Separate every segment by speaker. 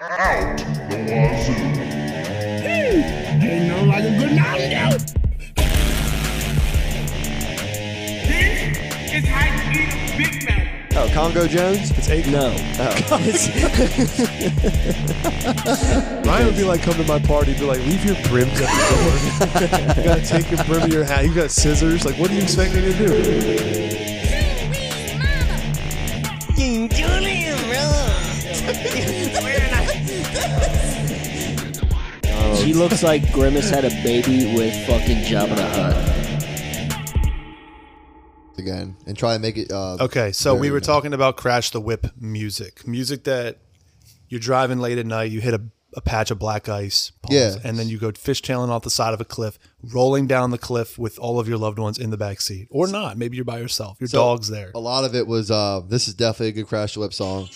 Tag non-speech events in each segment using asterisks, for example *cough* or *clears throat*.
Speaker 1: Out the wazoo.
Speaker 2: Ain't nothing like a good Mountain Dew.
Speaker 3: This is how you eat a Big Mac.
Speaker 4: Oh, Congo Jones?
Speaker 5: It's eight.
Speaker 4: No. Oh.
Speaker 5: Ryan would be like, come to my party. He'd be like, leave your brims at the door. *laughs* you gotta take your brim of your hat. You got scissors. Like, what do you expect me to do?
Speaker 6: She looks like Grimace had a baby with fucking Jabba the Hutt.
Speaker 7: again and try to make it. Uh,
Speaker 5: Okay, so we
Speaker 7: very
Speaker 5: were
Speaker 7: nice.
Speaker 5: talking about Crash the Whip music. Music that you're driving late at night, you hit a, a patch of black ice, palms,
Speaker 7: Yeah.
Speaker 5: and then you go fishtailing off the side of a cliff, rolling down the cliff with all of your loved ones in the back seat. Or not. Maybe you're by yourself. Your dog's there.
Speaker 7: A lot of it was. Uh, this is definitely a good Crash the Whip song.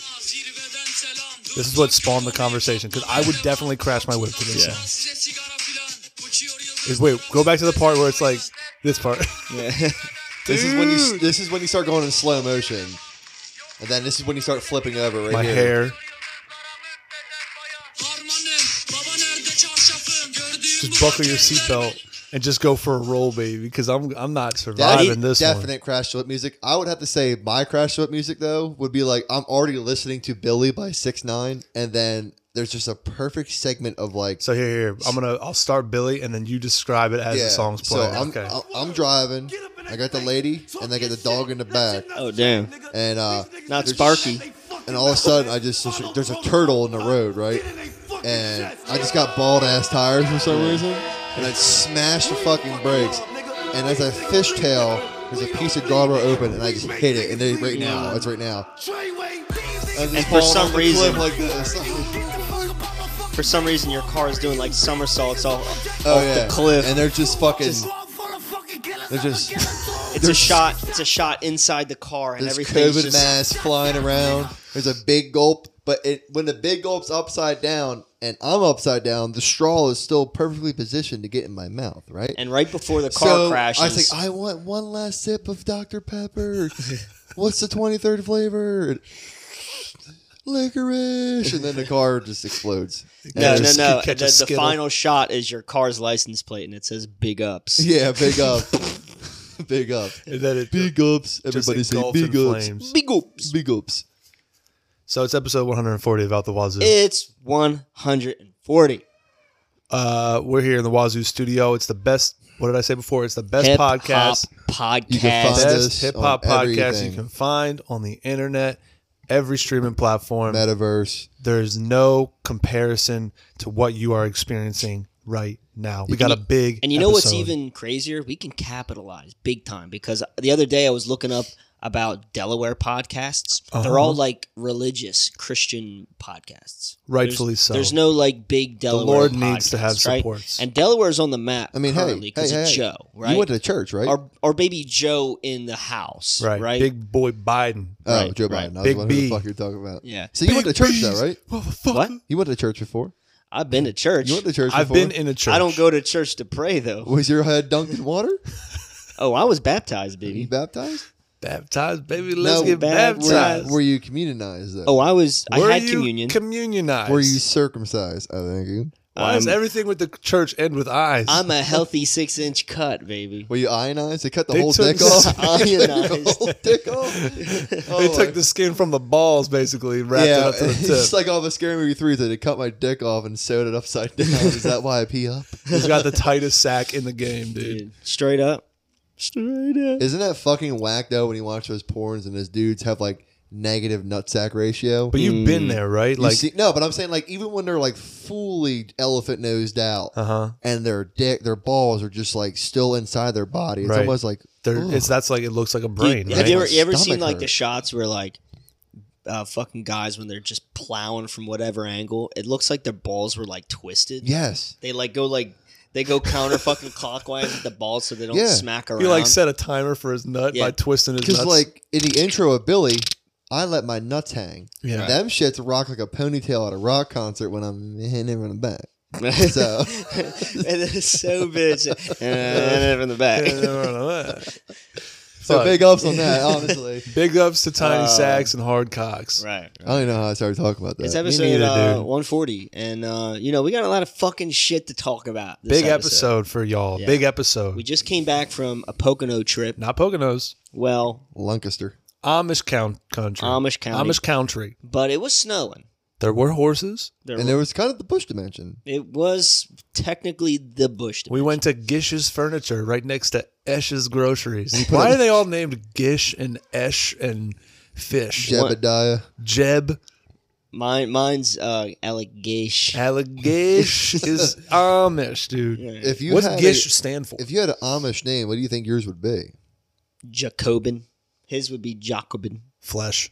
Speaker 5: This is what spawned the conversation because I would definitely crash my whip to this song. Is- Wait, go back to the part where it's like this part.
Speaker 7: This is when you. s- This is when you start going in slow motion, and then this is when you start flipping over right
Speaker 5: *laughs* my
Speaker 7: here.
Speaker 5: hair. Just buckle your seatbelt and just go for a roll, baby, because I'm I'm not
Speaker 7: That's
Speaker 5: surviving this
Speaker 7: definite
Speaker 5: one.
Speaker 7: Crash the Whip music. I would have to say my Crash the Whip music though would be like I'm already listening to Billy by Six Nine, and then there's just a perfect segment of like
Speaker 5: So here, here, I'm gonna I'll start Billy, and then you describe it as the song's
Speaker 7: So
Speaker 5: playing.
Speaker 7: I'm,
Speaker 5: okay.
Speaker 7: I- I'm driving. I got the lady and I got the dog in the back,
Speaker 6: Oh, damn.
Speaker 7: and uh,
Speaker 6: Not
Speaker 7: there's-
Speaker 6: Sparky.
Speaker 7: And all of a sudden, I just there's a turtle in the road, right? And I just got bald ass tires for some reason, and I smashed the fucking brakes. And as I fishtail, there's a piece of guardrail open, and I just hit it. And they, right now, it's right now. I was just
Speaker 2: Treyway,
Speaker 6: for
Speaker 7: falling
Speaker 6: some
Speaker 7: off the
Speaker 6: reason-
Speaker 7: cliff like this.
Speaker 6: For some reason, your car is doing like somersaults off,
Speaker 7: oh
Speaker 6: off
Speaker 7: yeah,
Speaker 6: the cliff.
Speaker 7: and they're just fucking. they're just
Speaker 6: it's a shot. It's a shot inside the car, and
Speaker 7: There's
Speaker 6: everything's
Speaker 7: COVID
Speaker 6: just *laughs*
Speaker 7: masks flying around. There's a big gulp, but it, when the big gulp's upside down and I'm upside down, the straw is still perfectly positioned to get in my mouth, right?
Speaker 6: And right before the car
Speaker 7: so
Speaker 6: crashes,
Speaker 7: I oh, was like, I want one last sip of Dr. Pepper.
Speaker 6: *laughs*
Speaker 7: What's the 23rd flavor? Licorice. And then the car just
Speaker 6: *laughs*
Speaker 7: explodes.
Speaker 6: no,
Speaker 5: just
Speaker 6: no, no.
Speaker 5: catch a
Speaker 6: The, the
Speaker 5: skittle.
Speaker 6: final shot is your car's license plate, and it says "Big Ups."
Speaker 7: *laughs* Yeah, big up. *laughs* big up.
Speaker 5: And then it
Speaker 7: Big ups.
Speaker 5: just
Speaker 7: Everybody say
Speaker 5: engulfs in
Speaker 7: big ups.
Speaker 5: flames.
Speaker 6: Big Ups.
Speaker 7: Big ups.
Speaker 5: So it's episode 140 about the Wazoo.
Speaker 6: It's 140.
Speaker 5: Uh, we're here in the Wazoo studio. It's the best. What did I say before? It's the best
Speaker 6: Hip hop
Speaker 5: podcast.
Speaker 7: You can find
Speaker 6: podcast.
Speaker 7: us
Speaker 5: Best hip hop
Speaker 7: on
Speaker 5: podcast you
Speaker 7: everything.
Speaker 5: can find on the internet, every streaming
Speaker 6: Um,
Speaker 5: platform.
Speaker 7: Metaverse.
Speaker 5: There's no comparison to what you are experiencing right now. We got a big
Speaker 6: And you know what's
Speaker 5: episode.
Speaker 6: even crazier? We can capitalize big time because the other day I was looking up about Delaware podcasts. They're
Speaker 5: Uh-huh.
Speaker 6: all like religious Christian podcasts.
Speaker 5: Rightfully
Speaker 6: There's-
Speaker 5: so.
Speaker 6: There's no like big Delaware.
Speaker 5: Lord needs to
Speaker 6: podcasts,
Speaker 5: have
Speaker 6: right?
Speaker 5: supports.
Speaker 6: And Delaware's on the map.
Speaker 7: I mean, hey, hey,
Speaker 6: because
Speaker 7: hey,
Speaker 6: of
Speaker 7: hey.
Speaker 6: Joe, right?
Speaker 7: You went to church, right?
Speaker 6: or or baby Joe in the house,
Speaker 5: right,
Speaker 6: right?
Speaker 5: big boy Biden.
Speaker 7: oh,
Speaker 6: right,
Speaker 7: Joe
Speaker 6: right.
Speaker 7: Biden. I
Speaker 5: Big
Speaker 7: was wondering
Speaker 5: B.
Speaker 7: what the fuck you're talking about.
Speaker 6: Yeah.
Speaker 7: So you went to
Speaker 5: Big
Speaker 7: church though,
Speaker 5: B's.
Speaker 7: right?
Speaker 5: Motherfucker.
Speaker 6: What?
Speaker 7: You went to church before.
Speaker 6: I've been to church.
Speaker 7: You went to church.
Speaker 5: I've
Speaker 7: before?
Speaker 5: been in a church.
Speaker 6: I don't go to church to pray though.
Speaker 7: Was your head dunked in water?
Speaker 6: Oh, I was baptized,
Speaker 7: you
Speaker 6: baby.
Speaker 7: baptized?
Speaker 5: baptized, baby. Let's
Speaker 7: No,
Speaker 5: get
Speaker 6: bad-
Speaker 7: Were,
Speaker 5: baptized.
Speaker 7: were you communionized though?
Speaker 6: Oh, I was.
Speaker 5: Were
Speaker 6: I had
Speaker 5: you
Speaker 6: communion.
Speaker 5: Communionized.
Speaker 7: were you circumcised? I think you.
Speaker 5: Why does
Speaker 6: Um,
Speaker 5: everything with the church end with eyes?
Speaker 6: I'm a healthy six inch cut, baby.
Speaker 7: Were you ionized? They cut the
Speaker 5: They
Speaker 7: whole
Speaker 5: took
Speaker 7: dick
Speaker 5: the- *laughs*
Speaker 7: off.
Speaker 6: Ionized.
Speaker 7: the *laughs* whole dick off.
Speaker 5: they
Speaker 7: Oh,
Speaker 5: took the skin from the balls, basically, wrapped it
Speaker 7: Yeah, *laughs*
Speaker 5: up to
Speaker 7: it's just
Speaker 5: the tip.
Speaker 7: like all the scary movie threes. They cut my dick off and sewed it upside *laughs* down. Is that why I pee up?
Speaker 5: He's got the tightest sack in the game, dude.
Speaker 6: Dude, straight up. Straight up.
Speaker 7: Isn't that fucking whack though? When you watch those porns and those dudes have like negative nutsack ratio.
Speaker 5: But you've been there, right?
Speaker 7: Mm. You
Speaker 5: Like,
Speaker 7: see- no, but I'm saying like even when they're like fully elephant nosed out,
Speaker 5: Uh-huh.
Speaker 7: and their dick, their balls are just like still inside their body. It's
Speaker 5: Right.
Speaker 7: almost like
Speaker 5: there,
Speaker 7: ugh.
Speaker 5: it's that's like it looks like a brain.
Speaker 6: Dude,
Speaker 5: right?
Speaker 6: Have you ever, you ever
Speaker 7: Stomach
Speaker 6: seen like the
Speaker 7: hurt.
Speaker 6: shots where like uh, fucking guys when they're just plowing from whatever angle, it looks like their balls were like twisted.
Speaker 7: yes,
Speaker 6: They like go like they go counter fucking clockwise at the balls so they don't
Speaker 7: Yeah.
Speaker 6: smack around.
Speaker 5: He like set a timer for his nut
Speaker 6: Yeah.
Speaker 5: by twisting his
Speaker 7: because
Speaker 5: nuts.
Speaker 7: like in the intro of Billy, I let my nuts hang.
Speaker 5: Yeah.
Speaker 7: them shits rock like a ponytail at a rock concert when I'm hitting around the back.
Speaker 6: *laughs*
Speaker 7: so
Speaker 6: and it's so bitch. and in the back. *laughs*
Speaker 5: Yeah, no, no, no.
Speaker 7: So
Speaker 5: Fuck.
Speaker 7: big ups on
Speaker 5: *laughs*
Speaker 7: that, honestly.
Speaker 5: Big ups to Tiny
Speaker 6: Uh,
Speaker 5: Sacks and Hard Cocks.
Speaker 6: Right.
Speaker 7: I don't even know how I started talking about that.
Speaker 6: It's
Speaker 5: neither,
Speaker 6: episode
Speaker 5: dude.
Speaker 6: uh, 140, and uh, you know we got a lot of fucking shit to talk about. This
Speaker 5: Big episode for y'all.
Speaker 6: Yeah.
Speaker 5: Big episode.
Speaker 6: We just came back from a Pocono trip.
Speaker 5: Not Poconos.
Speaker 6: Well,
Speaker 7: Lancaster.
Speaker 5: Amish count country.
Speaker 6: Amish county.
Speaker 5: Amish country.
Speaker 6: but it was snowing.
Speaker 5: There were horses.
Speaker 6: There
Speaker 7: And there was kind of the Bush dimension.
Speaker 6: it was technically the bush.
Speaker 5: We went to Gish's Furniture right next to Esh's Groceries. Why are they all named Gish and Esh and Fish?
Speaker 7: Jebediah.
Speaker 5: Jeb
Speaker 6: Mine, mine's uh, allegation.
Speaker 7: Uh,
Speaker 5: Allegish *laughs* is Amish, dude.
Speaker 7: If you
Speaker 5: What's
Speaker 7: had
Speaker 5: Gish
Speaker 7: a-
Speaker 5: stand for?
Speaker 7: if you had an Amish name, what do you think yours would be?
Speaker 6: Jacobin. His would be Jacobin.
Speaker 5: Flesh.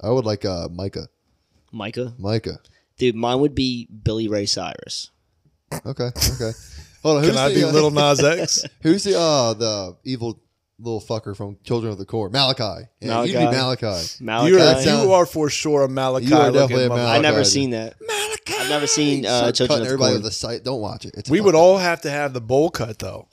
Speaker 7: I would like uh, Micah.
Speaker 6: Micah.
Speaker 7: Micah.
Speaker 6: Dude, mine would be Billy Ray Cyrus.
Speaker 7: Okay. Okay. Hold on. Who's
Speaker 5: Can I
Speaker 7: the,
Speaker 5: be
Speaker 7: uh, *laughs*
Speaker 5: Little Nas X?
Speaker 7: Who's the uh, the evil little fucker from Children of the Corn? Malachi. Yeah, You'd be
Speaker 6: Malachi.
Speaker 7: Malachi.
Speaker 6: Malachi.
Speaker 5: You're,
Speaker 7: That sounds-
Speaker 5: you are for sure a Malachi.
Speaker 7: You are
Speaker 5: looking
Speaker 7: definitely a
Speaker 5: mother-
Speaker 7: Malachi.
Speaker 6: I never
Speaker 7: Malachi.
Speaker 6: seen that. Malachi. I've never seen uh,
Speaker 7: Start
Speaker 6: Children
Speaker 7: cutting
Speaker 6: of the
Speaker 7: everybody
Speaker 6: Corn.
Speaker 7: with a sight. Don't watch it. It's
Speaker 5: We
Speaker 7: fucked
Speaker 5: would
Speaker 7: up.
Speaker 5: all have to have the bowl cut though,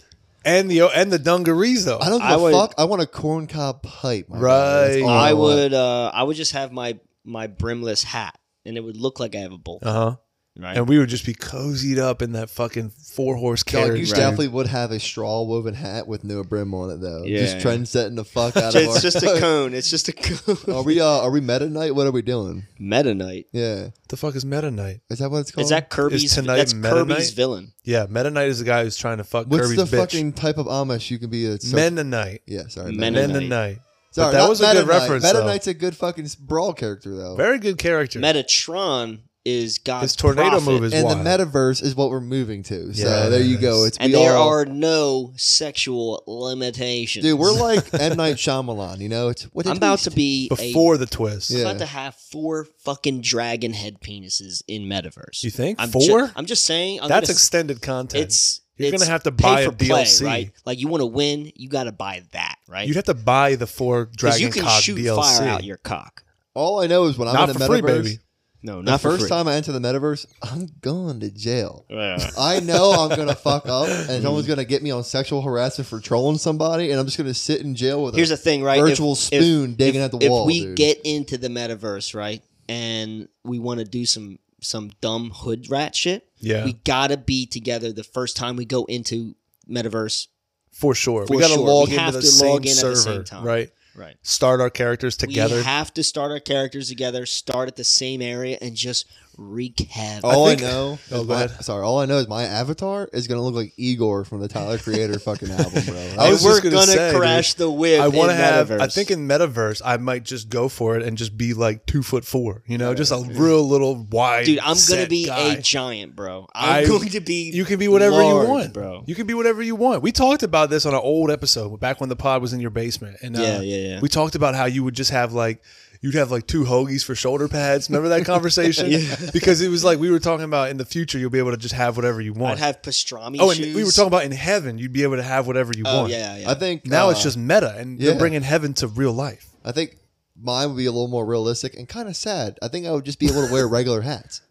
Speaker 5: and the and the dungarees though.
Speaker 7: I don't give
Speaker 6: I
Speaker 7: a
Speaker 6: would-
Speaker 7: fuck. I want a corn cob pipe. my
Speaker 5: Right.
Speaker 7: brother. That's all
Speaker 6: I
Speaker 7: want.
Speaker 6: would. Uh, I would just have my my brimless hat, and it would look like I have a bowl.
Speaker 7: Oh,
Speaker 5: Uh huh.
Speaker 6: right.
Speaker 5: And we would just be cozied up in that fucking four horse
Speaker 7: Dog,
Speaker 5: carriage.
Speaker 7: you
Speaker 5: dude.
Speaker 7: definitely would have a straw woven hat with no brim on it though.
Speaker 6: Yeah,
Speaker 7: just
Speaker 6: yeah.
Speaker 7: trend setting the
Speaker 5: *laughs*
Speaker 7: fuck out of
Speaker 6: it's
Speaker 7: our.
Speaker 6: just
Speaker 7: *laughs*
Speaker 6: a cone. It's just a *laughs* cone.
Speaker 7: are we uh, are we meta night? What are we doing?
Speaker 6: Meta Knight.
Speaker 7: Yeah,
Speaker 5: the fuck is Meta Knight?
Speaker 7: is that what it's called?
Speaker 6: Is that Kirby's?
Speaker 5: tonight
Speaker 6: that's
Speaker 5: Meta
Speaker 6: Kirby's
Speaker 5: Knight?
Speaker 6: villain.
Speaker 5: Yeah, Meta Knight is the guy who's trying to fuck
Speaker 7: What's
Speaker 5: Kirby's
Speaker 7: the
Speaker 5: bitch.
Speaker 7: fucking type of Amish you can be? A, so-
Speaker 5: Mennonite.
Speaker 7: Yeah, sorry.
Speaker 6: Men-
Speaker 7: Mennonite.
Speaker 6: Mennonite.
Speaker 5: Mennonite. But
Speaker 7: Sorry,
Speaker 5: that
Speaker 7: not
Speaker 5: was a good
Speaker 7: Meta Knight.
Speaker 5: reference.
Speaker 7: Meta
Speaker 5: though.
Speaker 7: Knight's a good fucking brawl character though.
Speaker 5: Very good character.
Speaker 6: Metatron is God's
Speaker 5: His tornado
Speaker 6: prophet,
Speaker 5: move is
Speaker 7: and
Speaker 5: wild.
Speaker 7: the metaverse is what we're moving to. So
Speaker 5: Yes.
Speaker 7: there you go. It's
Speaker 6: and
Speaker 7: we
Speaker 6: there
Speaker 7: all-
Speaker 6: are no sexual limitations.
Speaker 7: dude.
Speaker 5: *laughs*
Speaker 7: We're like M Night Shyamalan. You know, it's what
Speaker 6: I'm
Speaker 7: it
Speaker 6: about
Speaker 7: is.
Speaker 6: to be
Speaker 5: before the twist.
Speaker 6: A,
Speaker 7: Yeah.
Speaker 6: I'm about to have four fucking dragon head penises in Metaverse.
Speaker 5: You think
Speaker 6: I'm
Speaker 5: four?
Speaker 6: ju- I'm just saying. I'm
Speaker 5: That's
Speaker 6: gonna, s-
Speaker 5: extended content.
Speaker 6: it's
Speaker 5: You're
Speaker 6: it's
Speaker 5: gonna have to
Speaker 6: pay
Speaker 5: buy a
Speaker 6: for play,
Speaker 5: DLC.
Speaker 6: right? Like you want to win, you got to buy that, right?
Speaker 5: You'd have to buy the four
Speaker 6: 'Cause
Speaker 5: Dragon
Speaker 6: you can
Speaker 5: Cock
Speaker 6: shoot
Speaker 5: DLC.
Speaker 6: fire out your cock.
Speaker 7: All I know is when I'm
Speaker 5: Not
Speaker 7: in the
Speaker 5: for
Speaker 7: metaverse.
Speaker 5: free, baby.
Speaker 6: No,
Speaker 7: The
Speaker 6: not for
Speaker 7: first
Speaker 6: free.
Speaker 7: time I enter the metaverse, I'm going to jail.
Speaker 6: Yeah.
Speaker 7: I know I'm gonna
Speaker 5: *laughs*
Speaker 7: fuck up, and someone's gonna get me on sexual harassment for trolling somebody, and I'm just gonna sit in jail with
Speaker 6: Here's
Speaker 7: a
Speaker 6: the thing, right?
Speaker 7: virtual spoon digging at the wall.
Speaker 6: If we
Speaker 7: dude.
Speaker 6: get into the metaverse, right, and we want to do some some dumb hood rat shit,
Speaker 5: Yeah.
Speaker 6: we gotta be together the first time we go into metaverse.
Speaker 5: For sure.
Speaker 6: For
Speaker 5: we got to
Speaker 6: sure.
Speaker 5: log
Speaker 6: We
Speaker 5: into
Speaker 6: have
Speaker 5: the
Speaker 6: to
Speaker 5: same
Speaker 6: log in at
Speaker 5: server,
Speaker 6: the same time.
Speaker 5: right?
Speaker 6: Right.
Speaker 5: Start our characters together.
Speaker 6: We have to start our characters together, start at the same area, and just wreak havoc.
Speaker 7: all I,
Speaker 5: think-
Speaker 7: know,
Speaker 5: *laughs* Oh, go
Speaker 7: is my-
Speaker 5: ahead.
Speaker 7: sorry, all I know is my avatar is gonna look like Igor from the Tyler Creator fucking album,
Speaker 6: *laughs*
Speaker 7: bro.
Speaker 5: I
Speaker 6: And
Speaker 5: was just
Speaker 6: we're
Speaker 5: gonna
Speaker 6: gonna
Speaker 5: say, dude,
Speaker 6: crash the whip.
Speaker 5: I
Speaker 6: want to
Speaker 5: have. I think in metaverse, I might just go for it and just be like two foot four. You know, just a real little wide.
Speaker 6: dude, I'm gonna
Speaker 5: set
Speaker 6: be
Speaker 5: guy.
Speaker 6: a giant, bro. I'm
Speaker 5: I-
Speaker 6: going to be.
Speaker 5: You can be whatever
Speaker 6: large,
Speaker 5: you want,
Speaker 6: bro.
Speaker 5: You can be whatever you want. We talked about this on an old episode back when the pod was in your basement, and uh,
Speaker 6: Yeah, yeah, yeah.
Speaker 5: We talked about how you would just have like you'd have like two hoagies for shoulder pads. Remember that conversation? Because it was like we were talking about in the future you'll be able to just have whatever you want.
Speaker 6: I'd have pastrami.
Speaker 5: oh, and
Speaker 6: shoes.
Speaker 5: we were talking about in heaven you'd be able to have whatever you
Speaker 6: Oh
Speaker 5: want.
Speaker 6: yeah, yeah.
Speaker 7: I think
Speaker 5: Now
Speaker 7: uh,
Speaker 5: it's just meta, and
Speaker 7: yeah.
Speaker 5: they're bringing heaven to real life.
Speaker 7: I think mine would be a little more realistic and kind of sad. I think I would just be able to wear
Speaker 5: *laughs*
Speaker 7: regular hats.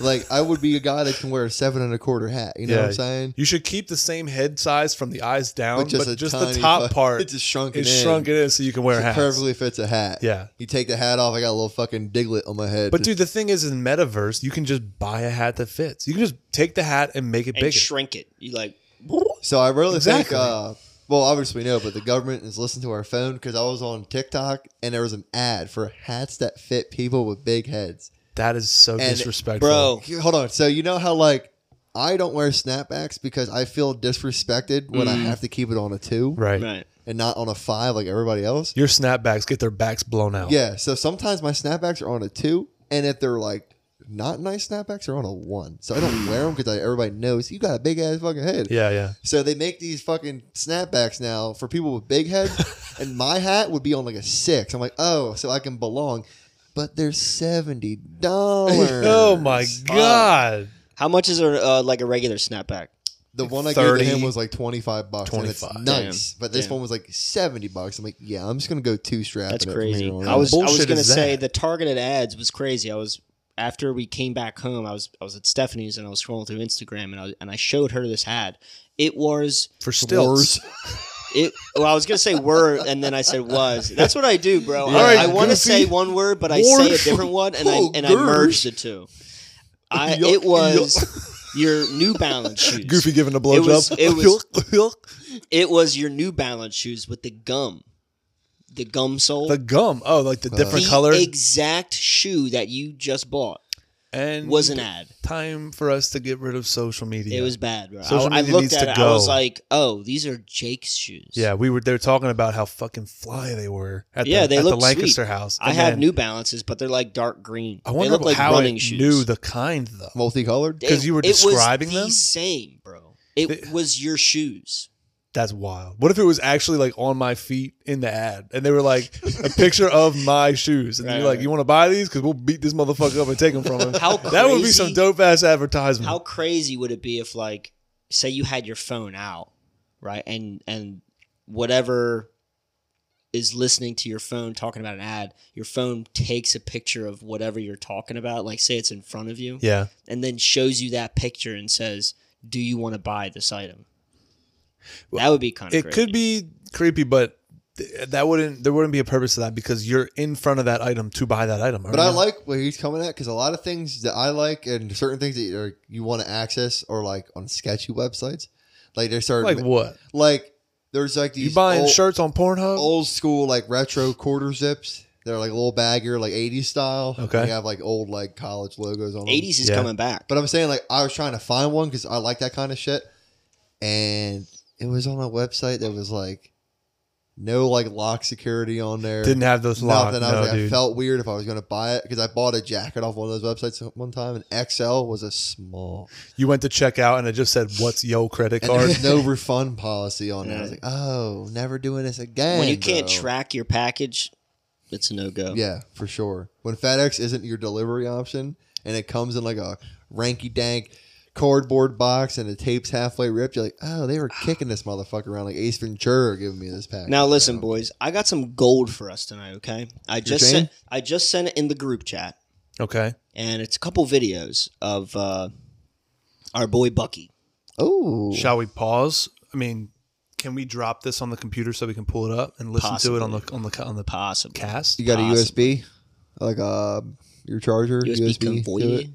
Speaker 7: like I would be a guy that can wear a seven and a quarter hat. You know what I'm saying?
Speaker 5: You should keep the same head size from the eyes down,
Speaker 7: But
Speaker 5: but
Speaker 7: just
Speaker 5: just,
Speaker 7: a tiny
Speaker 5: the top
Speaker 7: fuck-
Speaker 5: part
Speaker 7: it's just shrunken
Speaker 5: is
Speaker 7: in.
Speaker 5: shrunken in so you can wear
Speaker 7: It
Speaker 5: hats.
Speaker 7: perfectly fits a hat.
Speaker 5: Yeah.
Speaker 7: You take the hat off, I got a little fucking diglet on my head.
Speaker 5: But
Speaker 7: Just-
Speaker 5: dude, the thing is, in metaverse, you can just buy a hat that fits. You can just take the hat and make it
Speaker 6: and
Speaker 5: bigger.
Speaker 6: shrink it. You like
Speaker 7: so I really
Speaker 5: Exactly.
Speaker 7: think. Uh, well, obviously we know, but the government is listening to our phone because I was on TikTok and there was an ad for hats that fit people with big heads.
Speaker 5: that is so
Speaker 7: And-
Speaker 5: disrespectful,
Speaker 6: bro.
Speaker 7: Here, Hold on. So you know how like I don't wear snapbacks because I feel disrespected when
Speaker 5: Mm.
Speaker 7: I have to keep it on a two,
Speaker 5: Right.
Speaker 6: Right.
Speaker 7: and not on a five like everybody else.
Speaker 5: Your snapbacks get their backs blown out.
Speaker 7: Yeah. So sometimes my snapbacks are on a two, and if they're like not nice snapbacks, they're on a one. So
Speaker 5: *sighs*
Speaker 7: I don't wear them because everybody knows you got a big ass fucking head.
Speaker 5: yeah, yeah.
Speaker 6: *laughs*
Speaker 7: So they make these fucking snapbacks now for people with big
Speaker 5: *laughs*
Speaker 7: heads, and my hat would be on like a six. I'm like, oh, so I can belong. But they're seventy dollars.
Speaker 5: *laughs* Oh my god.
Speaker 6: How much is a uh, like a regular snapback?
Speaker 7: The one I
Speaker 5: 30,
Speaker 7: gave to him was like twenty five bucks, and
Speaker 5: 25.
Speaker 7: it's nice. But this
Speaker 6: Damn.
Speaker 7: one was like seventy bucks. I'm like, yeah, I'm just gonna go two strap.
Speaker 6: That's
Speaker 7: it from here
Speaker 6: crazy.
Speaker 7: on
Speaker 6: I
Speaker 7: out.
Speaker 6: was I was
Speaker 5: bullshit
Speaker 6: gonna
Speaker 5: is that?
Speaker 6: say the targeted ads was crazy. I was after we came back home. I was I was at Stephanie's and I was scrolling through Instagram and I was, and I showed her this ad. It was
Speaker 5: For stilts.
Speaker 6: It, well, I was gonna say were, and then I said was. That's what I do, bro.
Speaker 5: Yeah.
Speaker 6: I,
Speaker 5: Alright,
Speaker 6: I want
Speaker 5: goofy.
Speaker 6: to say one word, but I
Speaker 5: Word.
Speaker 6: say a
Speaker 5: *laughs*
Speaker 6: different one, and I
Speaker 7: Oh,
Speaker 6: and I
Speaker 7: girth.
Speaker 6: merge the two. I
Speaker 7: Yuck,
Speaker 6: it was your
Speaker 5: *laughs*
Speaker 6: New Balance shoes.
Speaker 5: Goofy giving a
Speaker 6: It was-
Speaker 5: blowjob. *laughs*
Speaker 6: it was- It was your New Balance shoes with the gum, the gum sole,
Speaker 5: the gum. Oh, like the different
Speaker 6: The
Speaker 5: color.
Speaker 6: exact shoe that you just bought
Speaker 5: and
Speaker 6: was an ad.
Speaker 5: time for us to get rid of social media.
Speaker 6: It was bad, bro.
Speaker 5: Social
Speaker 6: I, I
Speaker 5: media
Speaker 6: looked
Speaker 5: needs
Speaker 6: at
Speaker 5: to
Speaker 6: it. I was
Speaker 5: go.
Speaker 6: like, oh, these are Jake's shoes.
Speaker 5: Yeah, we were. They were talking about how fucking fly they were at
Speaker 6: Yeah,
Speaker 5: the,
Speaker 6: they
Speaker 5: at the
Speaker 6: look sweet.
Speaker 5: Lancaster house.
Speaker 6: I
Speaker 5: And
Speaker 6: have
Speaker 5: then-
Speaker 6: New Balances, but they're like dark green.
Speaker 5: I
Speaker 6: they
Speaker 5: wonder
Speaker 6: look like
Speaker 5: how
Speaker 6: running
Speaker 5: I
Speaker 6: shoes.
Speaker 5: knew the kind though.
Speaker 7: Multicolored.
Speaker 5: 'cause
Speaker 6: It-
Speaker 5: you were describing
Speaker 6: it was the
Speaker 5: them?
Speaker 6: Same, bro. It
Speaker 5: They-
Speaker 6: was your shoes.
Speaker 5: That's wild. What if it was actually like on my feet in the ad, and they were like a
Speaker 6: *laughs*
Speaker 5: picture of my shoes, and
Speaker 6: Right,
Speaker 5: you're like,
Speaker 6: right.
Speaker 5: "You want to buy these? Because we'll beat this motherfucker up and take them from him."
Speaker 6: How
Speaker 5: *laughs* that would be some
Speaker 6: crazy-
Speaker 5: dope ass advertisement.
Speaker 6: How crazy would it be if, like, say you had your phone out, right, and and whatever is listening to your phone talking about an ad, your phone takes a picture of whatever you're talking about, like say it's in front of you,
Speaker 5: yeah,
Speaker 6: and then shows you that picture and says, "Do you want to buy this item?" that would be kind of.
Speaker 5: it could be creepy, but th- that wouldn't there wouldn't be a purpose to that because you're in front of that item to buy that item.
Speaker 7: But I like where he's coming at because a lot of things that I like and certain things that you- you want to access are like on sketchy websites. Like they started
Speaker 5: like what
Speaker 7: like there's like these
Speaker 5: you buying
Speaker 7: old,
Speaker 5: shirts on Pornhub.
Speaker 7: old school like retro quarter zips. They're like a little bagger, like 80s style.
Speaker 5: Okay.
Speaker 7: They have like old like college logos on them.
Speaker 6: Eighties is
Speaker 5: Yeah.
Speaker 6: coming back.
Speaker 7: But I'm saying like I was trying to find one because I like that kind of shit, and it was on a website that was like no like lock security on there.
Speaker 5: Didn't have those locked.
Speaker 7: nothing. I was
Speaker 5: No,
Speaker 7: like I
Speaker 5: dude.
Speaker 7: felt weird if I was gonna buy it because I bought a jacket off one of those websites one time, and XL was a small.
Speaker 5: you went to check out and it just said, "What's yo credit
Speaker 7: And there
Speaker 5: card?"
Speaker 7: was no refund policy on there. I was like, oh, never doing this again.
Speaker 6: when you can't
Speaker 7: bro.
Speaker 6: track your package, it's a no go.
Speaker 7: Yeah, for sure. When FedEx isn't your delivery option and it comes in like a ranky dank cardboard box and the tape's halfway ripped, you're like, oh, they were kicking this motherfucker around like Ace Ventura giving me this pack.
Speaker 6: Ah. Now listen, boys, I got some gold for us tonight. Okay, I just
Speaker 7: chain?
Speaker 6: sent I just sent it in the group chat,
Speaker 5: *laughs* okay,
Speaker 6: and it's a couple videos of uh, our boy Bucky.
Speaker 7: Oh,
Speaker 5: shall we pause? I mean, can we drop this on the computer so we can pull it up and listen to it on the on the on the
Speaker 6: Possibly
Speaker 5: cast?
Speaker 7: you got
Speaker 6: possible.
Speaker 7: a USB? Like uh, your charger?
Speaker 6: USB,
Speaker 7: to it?
Speaker 6: convoy.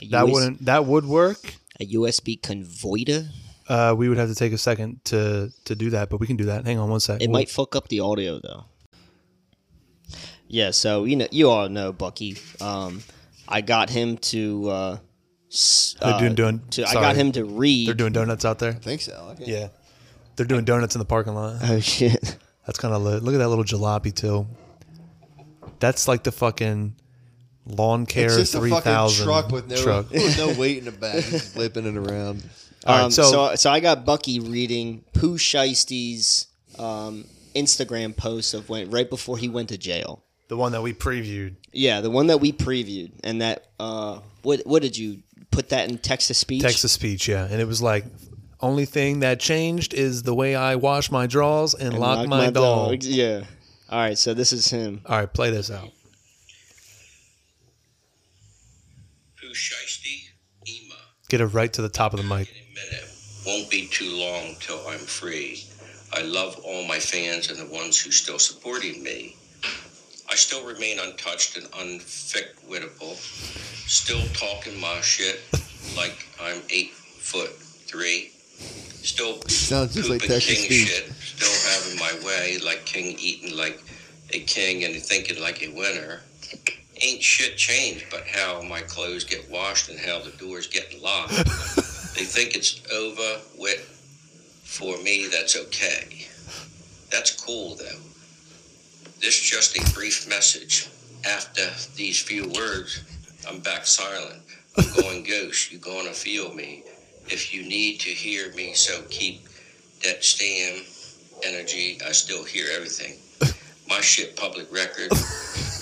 Speaker 6: A
Speaker 5: That
Speaker 6: US
Speaker 5: wouldn't that would work.
Speaker 6: a USB convoiter.
Speaker 5: Uh, we would have to take a second to to do that, but we can do that. Hang on one sec.
Speaker 6: It
Speaker 5: We'll-
Speaker 6: might fuck up the audio though. Yeah, so you know, you all know Bucky. Um, I got him to. Uh, s-
Speaker 5: They're
Speaker 6: uh,
Speaker 5: doing- doing-
Speaker 6: to- I
Speaker 5: sorry.
Speaker 6: got him to read.
Speaker 5: They're doing donuts out there.
Speaker 7: I think so. Okay.
Speaker 5: Yeah, they're doing donuts in the parking lot.
Speaker 6: *laughs* Oh shit!
Speaker 5: That's kind of lit. Look at that little jalopy too. That's like the fucking lawn care
Speaker 7: It's just a
Speaker 5: three
Speaker 7: fucking
Speaker 5: thousand
Speaker 7: truck with no,
Speaker 5: truck. *laughs*
Speaker 7: *laughs* with no weight in the back, just flipping it around.
Speaker 5: All right,
Speaker 6: um,
Speaker 5: so,
Speaker 6: so, so, I got Bucky reading Pooh Shiesty's um, Instagram post of when right before he went to jail.
Speaker 5: the one that we previewed.
Speaker 6: Yeah, the one that we previewed, and that uh, what what did you put that in text to speech?
Speaker 5: Texas speech, yeah, and it was like only thing that changed is the way I wash my drawers and,
Speaker 6: And
Speaker 5: lock, my, dog.
Speaker 6: Yeah. All right, so this is him.
Speaker 5: All right, play this out.
Speaker 4: Pooh Shiesty Ema.
Speaker 5: Get it right to the top of the mic.
Speaker 4: In a minute, won't be too long till I'm free. I love all my fans and the ones who still supporting me. I still remain untouched and unficquittable, still talking my shit like I'm eight foot three. Still
Speaker 7: Sounds just like
Speaker 4: pooping
Speaker 7: Texas
Speaker 4: king
Speaker 7: speech.
Speaker 4: shit, still having my way like king, eating like a king and thinking like a winner. Ain't shit changed but how my clothes get washed and how the doors get
Speaker 7: *laughs*
Speaker 4: locked. They think it's over with. For me, that's okay. That's cool, though. This just a brief message. After these few words, I'm back silent. I'm going *laughs* ghost. You're going to feel me. If you need to hear me, so keep that stem energy. I still hear everything.
Speaker 7: *laughs*
Speaker 4: My shit public record.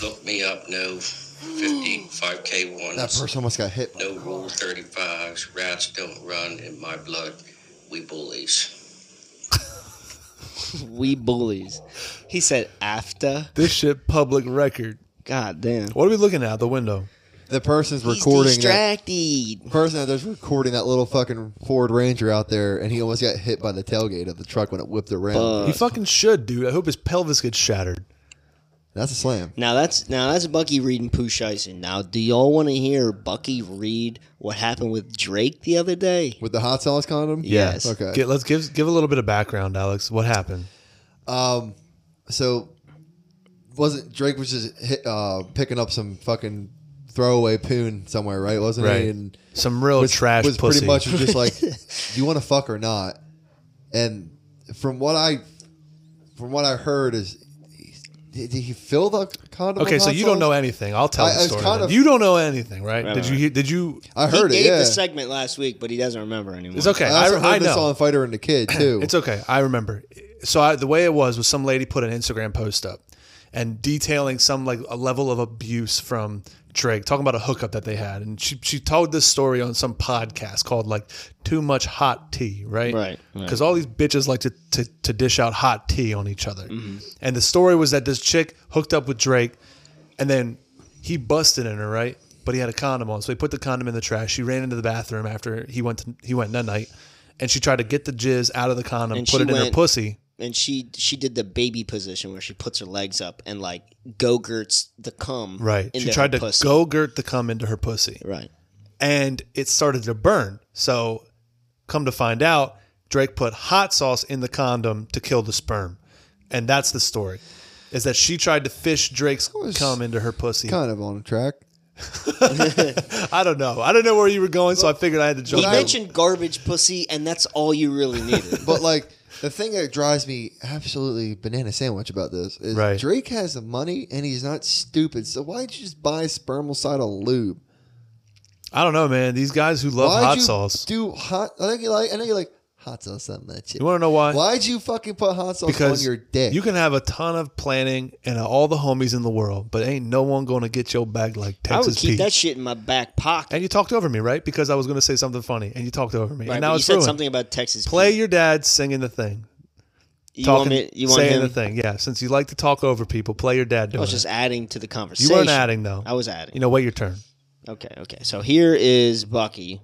Speaker 4: Look me up, no 55K ones.
Speaker 7: That person almost got hit. by
Speaker 4: No rule 35s. Rats don't run in my blood. We bullies.
Speaker 6: We bullies. He said after.
Speaker 5: This shit public record.
Speaker 6: God damn.
Speaker 5: What are we looking at out the window?
Speaker 7: the person's
Speaker 6: He's
Speaker 7: recording that
Speaker 6: distracted.
Speaker 7: person out there's recording that little fucking Ford Ranger out there, and he almost got hit by the tailgate of the truck when it whipped around.
Speaker 5: He fucking should, dude. I hope his pelvis gets shattered.
Speaker 7: That's a slam.
Speaker 6: Now that's now that's Bucky Reed and Pooh Shiesty. Now, do y'all want to hear Bucky Reed what happened with Drake the other day?
Speaker 7: With the hot sauce condom?
Speaker 6: Yeah. Yes.
Speaker 7: Okay.
Speaker 5: Get, let's give give a little bit of background, Alex. What happened?
Speaker 7: so wasn't Drake was just hit, uh, picking up some fucking throwaway poon somewhere, right? Wasn't
Speaker 5: Right.
Speaker 7: he? And
Speaker 5: Some real
Speaker 7: was,
Speaker 5: trash
Speaker 7: was
Speaker 5: pussy.
Speaker 7: pretty much just like, do you want to fuck or not? And from what I from what I heard is, did, did he fill the
Speaker 5: *laughs*
Speaker 7: condom?
Speaker 5: okay,
Speaker 7: with
Speaker 5: so
Speaker 7: hot
Speaker 5: you don't
Speaker 7: sauce?
Speaker 5: know anything. I'll tell
Speaker 7: I- I
Speaker 5: the
Speaker 7: was
Speaker 5: story.
Speaker 7: kind
Speaker 5: then.
Speaker 7: of-
Speaker 5: you don't know anything, right? did you hear, did you?
Speaker 7: I heard
Speaker 6: he
Speaker 7: it.
Speaker 6: gave
Speaker 7: Yeah.
Speaker 6: the segment last week, but he doesn't remember anymore.
Speaker 5: It's okay.
Speaker 7: I
Speaker 5: I,
Speaker 7: also heard
Speaker 5: I
Speaker 7: this
Speaker 5: know.
Speaker 7: on Fighter and
Speaker 5: *clears throat*
Speaker 7: the Kid too.
Speaker 5: It's okay. I remember. So I, the way it was was some lady put an Instagram post up and detailing some like a level of abuse from Drake, talking about a hookup that they had, and she she told this story on some podcast called like Too Much Hot Tea, right?
Speaker 6: Right, right.
Speaker 5: Because all these bitches like to, to to dish out hot tea on each other,
Speaker 6: Mm-hmm.
Speaker 5: and the story was that this chick hooked up with Drake, and then he busted in her, right? But he had a condom on, so he put the condom in the trash. She ran into the bathroom after he went to, he went nut night, and she tried to get the jizz out of the condom,
Speaker 6: And
Speaker 5: put
Speaker 6: she
Speaker 5: it in her
Speaker 6: went-
Speaker 5: pussy.
Speaker 6: and she she did the baby position where she puts her legs up and like go-gurts the cum.
Speaker 5: Right.
Speaker 6: into
Speaker 5: She
Speaker 6: her
Speaker 5: tried to
Speaker 6: pussy.
Speaker 5: go gurt the cum into her pussy,
Speaker 6: Right.
Speaker 5: and it started to burn. So, come to find out, Drake put hot sauce in the condom to kill the sperm, and that's the story. Is that she tried to fish Drake's
Speaker 7: was
Speaker 5: cum into her pussy?
Speaker 7: kind of on track.
Speaker 5: *laughs* I don't know. I don't know where you were going, so I figured I had to
Speaker 6: He
Speaker 5: jump. in.
Speaker 6: mentioned garbage pussy, and that's all you
Speaker 5: *laughs*
Speaker 6: really needed.
Speaker 7: But like the thing that drives me absolutely banana sandwich about this is
Speaker 5: Right.
Speaker 7: Drake has the money and he's not stupid. So why'd you just buy spermicidal lube?
Speaker 5: I don't know, man. These guys who love
Speaker 7: Why'd
Speaker 5: hot
Speaker 7: you
Speaker 5: sauce.
Speaker 7: Do hot? I think you like. I know you like hot sauce so much.
Speaker 5: You want to know why?
Speaker 7: Why'd you fucking put hot sauce
Speaker 5: Because
Speaker 7: on your
Speaker 6: Eh.
Speaker 7: dick?
Speaker 5: you can have a ton of planning and all the homies in the world, but ain't no one going to get your bag like
Speaker 6: I would
Speaker 5: Texas
Speaker 6: keep
Speaker 5: Pete.
Speaker 6: that shit in my back pocket.
Speaker 5: and you talked over me, right? Because I was going to say something funny, and you talked over me.
Speaker 6: Right,
Speaker 5: and
Speaker 6: but
Speaker 5: now
Speaker 6: you
Speaker 5: it's
Speaker 6: said
Speaker 5: ruined.
Speaker 6: something about Texas.
Speaker 5: Play
Speaker 6: Pete.
Speaker 5: your dad singing the thing,
Speaker 6: You
Speaker 5: talking,
Speaker 6: want me? You want
Speaker 5: saying
Speaker 6: him?
Speaker 5: the thing. Yeah, since you like to talk over people, play your dad
Speaker 6: I
Speaker 5: doing
Speaker 6: was
Speaker 5: it.
Speaker 6: just adding to the
Speaker 5: You
Speaker 6: conversation.
Speaker 5: weren't adding though.
Speaker 6: I was adding.
Speaker 5: You know, wait your turn.
Speaker 6: Okay, okay. So here is Bucky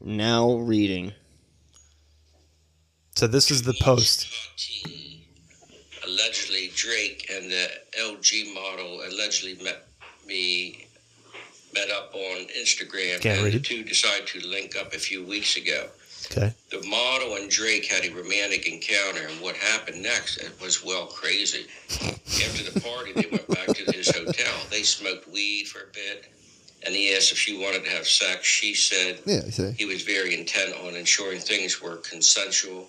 Speaker 6: now reading.
Speaker 5: So this is the post.
Speaker 4: Allegedly, Drake and the LG model allegedly met me met up on Instagram,
Speaker 5: Can't
Speaker 4: and the
Speaker 5: read.
Speaker 4: two decided to link up a few weeks ago.
Speaker 5: Okay.
Speaker 4: The model and Drake had a romantic encounter, and what happened next was well crazy. After the party, they went back to his hotel. They smoked weed for a bit, and he asked if she wanted to have sex. She said
Speaker 7: yeah, you see.
Speaker 4: he was very intent on ensuring things were consensual.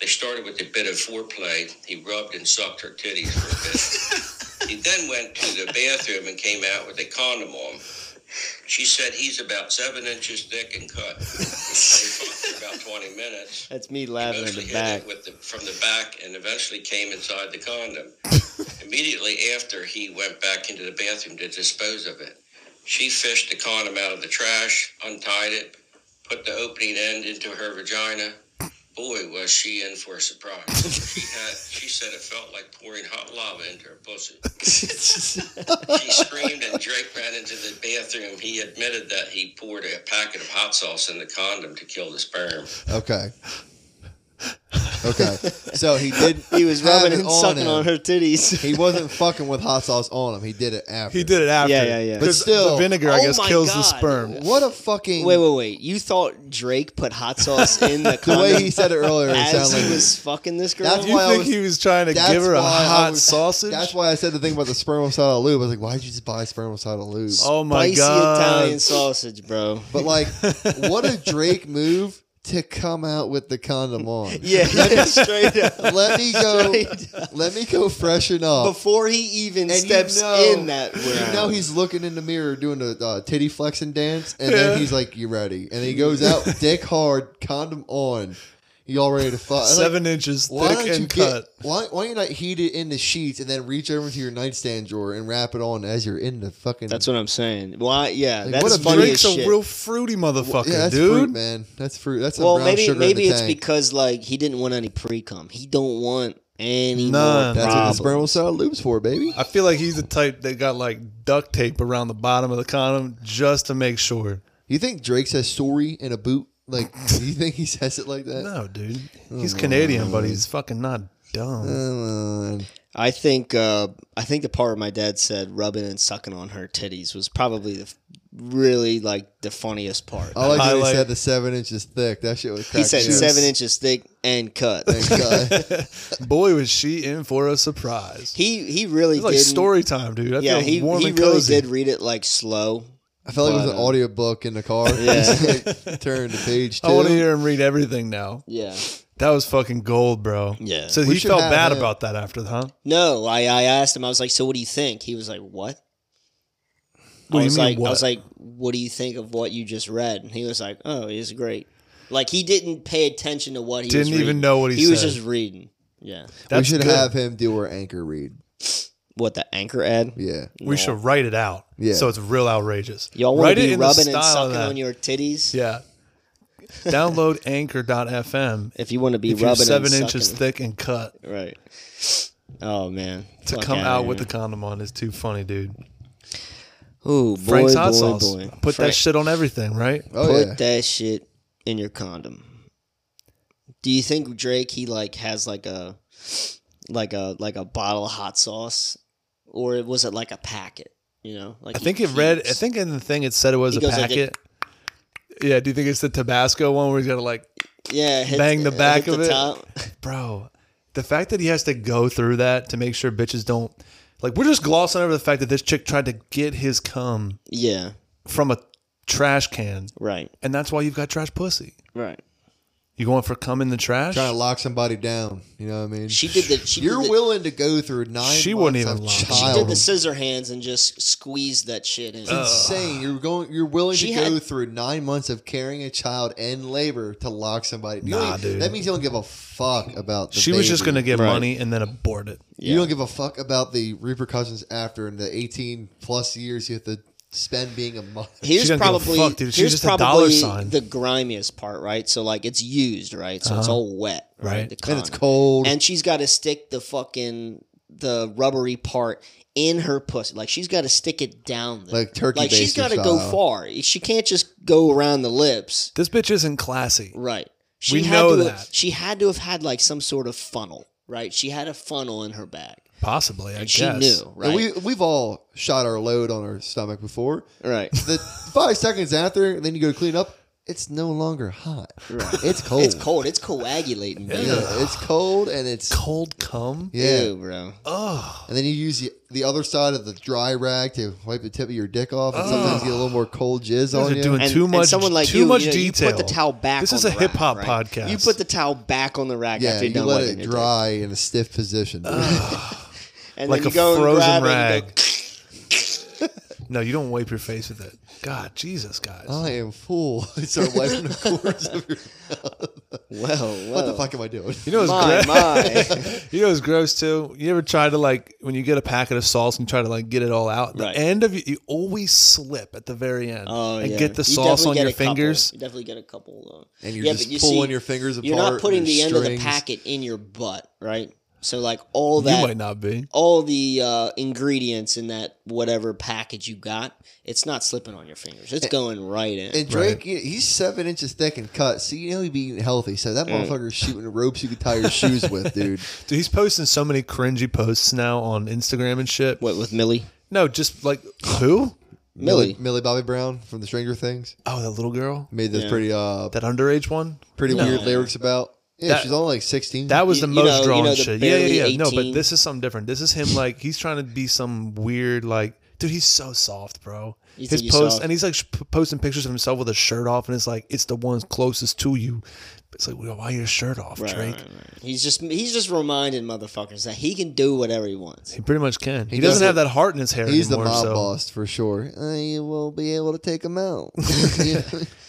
Speaker 4: They started with a bit of foreplay. He rubbed and sucked her titties for a bit. he then went to the bathroom and came out with a condom on. She said he's about seven inches thick and cut. they fucked for about 20 minutes.
Speaker 6: That's me laughing in
Speaker 4: Mostly
Speaker 6: the
Speaker 4: hit
Speaker 6: back.
Speaker 4: it with the, from the back and eventually came inside the condom.
Speaker 6: *laughs*
Speaker 4: Immediately after, he went back into the bathroom to dispose of it. She fished the condom out of the trash, untied it, put the opening end into her vagina. Boy, was she in for a surprise. she, had, she said it felt like pouring hot lava into her pussy. she screamed, and Drake ran into the bathroom. He admitted that he poured a packet of hot sauce in the condom to kill the sperm.
Speaker 7: Okay.
Speaker 5: *laughs*
Speaker 7: Okay. So he did.
Speaker 6: He was
Speaker 7: have
Speaker 6: rubbing
Speaker 7: it
Speaker 6: and sucking
Speaker 7: him.
Speaker 6: on her titties.
Speaker 7: He wasn't fucking with hot sauce on him. He did it after.
Speaker 5: He did it after.
Speaker 6: Yeah, yeah, yeah. But
Speaker 5: 'Cause
Speaker 7: still-
Speaker 5: the vinegar, I
Speaker 6: Oh
Speaker 5: guess,
Speaker 6: my
Speaker 5: kills the
Speaker 6: God.
Speaker 5: sperm.
Speaker 7: What a fucking.
Speaker 6: Wait, wait, wait! You thought Drake put
Speaker 7: *laughs*
Speaker 6: hot sauce in the
Speaker 7: The
Speaker 6: condom
Speaker 7: way he said it earlier, it
Speaker 6: as
Speaker 7: sounded
Speaker 6: he
Speaker 7: like
Speaker 6: was fucking this girl?
Speaker 7: That's
Speaker 5: You
Speaker 7: why I
Speaker 5: think
Speaker 7: was-
Speaker 5: he was trying to
Speaker 7: That's
Speaker 5: give her a
Speaker 7: why I
Speaker 5: hot
Speaker 7: was-
Speaker 5: sausage?
Speaker 7: That's why I said the thing about the spermicidal lube. I was like, why'd you just buy spermicidal lube?
Speaker 5: oh my
Speaker 6: Spicy
Speaker 5: god!
Speaker 6: Italian sausage, bro.
Speaker 5: *laughs*
Speaker 7: But like, what a Drake move to come out with the
Speaker 5: *laughs*
Speaker 7: condom on.
Speaker 6: *laughs* Yeah,
Speaker 7: *laughs*
Speaker 6: straight up.
Speaker 7: Let me go. Let me go freshen up.
Speaker 6: Before he even
Speaker 7: And you
Speaker 6: steps
Speaker 7: know-
Speaker 6: in that room,
Speaker 7: You know he's looking in the mirror doing the uh, titty flexing dance, and then
Speaker 5: Yeah.
Speaker 7: he's like, "You ready?" And he goes out,
Speaker 5: *laughs*
Speaker 7: dick hard, condom on. You all ready to fuck?
Speaker 5: Seven inches
Speaker 7: Why
Speaker 5: thick
Speaker 7: don't you
Speaker 5: and
Speaker 7: get?
Speaker 5: cut.
Speaker 7: Why, why you not heat it in the sheets and then reach over to your nightstand drawer and wrap it on as you're in the fucking?
Speaker 6: That's what I'm saying. Why? Yeah,
Speaker 7: Like,
Speaker 6: that's
Speaker 7: what a
Speaker 6: funny
Speaker 5: Drake's
Speaker 6: as
Speaker 5: a
Speaker 6: shit.
Speaker 5: real fruity motherfucker,
Speaker 7: yeah, that's
Speaker 5: dude.
Speaker 7: fruit, man. That's fruit. That's some
Speaker 6: well,
Speaker 7: brown
Speaker 6: maybe
Speaker 7: sugar in
Speaker 6: maybe
Speaker 7: the
Speaker 6: it's
Speaker 7: tank.
Speaker 6: because like he didn't want any pre cum. He don't want any
Speaker 5: None.
Speaker 6: more
Speaker 7: That's what the
Speaker 6: problems.
Speaker 7: sperm will sell lubes for, baby.
Speaker 5: I feel like he's the type that got like duct tape around the bottom of the condom just to make sure.
Speaker 7: You think Drake says sorry in a boot?
Speaker 5: *laughs*
Speaker 7: Like, do you think he says it like that?
Speaker 5: No, dude. He's Canadian, but he's fucking not dumb.
Speaker 6: Uh,
Speaker 7: Come on.
Speaker 6: I think uh, I think the part where my dad said rubbing and sucking on her titties was probably the f- really like the funniest part.
Speaker 7: I like that he
Speaker 5: Highlight.
Speaker 7: said the seven inches thick. That shit was.
Speaker 6: he said
Speaker 7: crack me up.
Speaker 6: seven inches thick and cut. *laughs*
Speaker 7: God.
Speaker 5: Boy, was she in for a surprise.
Speaker 6: he he really
Speaker 5: It's like
Speaker 6: did
Speaker 5: story time, dude. I
Speaker 6: Yeah,
Speaker 5: feel
Speaker 6: he, he
Speaker 5: warm
Speaker 6: really
Speaker 5: and cozy.
Speaker 6: did read it like slow.
Speaker 7: I felt like it was
Speaker 6: But,
Speaker 7: an
Speaker 6: uh,
Speaker 7: audiobook in the car.
Speaker 6: *laughs*
Speaker 7: *laughs*
Speaker 6: Yeah.
Speaker 7: Turn to page two.
Speaker 5: I want to hear him read everything now.
Speaker 6: Yeah.
Speaker 5: That was fucking gold, bro.
Speaker 6: Yeah.
Speaker 5: So
Speaker 7: We
Speaker 5: he
Speaker 7: should
Speaker 5: felt
Speaker 7: have
Speaker 5: bad
Speaker 7: him.
Speaker 5: about that after, huh?
Speaker 6: No, I, I asked him. I was like, "So what do you think?" He was like, "What?"
Speaker 5: What do
Speaker 6: I
Speaker 5: you
Speaker 6: was
Speaker 5: mean,
Speaker 6: like,
Speaker 5: what?
Speaker 6: "I was like, what do you think of what you just read?" And he was like, "Oh, it's great." Like he didn't pay attention to what he was
Speaker 5: Didn't even
Speaker 6: reading.
Speaker 5: know what he
Speaker 6: He was
Speaker 5: said.
Speaker 6: just reading. Yeah.
Speaker 7: we
Speaker 5: That's
Speaker 7: should
Speaker 5: good.
Speaker 7: have him do our anchor read.
Speaker 6: What the anchor ad?
Speaker 7: Yeah.
Speaker 5: We should write it out.
Speaker 7: Yeah.
Speaker 5: So it's real outrageous.
Speaker 6: Y'all
Speaker 5: write
Speaker 6: want to
Speaker 5: it
Speaker 6: be
Speaker 5: in the
Speaker 6: rubbing and
Speaker 5: style of
Speaker 6: sucking
Speaker 5: that.
Speaker 6: on your titties?
Speaker 5: Yeah. Download anchor.fm.
Speaker 6: If you want to be
Speaker 5: If you're
Speaker 6: rubbing
Speaker 5: seven
Speaker 6: and
Speaker 5: inches
Speaker 6: sucking-
Speaker 5: thick and cut,
Speaker 6: right? Oh man,
Speaker 5: to
Speaker 6: Fuck
Speaker 5: come
Speaker 6: outta
Speaker 5: out
Speaker 6: here.
Speaker 5: with the condom on is too funny, dude.
Speaker 6: Ooh, boy,
Speaker 5: Frank's hot
Speaker 6: boy,
Speaker 5: sauce.
Speaker 6: boy.
Speaker 5: Put
Speaker 6: Frank-
Speaker 5: that shit on everything, right?
Speaker 7: Oh
Speaker 6: put
Speaker 7: yeah.
Speaker 6: that shit in your condom. Do you think Drake he like has like a like a like a bottle of hot sauce, or was it like a packet? You know, like
Speaker 5: I
Speaker 6: he
Speaker 5: think it read. I
Speaker 6: keeps-
Speaker 5: think in the thing it said it was
Speaker 6: He
Speaker 5: a
Speaker 6: goes like a-
Speaker 5: packet. yeah. Do you think it's the Tabasco one where he's gonna like,
Speaker 6: yeah, hit,
Speaker 5: bang the
Speaker 6: hit
Speaker 5: back of
Speaker 6: the
Speaker 5: it.
Speaker 6: Top.
Speaker 5: bro? The fact that he has to go through that to make sure bitches don't like. We're just glossing over the fact that this chick tried to get his cum
Speaker 6: Yeah,
Speaker 5: from a trash can,
Speaker 6: right,
Speaker 5: and that's why you've got trash pussy.
Speaker 6: right.
Speaker 5: You going for cum in the trash?
Speaker 7: Trying to lock somebody down. You know what I mean?
Speaker 6: She did the she
Speaker 7: You're
Speaker 6: did the,
Speaker 7: willing to go through nine.
Speaker 5: She
Speaker 7: months
Speaker 5: wouldn't even
Speaker 7: of
Speaker 5: lie. She did
Speaker 6: She did
Speaker 7: child.
Speaker 6: the scissor hands and just squeezed that shit in.
Speaker 5: Uh,
Speaker 7: insane. You're going. You're willing
Speaker 6: She
Speaker 7: to go
Speaker 6: had-
Speaker 7: through nine months of carrying a child and labor to lock somebody. You
Speaker 5: Nah,
Speaker 7: don't-
Speaker 5: dude.
Speaker 7: That means you don't give a fuck about. The
Speaker 5: she was just
Speaker 7: baby.
Speaker 5: gonna get
Speaker 6: Right.
Speaker 5: money and then abort it.
Speaker 7: You don't give a fuck about the repercussions after and the 18 plus years you have to spend being a mother.
Speaker 6: Here's
Speaker 5: don't give a
Speaker 6: probably
Speaker 5: fuck, dude. She's
Speaker 6: here's
Speaker 5: just a
Speaker 6: probably
Speaker 5: dollar sign.
Speaker 6: the grimiest part, right? So like it's used, right? So it's all wet, right?
Speaker 5: Uh-huh. Right.
Speaker 6: The
Speaker 7: *laughs* and it's
Speaker 6: condom.
Speaker 7: cold.
Speaker 6: and she's got to stick the fucking the rubbery part in her pussy. Like she's got to stick it down there.
Speaker 7: Like turkey
Speaker 6: Like she's got
Speaker 7: baster
Speaker 6: to go
Speaker 7: style.
Speaker 6: far. She can't just go around the lips,
Speaker 5: This bitch isn't classy.
Speaker 6: right? She
Speaker 5: We
Speaker 6: had
Speaker 5: know
Speaker 6: to,
Speaker 5: that.
Speaker 6: she had to have had like some sort of funnel, right? She had a funnel in her bag.
Speaker 5: Possibly, I guess.
Speaker 6: She knew, right?
Speaker 7: And we we've all shot our load on our stomach before.
Speaker 6: right. *laughs*
Speaker 7: The five seconds after, then you go to clean up. It's no longer hot. It's cold.
Speaker 5: Oh.
Speaker 6: It's cold. It's coagulating, dude.
Speaker 7: Yeah, it's cold, and it's
Speaker 5: Cold cum.
Speaker 7: yeah.
Speaker 6: Ew, bro.
Speaker 5: Oh,
Speaker 7: And then you use the, the other side of the dry rag to wipe the tip of your dick off, and sometimes you get a little more cold
Speaker 5: guys
Speaker 7: jizz on
Speaker 5: are
Speaker 7: you.
Speaker 5: doing
Speaker 6: and,
Speaker 5: too
Speaker 6: and
Speaker 5: much.
Speaker 6: someone like
Speaker 5: too
Speaker 6: you,
Speaker 5: much
Speaker 6: you, know, you
Speaker 5: detail.
Speaker 6: put the towel back.
Speaker 5: This
Speaker 6: on
Speaker 5: is
Speaker 6: the
Speaker 5: a
Speaker 6: rack,
Speaker 5: hip hop
Speaker 6: right?
Speaker 5: podcast.
Speaker 6: You put the towel back on the rack
Speaker 7: yeah,
Speaker 6: after
Speaker 7: you
Speaker 6: you're done
Speaker 7: let
Speaker 6: wiping
Speaker 7: it
Speaker 6: your
Speaker 7: dry in a stiff position.
Speaker 6: dick. and
Speaker 5: like a
Speaker 6: then you go and grab
Speaker 5: frozen rag.
Speaker 6: it and go, *laughs*
Speaker 5: no, you don't wipe your face with it. God, Jesus, guys.
Speaker 7: I am full. *laughs* I start wiping the corners of your.
Speaker 6: Well,
Speaker 7: What the fuck am I doing?
Speaker 5: you know what's
Speaker 6: My,
Speaker 5: gross?
Speaker 6: my.
Speaker 5: *laughs* You know what's gross too. You ever try to like when you get a packet of sauce and try to like get it all out.
Speaker 6: Right.
Speaker 5: The end of you, you always slip at the very end
Speaker 6: Oh,
Speaker 5: and
Speaker 6: yeah.
Speaker 5: get the
Speaker 6: You
Speaker 5: sauce
Speaker 6: definitely
Speaker 5: on
Speaker 6: get
Speaker 5: your
Speaker 6: a couple.
Speaker 5: fingers.
Speaker 6: You definitely get a couple. Though.
Speaker 7: And you're
Speaker 6: Yeah,
Speaker 7: just
Speaker 6: but you
Speaker 7: pulling
Speaker 6: see,
Speaker 7: your fingers apart.
Speaker 6: You're not putting
Speaker 7: and
Speaker 6: the
Speaker 7: your
Speaker 6: end of the
Speaker 7: strings.
Speaker 6: packet in your butt, right? So like all
Speaker 5: You
Speaker 6: that,
Speaker 5: might not be.
Speaker 6: all the uh, ingredients in that whatever package you got, it's not slipping on your fingers. It's going right in.
Speaker 7: And Drake, you- he's seven inches thick and cut, so you know he'd be eating healthy. So that motherfucker's shooting ropes you could tie your shoes with, dude.
Speaker 5: Dude, he's posting so many cringy posts now on Instagram and shit.
Speaker 6: what with Millie?
Speaker 5: No, just like who?
Speaker 6: Millie.
Speaker 7: Millie Bobby Brown from The Stranger Things
Speaker 5: Oh, that little girl.
Speaker 7: made those
Speaker 6: Yeah.
Speaker 7: pretty uh
Speaker 5: That underage one.
Speaker 7: pretty weird lyrics about. Yeah,
Speaker 5: That-
Speaker 7: she's only like sixteen.
Speaker 5: That was
Speaker 6: You-
Speaker 5: the
Speaker 6: you
Speaker 5: most
Speaker 6: know- you
Speaker 5: drawn
Speaker 6: know the
Speaker 5: shit. Yeah, yeah,
Speaker 6: barely
Speaker 5: yeah. No,
Speaker 6: 18.
Speaker 5: but this is something different. This is him like he's trying to be some weird like dude. He's so soft, bro.
Speaker 6: You
Speaker 5: His
Speaker 6: think he's
Speaker 5: post
Speaker 6: soft?
Speaker 5: and he's like sh- p- posting pictures of himself with a shirt off, and it's like it's the ones closest to you. It's like well, why your shirt off,
Speaker 6: Right,
Speaker 5: Drake?
Speaker 6: right, right. He's just he's just reminding motherfuckers that he can do whatever he wants.
Speaker 5: He pretty much can. He, doesn't
Speaker 7: He doesn't-
Speaker 5: have that heart in his hair
Speaker 7: he's the
Speaker 5: anymore.
Speaker 7: mob
Speaker 5: so
Speaker 7: boss for sure. I will be able to take him out. *laughs*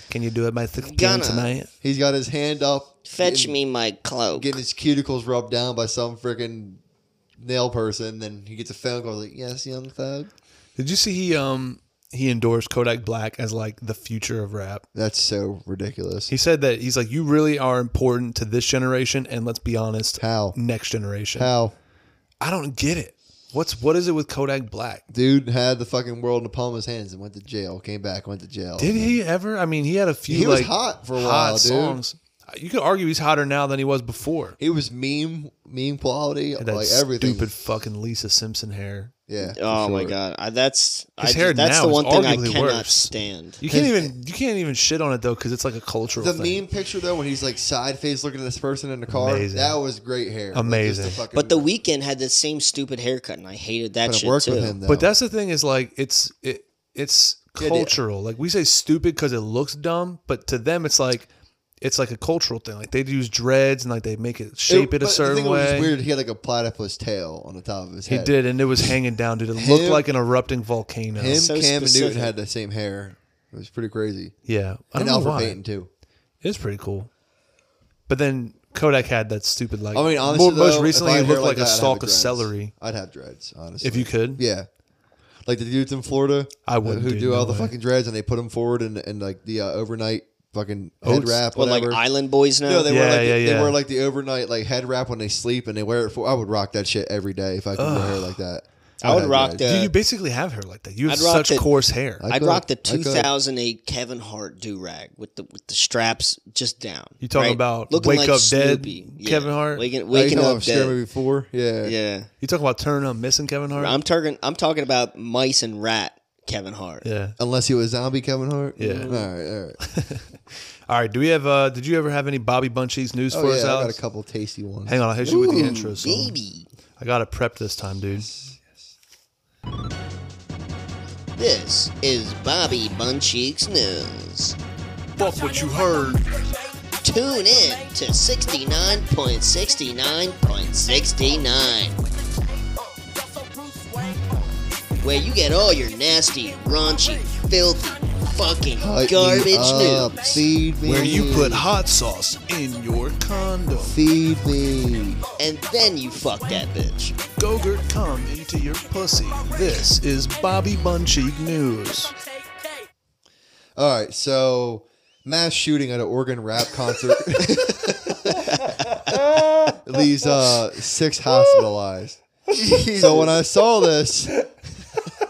Speaker 5: can you do it by six p.m.
Speaker 6: Gonna.
Speaker 5: tonight?
Speaker 7: he's got his hand up,
Speaker 6: Fetch
Speaker 7: getting-
Speaker 6: me my cloak.
Speaker 7: getting his cuticles rubbed down by some freaking nail person. Then he gets a phone call like, "Yes, young thug."
Speaker 5: Did you see he um he endorsed Kodak Black as like the future of rap.
Speaker 7: That's so ridiculous.
Speaker 5: He said that he's like, you really are important to this generation, and let's be honest,
Speaker 7: How?
Speaker 5: next generation.
Speaker 7: How?
Speaker 5: I don't get it. What's what is it with Kodak Black?
Speaker 7: Dude had the fucking world in the palm of his hands and went to jail. Came back, went to jail.
Speaker 5: Did he ever? I mean, he had a few.
Speaker 7: He was
Speaker 5: like,
Speaker 7: hot for a
Speaker 5: hot
Speaker 7: while, dude.
Speaker 5: songs. You could argue he's hotter now than he was before.
Speaker 7: It was meme, meme quality,
Speaker 5: Had that
Speaker 7: like everything.
Speaker 5: stupid fucking Lisa Simpson hair.
Speaker 7: Yeah. for
Speaker 6: Oh my
Speaker 7: sure.
Speaker 6: god, I, that's I,
Speaker 5: His hair
Speaker 6: ju- that's
Speaker 5: now
Speaker 6: the
Speaker 5: is
Speaker 6: one thing I
Speaker 5: arguably
Speaker 6: cannot
Speaker 5: worse.
Speaker 6: stand.
Speaker 5: You can't
Speaker 7: His-
Speaker 5: even you can't even shit on it though because it's like a cultural
Speaker 7: The
Speaker 5: thing.
Speaker 7: meme picture though, when he's like side face looking at this person in the car,
Speaker 5: Amazing.
Speaker 7: that was great hair. Like, just
Speaker 5: Amazing.
Speaker 7: the fucking-
Speaker 6: But the weekend had the same stupid haircut, and I hated that
Speaker 7: but it
Speaker 6: shit
Speaker 7: worked
Speaker 6: too.
Speaker 7: with him though.
Speaker 5: but that's the thing is like it's it it's
Speaker 7: Yeah, yeah.
Speaker 5: cultural. Like we say stupid because it looks dumb, but to them it's like it's like a cultural thing. Like they use dreads and like they make it shape it,
Speaker 7: but
Speaker 5: a certain
Speaker 7: the thing that
Speaker 5: way.
Speaker 7: Was weird. He had like a platypus tail on the top of his
Speaker 5: He
Speaker 7: head.
Speaker 5: did, and it was hanging down, dude. It looked
Speaker 7: Him-
Speaker 5: like an erupting volcano.
Speaker 7: Him,
Speaker 6: So
Speaker 7: Cam, and
Speaker 6: specific.
Speaker 7: Newton had the same hair. It was pretty crazy.
Speaker 5: Yeah, I don't
Speaker 7: And
Speaker 5: know
Speaker 7: Alfred
Speaker 5: why.
Speaker 7: Payton too.
Speaker 5: It's pretty cool. But then Kodak had that stupid like.
Speaker 7: I mean, honestly,
Speaker 5: mo- most
Speaker 7: though,
Speaker 5: recently
Speaker 7: if I
Speaker 5: he
Speaker 7: had hair
Speaker 5: looked like,
Speaker 7: that,
Speaker 5: a
Speaker 7: I'd have
Speaker 5: stalk of
Speaker 7: dreads.
Speaker 5: celery.
Speaker 7: I'd have dreads, honestly.
Speaker 5: If you could,
Speaker 7: yeah, like the dudes in Florida,
Speaker 5: I wouldn't,
Speaker 7: who
Speaker 5: dude,
Speaker 7: do
Speaker 5: no
Speaker 7: all the
Speaker 5: way.
Speaker 7: fucking dreads, and they put them forward and and like the uh, overnight fucking head
Speaker 5: Oats.
Speaker 7: wrap,
Speaker 6: What, like
Speaker 7: whatever.
Speaker 6: Island Boys now?
Speaker 7: no, they wear
Speaker 5: Yeah,
Speaker 7: like the,
Speaker 5: yeah,
Speaker 7: they
Speaker 5: yeah.
Speaker 7: wear like the overnight like head wrap when they sleep, and they wear it for. I would rock that shit every day if I could wear hair like that.
Speaker 6: I would
Speaker 7: have
Speaker 6: rock
Speaker 7: dreads.
Speaker 6: the-
Speaker 5: Dude, you basically have hair like that. You have
Speaker 6: I'd rock
Speaker 5: such
Speaker 6: the-
Speaker 5: coarse hair.
Speaker 7: I
Speaker 6: I'd
Speaker 7: could.
Speaker 6: rock the
Speaker 7: I could.
Speaker 6: 2008 Kevin Hart do rag with the with the straps just down.
Speaker 5: You talking
Speaker 6: right?
Speaker 5: about
Speaker 6: Looking
Speaker 5: Wake
Speaker 6: like
Speaker 5: Up Dead,
Speaker 6: Snoopy.
Speaker 5: Kevin Hart?
Speaker 6: Waking,
Speaker 7: Oh, you
Speaker 6: waking
Speaker 7: know
Speaker 6: up
Speaker 7: I've scared me
Speaker 6: dead.
Speaker 7: before. Yeah,
Speaker 6: Yeah,
Speaker 5: you talking about turning up missing Kevin Hart?
Speaker 6: I'm talking. I'm talking about mice and rat Kevin Hart.
Speaker 5: yeah.
Speaker 7: Unless he was zombie Kevin Hart.
Speaker 5: Yeah.
Speaker 7: All right. All right.
Speaker 5: All right. Do we have? uh Did you ever have any Bobby Bunchies news for
Speaker 7: Oh, yeah, I
Speaker 5: us,
Speaker 7: got a
Speaker 5: Alex?
Speaker 7: couple tasty ones.
Speaker 5: Hang on, I'll hit you with the
Speaker 6: Ooh,
Speaker 5: intro. song.
Speaker 6: baby.
Speaker 5: I got to prep this time, dude.
Speaker 6: This is Bobby Buncheek's news.
Speaker 5: Fuck what you heard.
Speaker 6: Tune in to 69.69.69, where you get all your nasty, raunchy, filthy, fucking
Speaker 7: Hype me
Speaker 6: garbage
Speaker 7: up,
Speaker 6: news.
Speaker 7: Feed me.
Speaker 5: Where you put hot sauce in your condom.
Speaker 7: Feed me.
Speaker 6: And then you fuck that bitch.
Speaker 5: Gogurt come into your pussy. This is Bobby Buncheek news.
Speaker 7: All right. So mass shooting at an Oregon rap concert *laughs* leaves uh, six hospitalized. so when I saw this,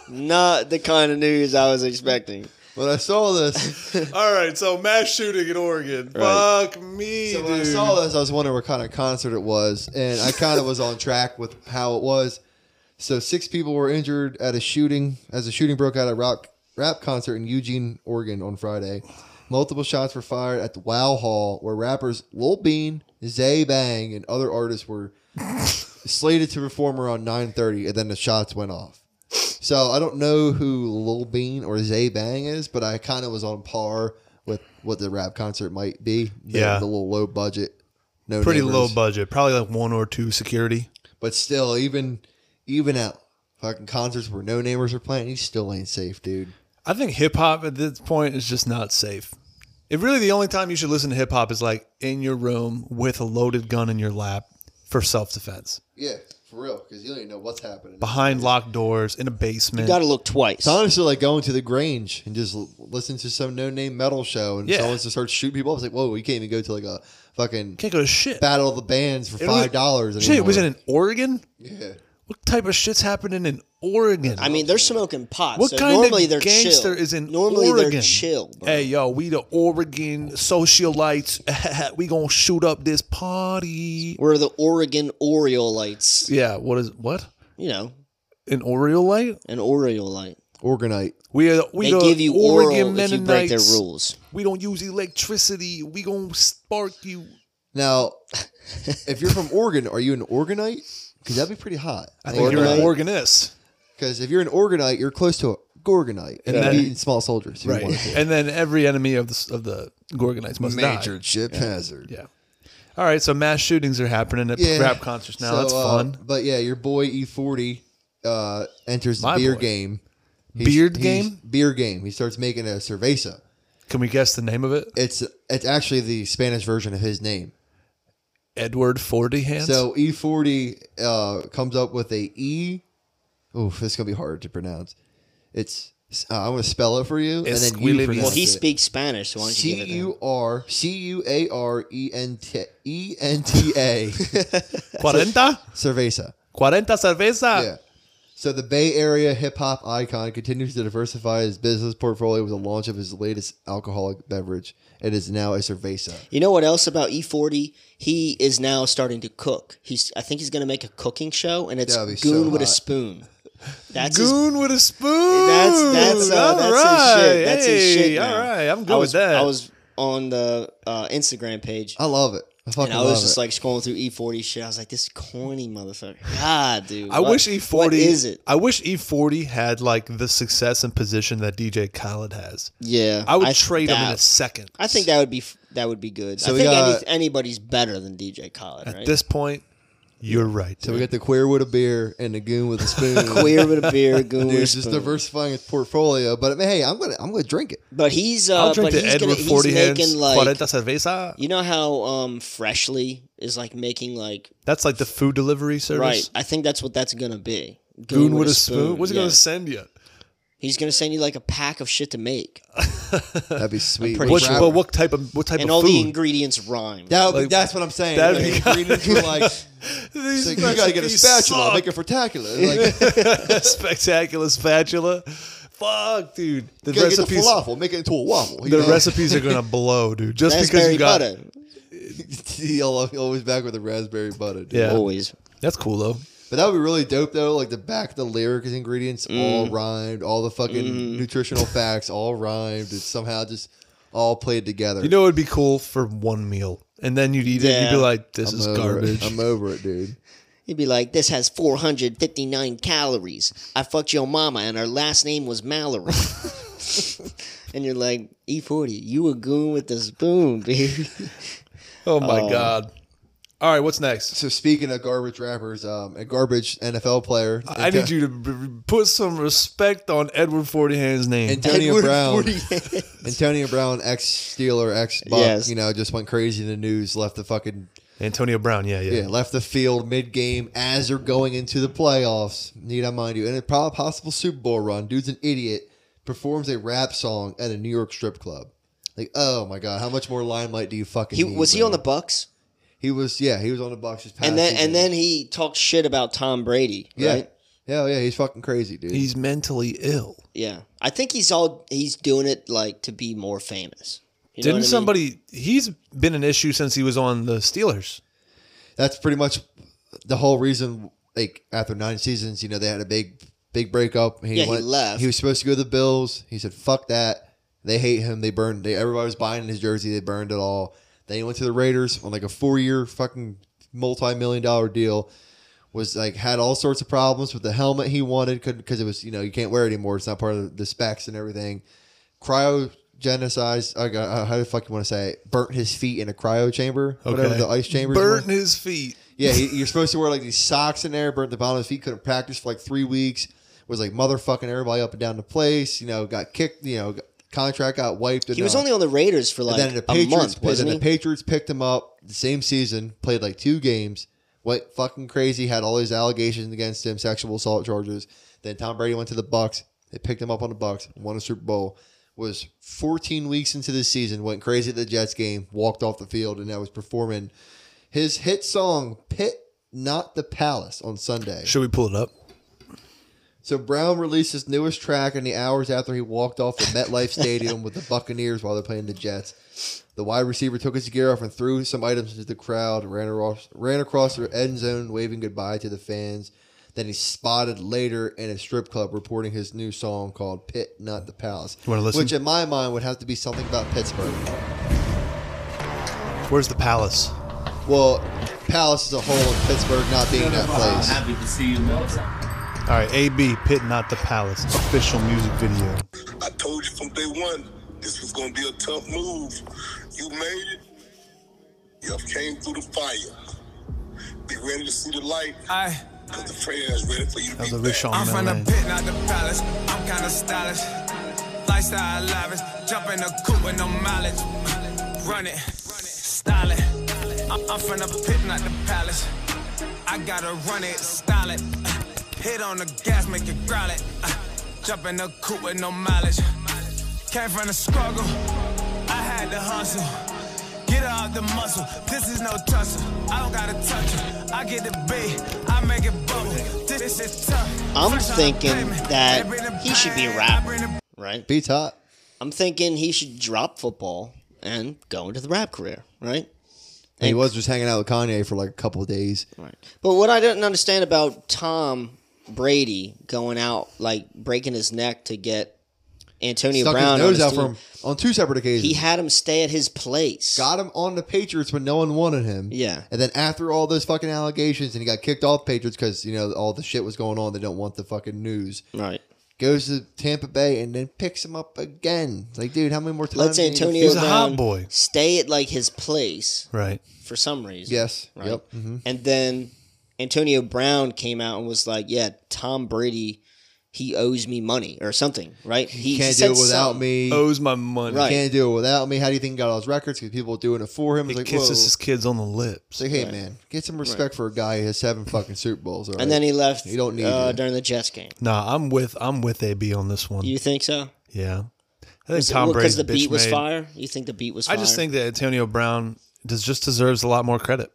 Speaker 6: Not the kind of news I was expecting.
Speaker 7: when I saw this,
Speaker 5: All right, so mass shooting in Oregon.
Speaker 6: Right.
Speaker 5: Fuck me,
Speaker 7: so when I
Speaker 5: dude.
Speaker 7: saw this, I was wondering what kind of concert it was, and I kind of was on track with how it was. So six people were injured at a shooting as a shooting broke out at a rock rap concert in Eugene, Oregon on Friday. Multiple shots were fired at the Wow Hall where rappers Lil Bean, Zay Bang, and other artists were slated to perform around 9:30 and then the shots went off. So I don't know who Lil Bean or Zay Bang is, but I kind of was on par with what the rap concert might be. The-
Speaker 5: Yeah.
Speaker 7: the little low budget, no
Speaker 5: Pretty
Speaker 7: neighbors.
Speaker 5: low budget, probably like one or two security.
Speaker 7: But still, even even at fucking concerts where no neighbors are playing, he still ain't safe, dude.
Speaker 5: I think hip hop at this point is just not safe. It really the only time you should listen to hip hop is like in your room with a loaded gun in your lap for self defense.
Speaker 7: Yeah, for real, because you don't even know what's happening.
Speaker 5: Behind locked doors in a basement.
Speaker 6: You gotta look twice.
Speaker 7: It's honestly like going to the Grange and just l- listen to some no name metal show, and
Speaker 5: Yeah.
Speaker 7: someone just starts shooting people. up. It's like, whoa, we can't even go to like a fucking
Speaker 5: Can't go to shit.
Speaker 7: battle of the bands for
Speaker 5: It was-
Speaker 7: five dollars.
Speaker 5: Shit, it was in Oregon?
Speaker 7: Yeah.
Speaker 5: What type of shit's happening in Oregon?
Speaker 6: I mean, they're smoking pot.
Speaker 5: What
Speaker 6: so
Speaker 5: kind
Speaker 6: normally
Speaker 5: of
Speaker 6: they're
Speaker 5: gangster
Speaker 6: chill.
Speaker 5: is in
Speaker 6: normally
Speaker 5: Oregon?
Speaker 6: they're chill. Bro.
Speaker 5: Hey, yo, we the Oregon socialites. *laughs* we gonna shoot up this party.
Speaker 6: We're the Oregon Oreolites.
Speaker 5: Yeah, what is what?
Speaker 6: You know,
Speaker 5: An Oreolite?
Speaker 6: an Oreolite.
Speaker 7: Organite.
Speaker 5: We are we
Speaker 6: They
Speaker 5: the
Speaker 6: give you
Speaker 5: Oregon
Speaker 6: oral if you
Speaker 5: Mennonites.
Speaker 6: break their rules.
Speaker 5: We don't use electricity. We gonna spark you.
Speaker 7: Now, *laughs* if you're from Oregon, are you an Oregonite? Because that'd be pretty hot.
Speaker 5: I think you're an
Speaker 6: Oregonite.
Speaker 5: organist,
Speaker 7: Because if you're an Oregonite, you're close to a Gorgonite. And
Speaker 5: then-
Speaker 7: beating small soldiers. if you
Speaker 5: right?
Speaker 7: wanted to.
Speaker 5: And then every enemy of the of the Gorgonites *laughs* must
Speaker 7: Major
Speaker 5: die.
Speaker 7: chip hazard.
Speaker 5: Yeah. All right, so mass shootings are happening at rap concerts now.
Speaker 7: So,
Speaker 5: That's
Speaker 7: uh,
Speaker 5: fun.
Speaker 7: but yeah, your boy E40 uh, enters the
Speaker 5: My
Speaker 7: beer
Speaker 5: boy.
Speaker 7: game.
Speaker 5: Beard
Speaker 7: he's-
Speaker 5: game?
Speaker 7: Beer game. He starts making a cerveza.
Speaker 5: Can we guess the name of it?
Speaker 7: It's it's actually the Spanish version of his name.
Speaker 5: Edward Forty Hands.
Speaker 7: So E40 E. uh, comes up with a E. Oh, this is gonna be hard to pronounce. It's uh, I'm going to spell it for you,
Speaker 5: Es
Speaker 7: and then you
Speaker 5: Willy
Speaker 7: pronounce
Speaker 6: Well, he
Speaker 7: it.
Speaker 6: speaks Spanish, so why don't you
Speaker 7: C
Speaker 6: give it to him?
Speaker 7: U R C U A R E N T E N T A
Speaker 6: *laughs*
Speaker 5: Cuarenta,
Speaker 7: cerveza.
Speaker 5: cuarenta
Speaker 6: Oh.
Speaker 5: cerveza.
Speaker 7: Yeah. So the Bay Area hip hop icon continues to diversify his business portfolio with the launch of his latest alcoholic beverage. It is now a cerveza.
Speaker 6: You know what else about E40? He is now starting to cook. He's I think he's going to make a cooking show, and it's
Speaker 7: That would
Speaker 6: goon
Speaker 7: be so
Speaker 6: with a
Speaker 7: hot.
Speaker 6: spoon. That's his-
Speaker 5: Goon with a spoon.
Speaker 6: that's that's uh,
Speaker 5: All
Speaker 6: that's his
Speaker 5: right.
Speaker 6: shit. That's his
Speaker 5: Hey,
Speaker 6: shit.
Speaker 5: All
Speaker 6: now.
Speaker 5: right, I'm
Speaker 6: I
Speaker 5: good
Speaker 6: was,
Speaker 5: with that.
Speaker 6: I was on the uh, Instagram page.
Speaker 7: I love it. I fucking
Speaker 6: And I
Speaker 7: love
Speaker 6: was just
Speaker 7: it.
Speaker 6: like scrolling through E40 shit. I was like, this corny motherfucker. God, dude.
Speaker 5: I
Speaker 6: what-
Speaker 5: wish E40
Speaker 6: What is it?
Speaker 5: I wish E40 had like the success and position that DJ Khaled has.
Speaker 6: Yeah,
Speaker 5: I would
Speaker 6: th-
Speaker 5: trade him in
Speaker 6: that-
Speaker 5: a second.
Speaker 6: I think that would be f- that would be good.
Speaker 7: So
Speaker 6: I
Speaker 7: we
Speaker 6: think any,
Speaker 7: got-
Speaker 6: anybody's better than DJ Khaled,
Speaker 5: at
Speaker 6: right?
Speaker 5: this point, you're right.
Speaker 7: so we got the queer with a beer and the goon
Speaker 6: *laughs*
Speaker 7: with a spoon.
Speaker 6: *laughs* Queer with a
Speaker 5: *laughs*
Speaker 6: beer, goon
Speaker 7: Dude,
Speaker 6: with a
Speaker 7: it's just
Speaker 6: spoon.
Speaker 7: diversifying his portfolio. But I mean, hey, I'm gonna I'm gonna drink it.
Speaker 6: But he's uh,
Speaker 5: I'll drink the
Speaker 6: but he's, gonna,
Speaker 5: Edward
Speaker 6: he's
Speaker 5: 40 hands.
Speaker 6: making like
Speaker 5: 40 cerveza.
Speaker 6: you know how um Freshly is like making like
Speaker 5: That's like the food delivery service.
Speaker 6: right. I think that's what that's gonna be.
Speaker 5: Goon, with a spoon. What's he
Speaker 6: yeah.
Speaker 5: gonna send you?
Speaker 6: He's gonna send you like a pack of shit to make,
Speaker 7: That'd
Speaker 5: *laughs*
Speaker 7: be sweet.
Speaker 6: pretty
Speaker 5: What,
Speaker 6: sure.
Speaker 5: but what type of what type
Speaker 6: and
Speaker 5: of
Speaker 6: all
Speaker 5: food?
Speaker 6: the ingredients rhyme.
Speaker 7: That would be,
Speaker 5: Like,
Speaker 7: that's what I'm saying.
Speaker 5: that'd be-
Speaker 7: Like, ingredients
Speaker 5: *laughs*
Speaker 7: were like,
Speaker 5: These
Speaker 7: so you gotta get a
Speaker 5: recipes
Speaker 7: spatula,
Speaker 5: suck.
Speaker 7: make
Speaker 5: *laughs*
Speaker 7: it fertacular. Like, you
Speaker 5: spectacular spatula. Fuck, dude. The
Speaker 7: gotta get the
Speaker 5: recipes.
Speaker 7: falafel, make it into a waffle. you
Speaker 5: The
Speaker 7: know? *laughs*
Speaker 5: recipes are gonna blow, dude. Just because
Speaker 6: Raspberry
Speaker 5: you got
Speaker 6: butter,
Speaker 7: He'll he'll always back with the raspberry butter. Dude.
Speaker 5: Yeah.
Speaker 6: always.
Speaker 5: that's cool though.
Speaker 7: But that would be really dope though. Like the back, the lyrics, ingredients
Speaker 5: Mm.
Speaker 7: all rhymed, all the fucking nutritional facts all rhymed. It's somehow just all played together.
Speaker 5: You know, it'd be cool for one meal, and then you'd eat it. and You'd be
Speaker 6: Yeah.
Speaker 5: like, "This
Speaker 7: I'm
Speaker 5: is
Speaker 7: over
Speaker 5: garbage."
Speaker 7: It. I'm over it, dude.
Speaker 6: He'd be like, "This has 459 calories. I fucked your mama, and her last name was Mallory." *laughs* and you're like, "E40, you a goon with a spoon, *laughs* baby."
Speaker 5: oh my god! All right, what's next?
Speaker 7: So speaking of garbage rappers, um, a garbage NFL player,
Speaker 5: I need you to b- b- put some respect on Edward Forty Hand's name.
Speaker 7: Antonio
Speaker 6: Edward
Speaker 7: Brown.
Speaker 6: 40.
Speaker 7: Antonio Brown, ex Steeler, ex Buck,
Speaker 6: Yes.
Speaker 7: you know, just went crazy in the news, left the fucking
Speaker 5: Antonio Brown, yeah, yeah.
Speaker 7: yeah, left the field mid game as they're going into the playoffs. Need I mind you, and a prob- possible Super Bowl run. Dude's an idiot. Performs a rap song at a New York strip club. Like, oh my god, how much more limelight do you fucking? *laughs*
Speaker 6: He
Speaker 7: need,
Speaker 6: was he
Speaker 7: bro?
Speaker 6: on the Bucks,
Speaker 7: He was, yeah, he was on the box this past.
Speaker 6: and then
Speaker 7: season.
Speaker 6: and then he talked shit about Tom Brady,
Speaker 7: yeah,
Speaker 6: right?
Speaker 7: yeah, yeah, he's fucking crazy, dude.
Speaker 5: He's mentally ill.
Speaker 6: Yeah, I think he's all he's doing it like to be more famous. You know what I
Speaker 5: Didn't
Speaker 6: mean?
Speaker 5: somebody? He's been an issue since he was on the Steelers.
Speaker 7: that's pretty much the whole reason. Like after nine seasons, you know they had a big, big breakup.
Speaker 6: Yeah, he left.
Speaker 7: He was supposed to go to the Bills. He said, "Fuck that." They hate him. They burned. They everybody was buying his jersey. They burned it all. Then he went to the Raiders on like a four-year fucking multi-million dollar deal. Was like had all sorts of problems with the helmet he wanted because it was you know you can't wear it anymore. It's not part of the specs and everything. Cryogenicized. I got uh, how the fuck you want to say it? Burnt his feet in a cryo chamber, whatever
Speaker 5: Okay.
Speaker 7: the ice chambers. were.
Speaker 5: Burnt his feet.
Speaker 7: Yeah, he, you're supposed to wear like these socks in there. Burnt the bottom of his feet. Couldn't practice for like three weeks. Was like motherfucking everybody up and down the place. You know, got kicked. You know, got, contract got wiped. and
Speaker 6: He was
Speaker 7: all.
Speaker 6: only on the Raiders for like
Speaker 7: And then the
Speaker 6: a
Speaker 7: Patriots.
Speaker 6: month,
Speaker 7: and then
Speaker 6: wasn't
Speaker 7: the
Speaker 6: he?
Speaker 7: Patriots picked him up the same season. Played like two games. Went fucking crazy. Had all these allegations against him, sexual assault charges. Then Tom Brady went to the Bucks. They picked him up on the Bucks. Won a Super Bowl. Was 14 weeks into the season. Went crazy at the Jets game. Walked off the field, and now was performing his hit song "Pit." Not the Palace on Sunday.
Speaker 5: Should we pull it up?
Speaker 7: So Brown released his newest track in the hours after he walked off the MetLife Stadium with the Buccaneers while they're playing the Jets. The wide receiver took his gear off and threw some items into the crowd, ran across, ran across the end zone, waving goodbye to the fans. Then he spotted later in a strip club reporting his new song called Pit Not the Palace.
Speaker 5: wanna listen?
Speaker 7: Which in my mind would have to be something about Pittsburgh.
Speaker 5: Where's the palace?
Speaker 7: Well, Palace is a whole and Pittsburgh not being that place.
Speaker 8: Happy to see you, Milton.
Speaker 5: All right, AB Pit Not the Palace official music video.
Speaker 9: I told you from day one, this was gonna be a tough move. You made it. You came through the fire. Be ready to see the light,
Speaker 10: I,
Speaker 9: cause the prayer's ready for you to
Speaker 5: That was
Speaker 9: be
Speaker 5: a
Speaker 9: back.
Speaker 5: Rick Shawn
Speaker 10: I'm from the
Speaker 5: Melman.
Speaker 10: pit, not the palace. I'm kinda stylish. Lifestyle lavish. Jump in the coupe with no mileage. Run it, style it. I'm, I'm from the pit, not the palace. I gotta run it, style it. Hit on the gas, make it growl it. Jump in the coupe with no mileage. Came from the struggle, I had to hustle. Get out the muscle, this is no tussle. I don't gotta touch it. I get the bait, I make it bubble. This, this is tough.
Speaker 6: I'm
Speaker 10: Fresh off the
Speaker 6: thinking
Speaker 10: pavement,
Speaker 6: that
Speaker 10: they bring the
Speaker 6: he should be a
Speaker 10: pain, I
Speaker 6: rapper.
Speaker 10: bring the
Speaker 6: right?
Speaker 7: Beats hot.
Speaker 6: I'm thinking he should drop football and go into the rap career, right?
Speaker 7: And he was just hanging out with Kanye for like a couple of days.
Speaker 6: Right. But what I didn't understand about Tom Brady going out like breaking his neck to get Antonio
Speaker 7: Stuck
Speaker 6: Brown
Speaker 7: his nose
Speaker 6: on
Speaker 7: out
Speaker 6: his
Speaker 7: for
Speaker 6: team,
Speaker 7: him on two separate occasions.
Speaker 6: He had him stay at his place.
Speaker 7: got him on the Patriots when no one wanted him.
Speaker 6: Yeah.
Speaker 7: And then after all those fucking allegations, and he got kicked off Patriots because you know all the shit was going on. They don't want the fucking news.
Speaker 6: Right.
Speaker 7: Goes to Tampa Bay and then picks him up again. It's like, dude, how many more
Speaker 6: Let's
Speaker 7: times? do you need to
Speaker 6: Antonio
Speaker 5: He's a
Speaker 7: fuck-
Speaker 5: hot
Speaker 6: Brown
Speaker 5: boy.
Speaker 6: stay at like his place
Speaker 5: Right.
Speaker 6: for some reason.
Speaker 7: Yes.
Speaker 6: Right.
Speaker 7: Yep. hmm
Speaker 6: And then Antonio Brown came out and was like, "Yeah, Tom Brady, he owes me money or something, right? He
Speaker 7: Can't
Speaker 6: said
Speaker 7: do it without
Speaker 6: something. Oh,
Speaker 7: me.
Speaker 5: Owes my money.
Speaker 6: Right.
Speaker 7: Can't do it without me. How do you think he got all his records? Because people were doing it for him.
Speaker 5: He
Speaker 7: It's like, whoa.
Speaker 5: kisses his kids on the lips.
Speaker 7: It's like, hey man, get some respect for a guy who has seven fucking Super Bowls. all
Speaker 6: And then
Speaker 7: right?
Speaker 6: he left
Speaker 7: You don't need
Speaker 6: uh,
Speaker 7: to.
Speaker 6: during the Jets game.
Speaker 5: Nah, I'm with I'm with AB on this one.
Speaker 6: You think so?
Speaker 5: yeah, I think Tom
Speaker 6: because
Speaker 5: Brady's
Speaker 6: the
Speaker 5: a bitch
Speaker 6: beat was
Speaker 5: made.
Speaker 6: fire. You think the beat was?
Speaker 5: I
Speaker 6: Fire?
Speaker 5: just think that Antonio Brown does just deserves a lot more credit.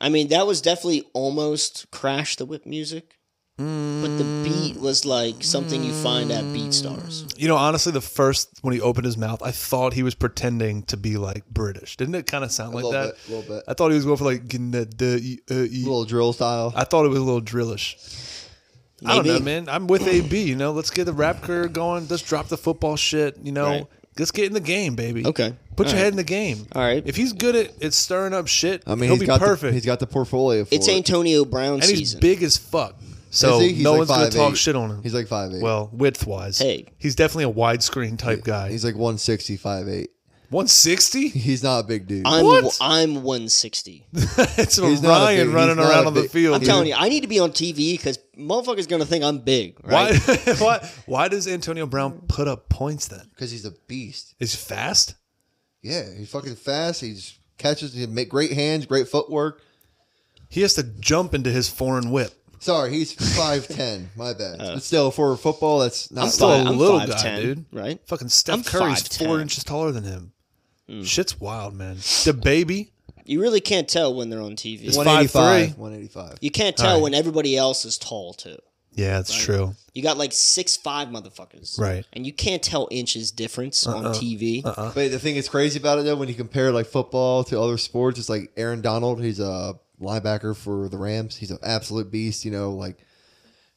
Speaker 6: I mean, that was definitely almost crash the whip music, but the beat was like something you find at Beat Stars.
Speaker 5: You know, honestly, the first when he opened his mouth, I thought he was pretending to be like British. Didn't it kind of sound like
Speaker 7: little
Speaker 5: that?
Speaker 7: bit, little bit.
Speaker 5: I thought he was going for like "Gin the- the- uh, e."
Speaker 7: little drill style.
Speaker 5: I thought it was a little drillish. I don't know,
Speaker 6: Maybe.
Speaker 5: man. I'm with AB. You know, let's get the rap career going. Let's drop the football shit. You know,
Speaker 6: Right.
Speaker 5: let's get in the game, baby.
Speaker 6: Okay.
Speaker 5: put
Speaker 6: All
Speaker 5: your
Speaker 6: right.
Speaker 5: head in the game.
Speaker 6: All right.
Speaker 5: If he's good at, at stirring up shit,
Speaker 7: I
Speaker 5: he'll
Speaker 7: mean, he's
Speaker 5: be
Speaker 7: got the-
Speaker 5: perfect.
Speaker 7: he's got the portfolio. For
Speaker 6: It's
Speaker 7: it.
Speaker 6: Antonio Brown
Speaker 5: and he's
Speaker 6: season.
Speaker 5: big as fuck. So
Speaker 7: Is he? He's
Speaker 5: no
Speaker 7: like
Speaker 5: one's gonna
Speaker 7: 5'8".
Speaker 5: talk shit on him.
Speaker 7: He's like five eight.
Speaker 5: well, width wise,
Speaker 6: Hey.
Speaker 5: he's definitely a widescreen type guy.
Speaker 7: he's like 160, 5'8".
Speaker 5: One
Speaker 6: *laughs*
Speaker 5: sixty.
Speaker 7: He's not a big dude.
Speaker 6: I'm
Speaker 5: What?
Speaker 6: I'm
Speaker 5: *laughs*
Speaker 6: 160.
Speaker 5: It's
Speaker 7: He's not a
Speaker 5: Ryan
Speaker 7: big-
Speaker 5: running
Speaker 7: he's not
Speaker 5: around
Speaker 7: a
Speaker 5: on the
Speaker 7: big-
Speaker 5: field.
Speaker 6: I'm telling you, I need to be on TV because motherfuckers gonna think I'm big, right?
Speaker 5: Why, *laughs* why? Why does Antonio Brown put up points then?
Speaker 7: because he's a beast.
Speaker 5: Is he fast?
Speaker 7: Yeah, he's fucking fast. He's catches. He make great hands, great footwork.
Speaker 5: He has to jump into his foreign whip.
Speaker 7: Sorry, he's five ten. My
Speaker 6: *laughs*
Speaker 7: bad. But still, for football, that's not.
Speaker 6: Uh. I'm
Speaker 5: Still
Speaker 6: five-
Speaker 5: a
Speaker 6: I'm
Speaker 5: little guy,
Speaker 6: 5'10",
Speaker 5: dude.
Speaker 6: right?
Speaker 5: Fucking Steph
Speaker 6: I'm Hmm.
Speaker 5: Curry's
Speaker 6: 5'10".
Speaker 5: four inches taller than him. Shit's wild, man. The baby.
Speaker 6: You really can't tell when they're on TV.
Speaker 5: It's- 5'3".
Speaker 7: 185. 185.
Speaker 6: You can't tell
Speaker 5: Right.
Speaker 6: when everybody else is tall too.
Speaker 5: Yeah, that's true.
Speaker 6: You got like six five motherfuckers,
Speaker 5: Right. Uh-uh.
Speaker 6: And you can't tell inches difference on TV.
Speaker 5: Uh-huh.
Speaker 7: But the thing that's crazy about it though, when you compare like football to other sports, it's like Aaron Donald. He's a linebacker for the Rams. He's an absolute beast. You know, like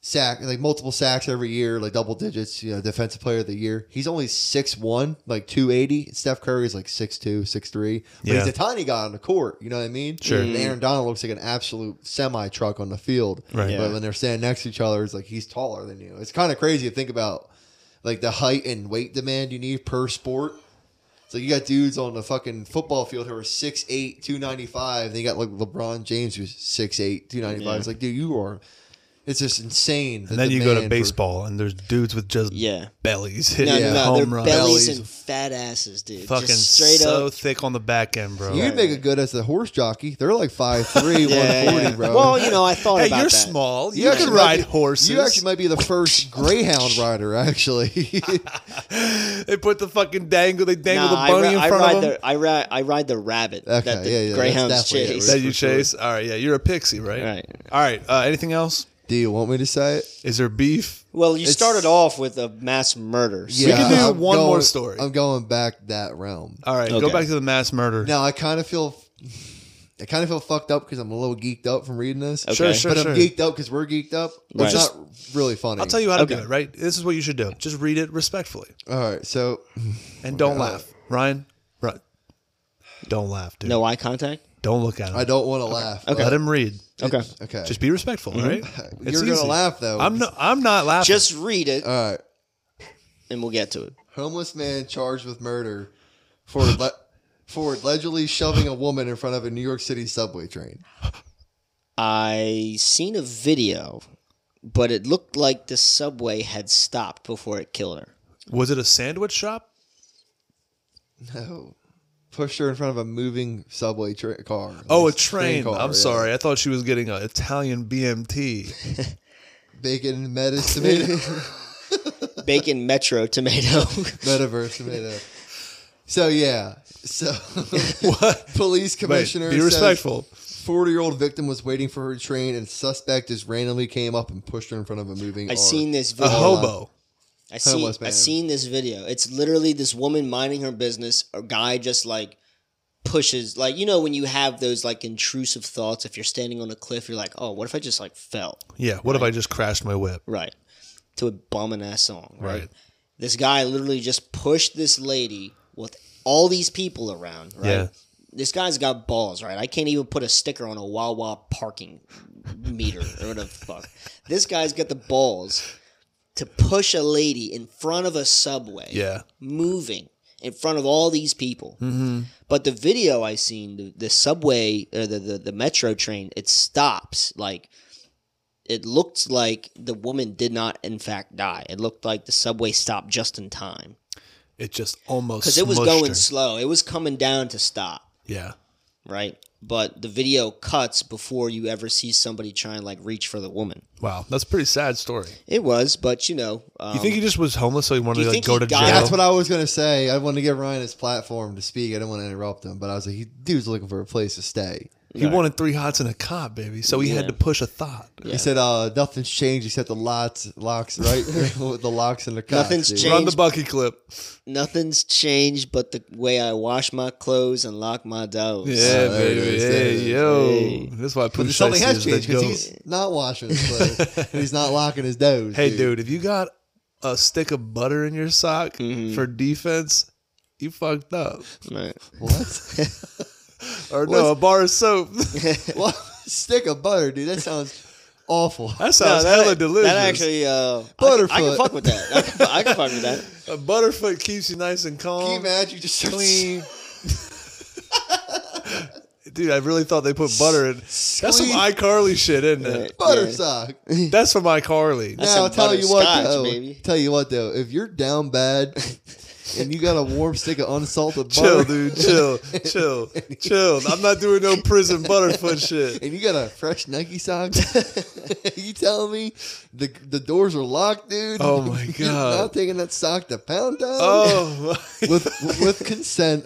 Speaker 7: sack, like multiple sacks every year, like double digits. You know, defensive player of the year. He's only six one, like two eighty. Steph Curry is like 6'2", 6'3". But
Speaker 5: Yeah.
Speaker 7: he's a tiny guy on the court. You know what I mean?
Speaker 5: Sure.
Speaker 7: And Aaron Donald looks like an absolute semi truck on the field.
Speaker 5: Right.
Speaker 7: But when they're standing next to each other, it's like he's taller than you. It's kind of crazy to think about. Like the height and weight demand you need per sport. So you got dudes on the fucking football field who are 6'8", 295. Then you got like LeBron James who's 6'8", 295. It's like, dude, you are. It's just insane. the
Speaker 5: And then you go to
Speaker 7: demand for-
Speaker 5: baseball, and there's dudes with just
Speaker 6: Yeah.
Speaker 5: bellies hitting
Speaker 6: No,
Speaker 7: Yeah.
Speaker 6: no,
Speaker 5: home
Speaker 6: their
Speaker 5: runs.
Speaker 6: bellies,
Speaker 7: Bellies.
Speaker 6: and fat asses, dude.
Speaker 5: Fucking
Speaker 6: Just straight
Speaker 5: so
Speaker 6: up.
Speaker 5: thick on the back end, bro.
Speaker 7: You'd make a good as a horse jockey. They're
Speaker 5: *laughs*
Speaker 7: like 5'3",
Speaker 6: Yeah,
Speaker 7: 140,
Speaker 6: yeah.
Speaker 7: bro.
Speaker 6: Well, you know, I thought
Speaker 5: hey,
Speaker 6: about
Speaker 5: you're
Speaker 6: that.
Speaker 5: small. You,
Speaker 7: actually
Speaker 5: can
Speaker 7: might
Speaker 5: ride
Speaker 7: be-
Speaker 5: horses.
Speaker 7: You actually might be the first greyhound
Speaker 5: *laughs*
Speaker 7: rider, actually. *laughs*
Speaker 5: They put the fucking dangle. They
Speaker 6: Nah,
Speaker 5: dangle
Speaker 6: I
Speaker 5: the
Speaker 6: ri-
Speaker 5: bunny
Speaker 6: I
Speaker 5: in front
Speaker 6: ride
Speaker 5: of them.
Speaker 6: the I ride I ride the rabbit
Speaker 7: Okay,
Speaker 6: that the
Speaker 7: yeah, yeah, that's
Speaker 6: greyhounds
Speaker 7: definitely it,
Speaker 6: chase.
Speaker 7: right?
Speaker 5: that you
Speaker 7: for sure.
Speaker 5: chase. All right, yeah, you're a pixie, right?
Speaker 6: Right.
Speaker 5: All right. Uh, anything else?
Speaker 7: Do you want me to say it?
Speaker 5: Is there beef?
Speaker 6: Well, you
Speaker 7: It's-
Speaker 6: started off with a mass murder. so-
Speaker 5: can do
Speaker 7: I'm
Speaker 5: one
Speaker 7: going-
Speaker 5: more story.
Speaker 7: I'm going back that realm.
Speaker 5: All right, go
Speaker 6: Okay.
Speaker 5: back to the mass murder.
Speaker 7: Now I kind of feel, I kind of feel fucked up because I'm a little geeked up from reading this.
Speaker 6: Okay.
Speaker 5: Sure, sure,
Speaker 7: but
Speaker 5: sure.
Speaker 7: I'm geeked up because we're geeked up.
Speaker 6: Right.
Speaker 7: It's not really funny.
Speaker 5: I'll tell you how to do
Speaker 6: Okay.
Speaker 5: it. Right. This is what you should do. Just read it respectfully
Speaker 7: All right, so
Speaker 5: and don't
Speaker 7: Oh God.
Speaker 5: laugh, Ryan. Right. Don't laugh, dude.
Speaker 6: No eye contact.
Speaker 5: Don't look at him.
Speaker 7: I don't want to laugh. but-
Speaker 5: Let him read.
Speaker 6: Okay.
Speaker 7: Okay.
Speaker 5: Just be respectful, all right?
Speaker 7: You're gonna laugh, though.
Speaker 5: I'm no, I'm not laughing.
Speaker 6: Just read it,
Speaker 7: All right.
Speaker 6: and we'll get to it.
Speaker 7: Homeless man charged with murder for le- for allegedly shoving a woman in front of a New York City subway train. *laughs*
Speaker 6: I seen a video, but it looked like the subway had stopped before it killed her.
Speaker 5: Was it a sandwich shop?
Speaker 7: No. Pushed Oh. her in front of a moving subway tra- car.
Speaker 5: Oh, a
Speaker 7: Like,
Speaker 5: train.
Speaker 7: car,
Speaker 5: I'm
Speaker 7: yeah.
Speaker 5: sorry. I thought she was getting an Italian BMT.
Speaker 7: Bacon, and lettuce, tomato.
Speaker 6: bacon metro tomato. *laughs*
Speaker 7: Metaverse tomato. So yeah. So
Speaker 5: *laughs*
Speaker 7: *laughs*
Speaker 5: What?
Speaker 7: police
Speaker 5: Wait,
Speaker 7: commissioner
Speaker 5: be respectful.
Speaker 7: Forty year old victim was waiting for her train and suspect just randomly came up and pushed her in front of a moving
Speaker 6: I
Speaker 7: R.
Speaker 6: seen this
Speaker 5: A
Speaker 6: video.
Speaker 5: hobo.
Speaker 6: I seen,
Speaker 7: homeless
Speaker 6: I
Speaker 7: man.
Speaker 6: seen this video. It's literally this woman minding her business. A guy just like pushes, like you know when you have those like intrusive thoughts. If you're standing on a cliff, you're like, oh, what if I just like fell?
Speaker 5: Yeah. What if I just crashed my whip?
Speaker 6: Right. To a bumming ass song. Right?
Speaker 5: Right.
Speaker 6: This guy literally just pushed this lady with all these people around. Right.
Speaker 5: Yeah.
Speaker 6: This guy's got balls, right? I can't even put a sticker on a Wawa parking meter or whatever the fuck. This guy's got the balls to push a lady in front of a subway
Speaker 5: Yeah.
Speaker 6: moving in front of all these people. But the video I seen, the, the subway or the, the the metro train, it stops. Like it looked like the woman did not in fact die. It looked like the subway stopped just in time
Speaker 5: It just almost
Speaker 6: because it was
Speaker 5: smushed
Speaker 6: going
Speaker 5: her.
Speaker 6: slow. It was coming down to stop,
Speaker 5: Yeah.
Speaker 6: right? But the video cuts before you ever see somebody trying like reach for the woman.
Speaker 5: Wow. That's a pretty sad story.
Speaker 6: It was, but you know, um,
Speaker 5: You think he just was homeless, so he wanted
Speaker 6: you
Speaker 5: to like
Speaker 6: think
Speaker 5: go
Speaker 6: he
Speaker 5: to jail?
Speaker 6: got-
Speaker 7: That's what I was gonna say. I wanted to give Ryan his platform to speak. I didn't want to interrupt him, but I was like, he dude's looking for a place to stay.
Speaker 5: He wanted three hots and a cop, baby. So he had
Speaker 6: Yeah.
Speaker 5: to push a thought.
Speaker 6: Yeah.
Speaker 7: He said, uh, nothing's changed except the lots,
Speaker 6: *laughs*
Speaker 7: locks, right? With the locks and the cops.
Speaker 6: Nothing's
Speaker 7: dude.
Speaker 6: changed.
Speaker 5: Run the Bucky clip.
Speaker 6: nothing's changed but the way I wash my clothes and lock my doors.
Speaker 5: Yeah,
Speaker 7: there it
Speaker 5: baby.
Speaker 7: is, there
Speaker 5: Hey,
Speaker 7: it is.
Speaker 5: yo.
Speaker 6: Hey.
Speaker 5: That's why I
Speaker 7: But
Speaker 5: put
Speaker 7: something has changed because he's not washing his clothes
Speaker 5: *laughs*
Speaker 7: and he's not locking his doors.
Speaker 5: Hey, dude, if you got a stick of butter in your sock for defense, you fucked up.
Speaker 6: Right.
Speaker 7: What?
Speaker 5: Or no, a bar of soap. *laughs*
Speaker 7: well, stick of butter, dude. That sounds awful.
Speaker 5: That sounds hella delicious.
Speaker 6: That actually, uh, I, can- I
Speaker 7: Butterfoot.
Speaker 6: can fuck with that. I can, I can fuck with that.
Speaker 5: a butterfoot keeps you nice and
Speaker 7: Can you
Speaker 5: calm,
Speaker 7: imagine you just
Speaker 5: clean. Dude, I really thought they put butter in. That's some
Speaker 7: Squeeze-
Speaker 5: iCarly shit, isn't it?
Speaker 7: butter
Speaker 6: Yeah.
Speaker 7: sock?
Speaker 5: *laughs* That's from iCarly.
Speaker 6: That's
Speaker 7: Now
Speaker 6: some
Speaker 7: tell you what,
Speaker 6: butterscotch,
Speaker 7: though,
Speaker 6: baby.
Speaker 7: tell you what though, if you're down
Speaker 5: *laughs*
Speaker 7: bad and you got a warm stick of unsalted
Speaker 5: Chill,
Speaker 7: butter,
Speaker 5: dude. Chill, chill, chill. I'm not doing no prison butterfoot
Speaker 7: *laughs*
Speaker 5: shit.
Speaker 7: and you got a fresh Nike sock, *laughs* you telling me the the doors are locked, dude? *laughs*
Speaker 5: Oh, my
Speaker 7: You're
Speaker 5: God.
Speaker 7: not taking that sock to pound down
Speaker 5: Oh, my-
Speaker 7: with with consent,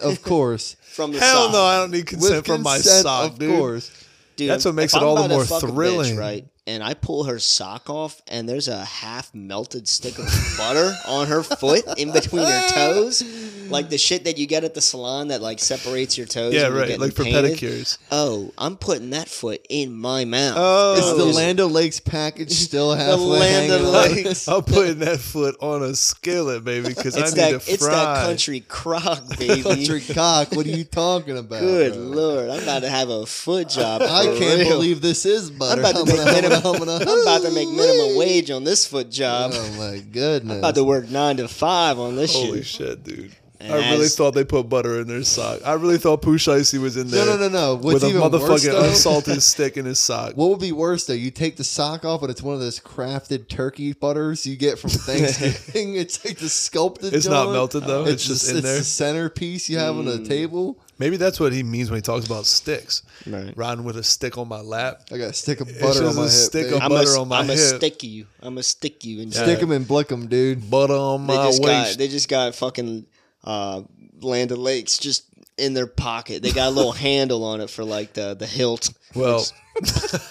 Speaker 5: *laughs*
Speaker 7: of course.
Speaker 6: From the
Speaker 5: hell
Speaker 6: sock.
Speaker 5: no! I don't need
Speaker 7: With
Speaker 5: consent from my
Speaker 7: consent,
Speaker 5: sock,
Speaker 7: of
Speaker 5: dude.
Speaker 7: course.
Speaker 6: Dude,
Speaker 5: That's what
Speaker 6: if
Speaker 5: makes it
Speaker 6: I'm
Speaker 5: all the
Speaker 6: about to
Speaker 5: more
Speaker 6: fuck a bitch,
Speaker 5: thrilling.
Speaker 6: right? And I pull her sock off, and there's a half melted stick of butter
Speaker 5: *laughs*
Speaker 6: on her foot in between her toes, like the shit that you get at the salon that like separates your toes.
Speaker 5: Yeah,
Speaker 6: when you're
Speaker 5: right.
Speaker 6: getting
Speaker 5: Like for
Speaker 6: painted.
Speaker 5: pedicures.
Speaker 6: Oh, I'm putting that foot in my mouth.
Speaker 5: Oh.
Speaker 7: Is the
Speaker 6: It's-
Speaker 7: Lando
Speaker 5: *laughs*
Speaker 7: Lakes package still halfway?
Speaker 6: Land of
Speaker 7: hanging on?
Speaker 6: Lakes.
Speaker 5: I'm putting that foot on a skillet, baby, because I
Speaker 6: It's
Speaker 5: need
Speaker 6: that,
Speaker 5: to fry.
Speaker 6: it's that country
Speaker 5: *laughs*
Speaker 6: crock, baby.
Speaker 7: *laughs* Country cock. What are you talking about?
Speaker 6: Good
Speaker 7: bro?
Speaker 6: lord, I'm about to have
Speaker 5: *laughs*
Speaker 6: a foot job.
Speaker 7: I
Speaker 6: for
Speaker 7: can't
Speaker 6: real.
Speaker 7: believe this is butter.
Speaker 6: I'm
Speaker 7: *laughs*
Speaker 6: about to make minimum. I'm about to
Speaker 5: *laughs*
Speaker 6: make minimum wage on this foot job.
Speaker 7: Oh my goodness!
Speaker 6: I'm about to work nine to five on this
Speaker 5: Holy
Speaker 6: shit.
Speaker 5: shit, dude.
Speaker 6: And
Speaker 5: I really
Speaker 6: that's-
Speaker 5: thought they put butter in their sock. I really thought Pooh Shiesty was in
Speaker 7: No,
Speaker 5: there.
Speaker 7: no, no, no. What's
Speaker 5: With a
Speaker 7: even worse,
Speaker 5: motherfucking
Speaker 7: though- *laughs*
Speaker 5: unsalted stick in his sock.
Speaker 7: What would be worse though? You take the sock off, and it's one of those crafted turkey butters you
Speaker 6: *laughs*
Speaker 7: get from Thanksgiving. it's like the sculpted.
Speaker 5: It's not
Speaker 7: joint.
Speaker 5: melted, though. It's just in
Speaker 7: it's
Speaker 5: there.
Speaker 7: the centerpiece you have on
Speaker 6: Hmm.
Speaker 7: the table.
Speaker 5: Maybe that's what he means when he talks about sticks.
Speaker 6: Right.
Speaker 5: Riding with a stick on my lap.
Speaker 7: I got a stick of
Speaker 5: just
Speaker 7: butter on
Speaker 5: a
Speaker 7: my hip,
Speaker 5: stick
Speaker 7: baby.
Speaker 5: of-
Speaker 6: *laughs* I'm
Speaker 5: butter on my
Speaker 6: I'm
Speaker 5: hip.
Speaker 6: stick you. I'm a stick you. And
Speaker 7: Stick 'em and blick 'em, dude.
Speaker 5: Butter on
Speaker 6: They
Speaker 5: my
Speaker 6: just
Speaker 5: waist.
Speaker 6: got they just got fucking uh, Land of Lakes just in their pocket. They got a
Speaker 5: *laughs*
Speaker 6: little handle on it for like the the hilt.
Speaker 5: well. *laughs*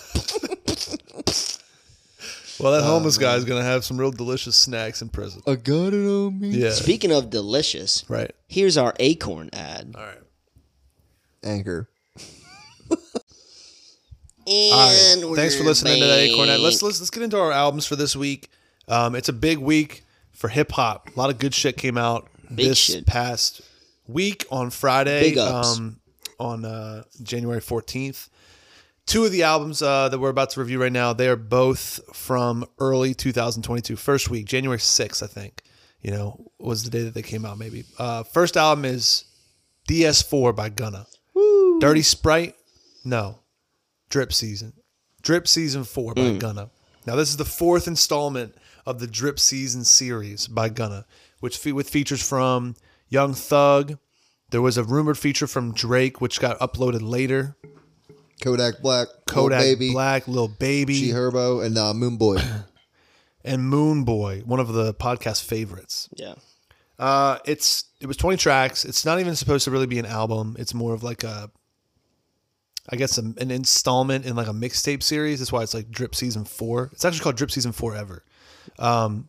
Speaker 5: Well,
Speaker 7: Oh,
Speaker 5: that homeless guy is gonna have some real delicious snacks in prison.
Speaker 7: I got it on me.
Speaker 5: Yeah,
Speaker 6: Speaking of delicious,
Speaker 5: right.
Speaker 6: here's our acorn ad.
Speaker 5: All right.
Speaker 7: Anchor.
Speaker 5: All
Speaker 6: And
Speaker 5: right.
Speaker 6: we're
Speaker 5: Thanks for listening to that Acorn Night.
Speaker 6: back.
Speaker 5: Let's, let's let's get into our albums for this week. Um, it's a big week for hip hop. A lot of good shit came out
Speaker 6: Big
Speaker 5: this
Speaker 6: shit.
Speaker 5: past week on Friday.
Speaker 6: Big ups.
Speaker 5: Um, on uh, January fourteenth. Two of the albums uh, that we're about to review right now, they are both from early 2022, first week, January 6th, I think. You know, was the day that they came out. Maybe uh, first album is DS4 by Gunna. Dirty Sprite? No. Drip Season. Drip Season 4 by
Speaker 7: Mm.
Speaker 5: Gunna. Now, this is the fourth installment of the Drip Season series by Gunna, which fe- with features from Young Thug. There was a rumored feature from Drake, which got uploaded later.
Speaker 7: Kodak Black. Lil
Speaker 5: Kodak
Speaker 7: Baby.
Speaker 5: Black, Lil Baby. *clears throat*
Speaker 7: G Herbo and uh, Moon Boy.
Speaker 5: and Moon Boy, one of the podcast favorites.
Speaker 6: Yeah.
Speaker 5: Uh, it's it was 20 tracks. It's not even supposed to really be an album. It's more of like a, I guess, a, an installment in like a mixtape series. That's why it's like Drip Season Four. It's actually called Drip Season Four Ever. Um,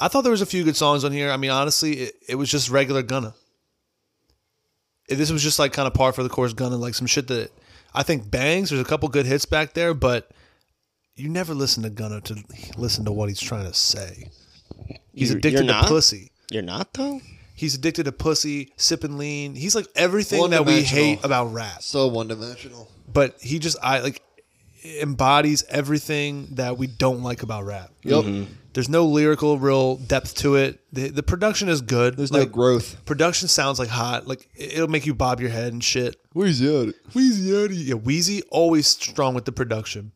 Speaker 5: I thought there was a few good songs on here. I mean, honestly, it, it was just regular Gunna. It- This was just like kind of par for the course Gunna, like some shit that I think bangs. There's a couple good hits back there, but you never listen to Gunna to listen to what he's trying to say. He's
Speaker 6: You're-
Speaker 5: addicted
Speaker 6: you're
Speaker 5: to
Speaker 6: not?
Speaker 5: pussy.
Speaker 6: You're not though.
Speaker 5: He's addicted to pussy, sipping lean. He's like everything
Speaker 7: One
Speaker 5: that we
Speaker 7: dimensional.
Speaker 5: hate about rap.
Speaker 7: So one dimensional.
Speaker 5: But he just I like embodies everything that we don't like about rap.
Speaker 6: Mm-hmm.
Speaker 7: Yep.
Speaker 5: There's no lyrical real depth to it. The, the production is good.
Speaker 7: There's
Speaker 5: like,
Speaker 7: no growth.
Speaker 5: Production sounds like hot. Like it- it'll make you bob your head and shit.
Speaker 7: Where's that?
Speaker 5: Wheezy out of Yeah, Wheezy always strong with the production.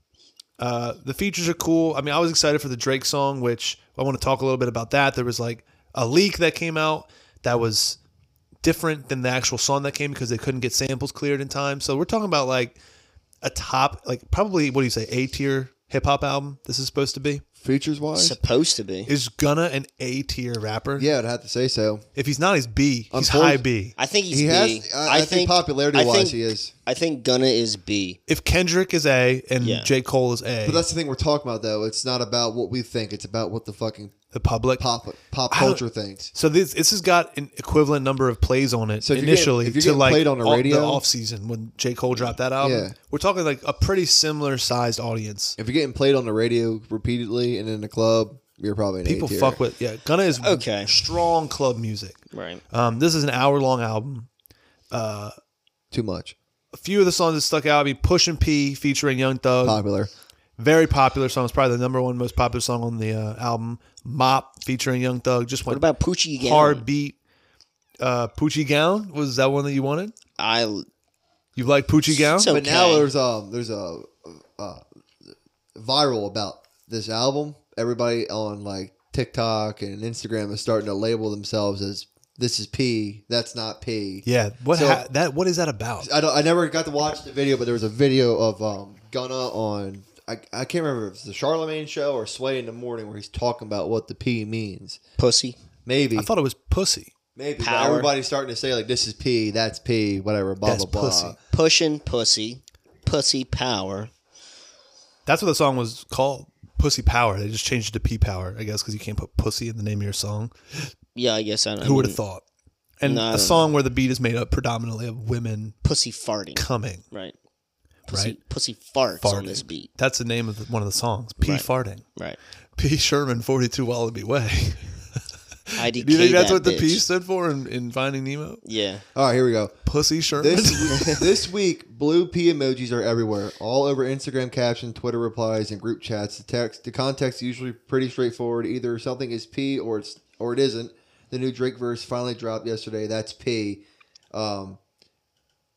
Speaker 5: Uh, the features are cool. I mean, I was excited for the Drake song, which I want to talk a little bit about that. There was like a leak that came out that was different than the actual song that came because they couldn't get samples cleared in time. So we're talking about like a top, like probably what do you say, A tier hip hop album. This is supposed to be
Speaker 7: Features wise?
Speaker 6: Supposed to be.
Speaker 5: is Gunna an A tier rapper?
Speaker 7: Yeah, I'd have to say so.
Speaker 5: If he's not, he's B. He's
Speaker 7: Unfor-
Speaker 5: high B.
Speaker 6: I think he's
Speaker 7: He
Speaker 6: B.
Speaker 7: has.
Speaker 5: uh,
Speaker 7: I, I think, popularity
Speaker 6: I
Speaker 7: wise,
Speaker 6: think-
Speaker 7: he is.
Speaker 6: I think Gunna is B.
Speaker 5: If Kendrick is A and
Speaker 6: Yeah.
Speaker 5: J Cole is A,
Speaker 7: But that's the thing we're talking about, though. It's not about what we think. It's about what the fucking
Speaker 5: the public
Speaker 7: pop pop
Speaker 5: I don't-
Speaker 7: culture thinks.
Speaker 5: So this this has got an equivalent number of plays on it
Speaker 7: So if you're
Speaker 5: initially
Speaker 7: getting- if you're
Speaker 5: to
Speaker 7: getting
Speaker 5: like
Speaker 7: played on the
Speaker 5: off-
Speaker 7: radio-
Speaker 5: off season when J Cole dropped that album.
Speaker 7: Yeah.
Speaker 5: We're talking like a pretty similar sized audience.
Speaker 7: If you're getting played on the radio repeatedly and in the club, you're probably an
Speaker 5: People
Speaker 7: A-tier.
Speaker 5: fuck with yeah. Gunna is
Speaker 6: Okay.
Speaker 5: strong club music.
Speaker 6: Right.
Speaker 5: Um, this is an hour long album.
Speaker 7: too much.
Speaker 5: A few of the songs that stuck out. I mean, Push and P featuring Young Thug,
Speaker 7: Popular.
Speaker 5: very popular song. It's probably the number one most popular song on the uh, album. Mop featuring Young Thug just
Speaker 6: What
Speaker 5: went
Speaker 6: about Poochie again?
Speaker 5: hard beat. Uh, Poochie Gown was that one that you wanted?
Speaker 6: I.
Speaker 5: You like Poochie Gown?
Speaker 6: So-
Speaker 7: But now
Speaker 6: Okay.
Speaker 7: there's um there's a uh, viral about this album. Everybody on like TikTok and Instagram is starting to label themselves as this is P, that's not P.
Speaker 5: yeah. What
Speaker 7: So-
Speaker 5: ha- that? What is that about?
Speaker 7: I don't, I never got to watch the video, but there was a video of um, Gunna on I, I can't remember if it's the Charlemagne show or Sway in the morning where he's talking about what the P means.
Speaker 6: Pussy.
Speaker 7: Maybe
Speaker 5: I thought it was pussy.
Speaker 7: maybe but
Speaker 6: Power.
Speaker 7: everybody's starting to say like this is P, that's P, whatever, blah
Speaker 5: That's
Speaker 7: blah
Speaker 5: pussy.
Speaker 7: blah.
Speaker 6: Pushing pussy. Pussy power.
Speaker 5: That's what the song was called. Pussy Power. They just changed it to P Power, I guess, because you can't put pussy in the name of your song.
Speaker 6: Yeah, I guess I don't.
Speaker 5: Who would
Speaker 6: I mean,
Speaker 5: have thought? And
Speaker 6: No, Mm. I
Speaker 5: a
Speaker 6: don't
Speaker 5: song where the beat is made up predominantly of women
Speaker 6: Pussy farting.
Speaker 5: coming.
Speaker 6: Right. Pussy,
Speaker 5: Right.
Speaker 6: pussy farts on
Speaker 5: Farting.
Speaker 6: this beat.
Speaker 5: That's the name of the, one of the songs. P
Speaker 6: Right.
Speaker 5: farting.
Speaker 6: Right.
Speaker 5: *laughs* P Sherman, forty two Wallaby Way. *laughs*
Speaker 6: IDK.
Speaker 5: Do you think that's
Speaker 6: that
Speaker 5: what the
Speaker 6: bitch.
Speaker 5: P stood for in, in Finding Nemo?
Speaker 6: Yeah.
Speaker 7: All right, here we go.
Speaker 5: Pussy Sherman. *laughs*
Speaker 7: This this week, blue P emojis are everywhere, all over Instagram caption, Twitter replies, and group chats. The text, the context, is usually pretty straightforward. Either something is P or it's or it isn't. The new Drake verse finally dropped yesterday. That's P. Um,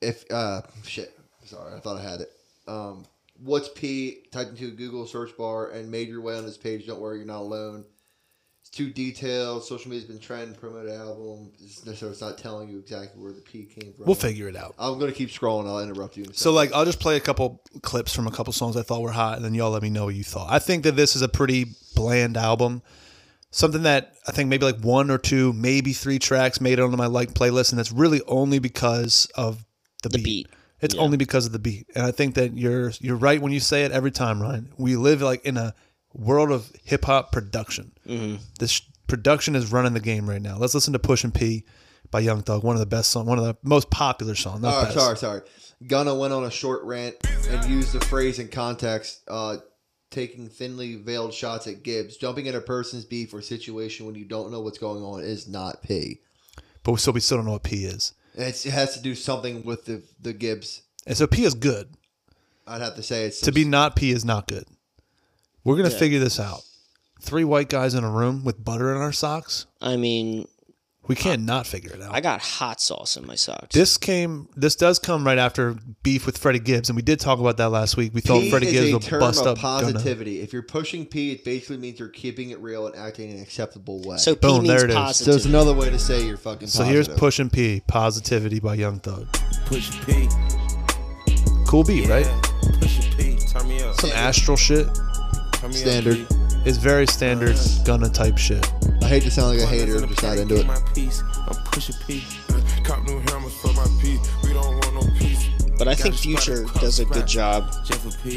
Speaker 7: if uh, shit, sorry, I thought I had it. Um, what's P? Type into Google search bar and made your way on this page. Don't worry, you're not alone. It's too detailed. Social media's been trying to promote an album, It's- so it's not telling you exactly where the P came from.
Speaker 5: we'll figure it out.
Speaker 7: I'm gonna keep scrolling. I'll interrupt you. in a
Speaker 5: So
Speaker 7: second.
Speaker 5: like I'll just play a couple clips from a couple songs I thought were hot and then y'all let me know what you thought. I think that this is a pretty bland album. Something that I think maybe like one or two, maybe three tracks made it onto my like playlist and that's really only because of the,
Speaker 6: The
Speaker 5: beat.
Speaker 6: beat.
Speaker 5: It's only because of the beat. And I think that you're you're right when you say it every time, Ryan. We live like in a world of hip hop production.
Speaker 7: Mm-hmm.
Speaker 5: This production is running the game right now. Let's listen to Push and P by Young Thug, one of the best song, one of the most popular song. Not
Speaker 7: All right,
Speaker 5: best.
Speaker 7: sorry, sorry. Gunna went on a short rant and used the phrase in context, uh, taking thinly veiled shots at Gibbs. Jumping in a person's beef or situation when you don't know what's going on is not P.
Speaker 5: But we still we still don't know what P is.
Speaker 7: It's, it has to do something with the the Gibbs.
Speaker 5: And so P is good.
Speaker 7: I'd have to say it's
Speaker 5: To be not P is not good. We're gonna figure this out. Three white guys in a room with butter in our socks.
Speaker 6: I mean,
Speaker 5: We can't not figure it out.
Speaker 6: I got hot sauce in my socks.
Speaker 5: this came. This does come right after beef with Freddie Gibbs, and we did talk about that last week. We thought
Speaker 7: P
Speaker 5: Freddie
Speaker 7: is
Speaker 5: Gibbs
Speaker 7: a
Speaker 5: would
Speaker 7: term
Speaker 5: bust
Speaker 7: of
Speaker 5: up. Gunna.
Speaker 7: positivity. If you're pushing P, it basically means you're keeping it real and acting in an acceptable way.
Speaker 6: so P
Speaker 5: Boom,
Speaker 6: means
Speaker 5: there it is.
Speaker 7: so it's
Speaker 6: positive.
Speaker 7: another way to say you're fucking.
Speaker 5: So here's
Speaker 7: positive.
Speaker 5: pushing P positivity by Young Thug.
Speaker 10: Push P,
Speaker 5: Cool beat, right?
Speaker 10: Push P, turn me up.
Speaker 5: Some astral shit.
Speaker 10: Turn me
Speaker 7: Standard.
Speaker 10: Up, P.
Speaker 5: It's very standard gunna type shit.
Speaker 7: I hate to sound like a hater, I'm just not into it.
Speaker 10: I'm pushing P.
Speaker 8: Cop new hammers for my pee. We don't want no peace.
Speaker 6: But I think Future does a good job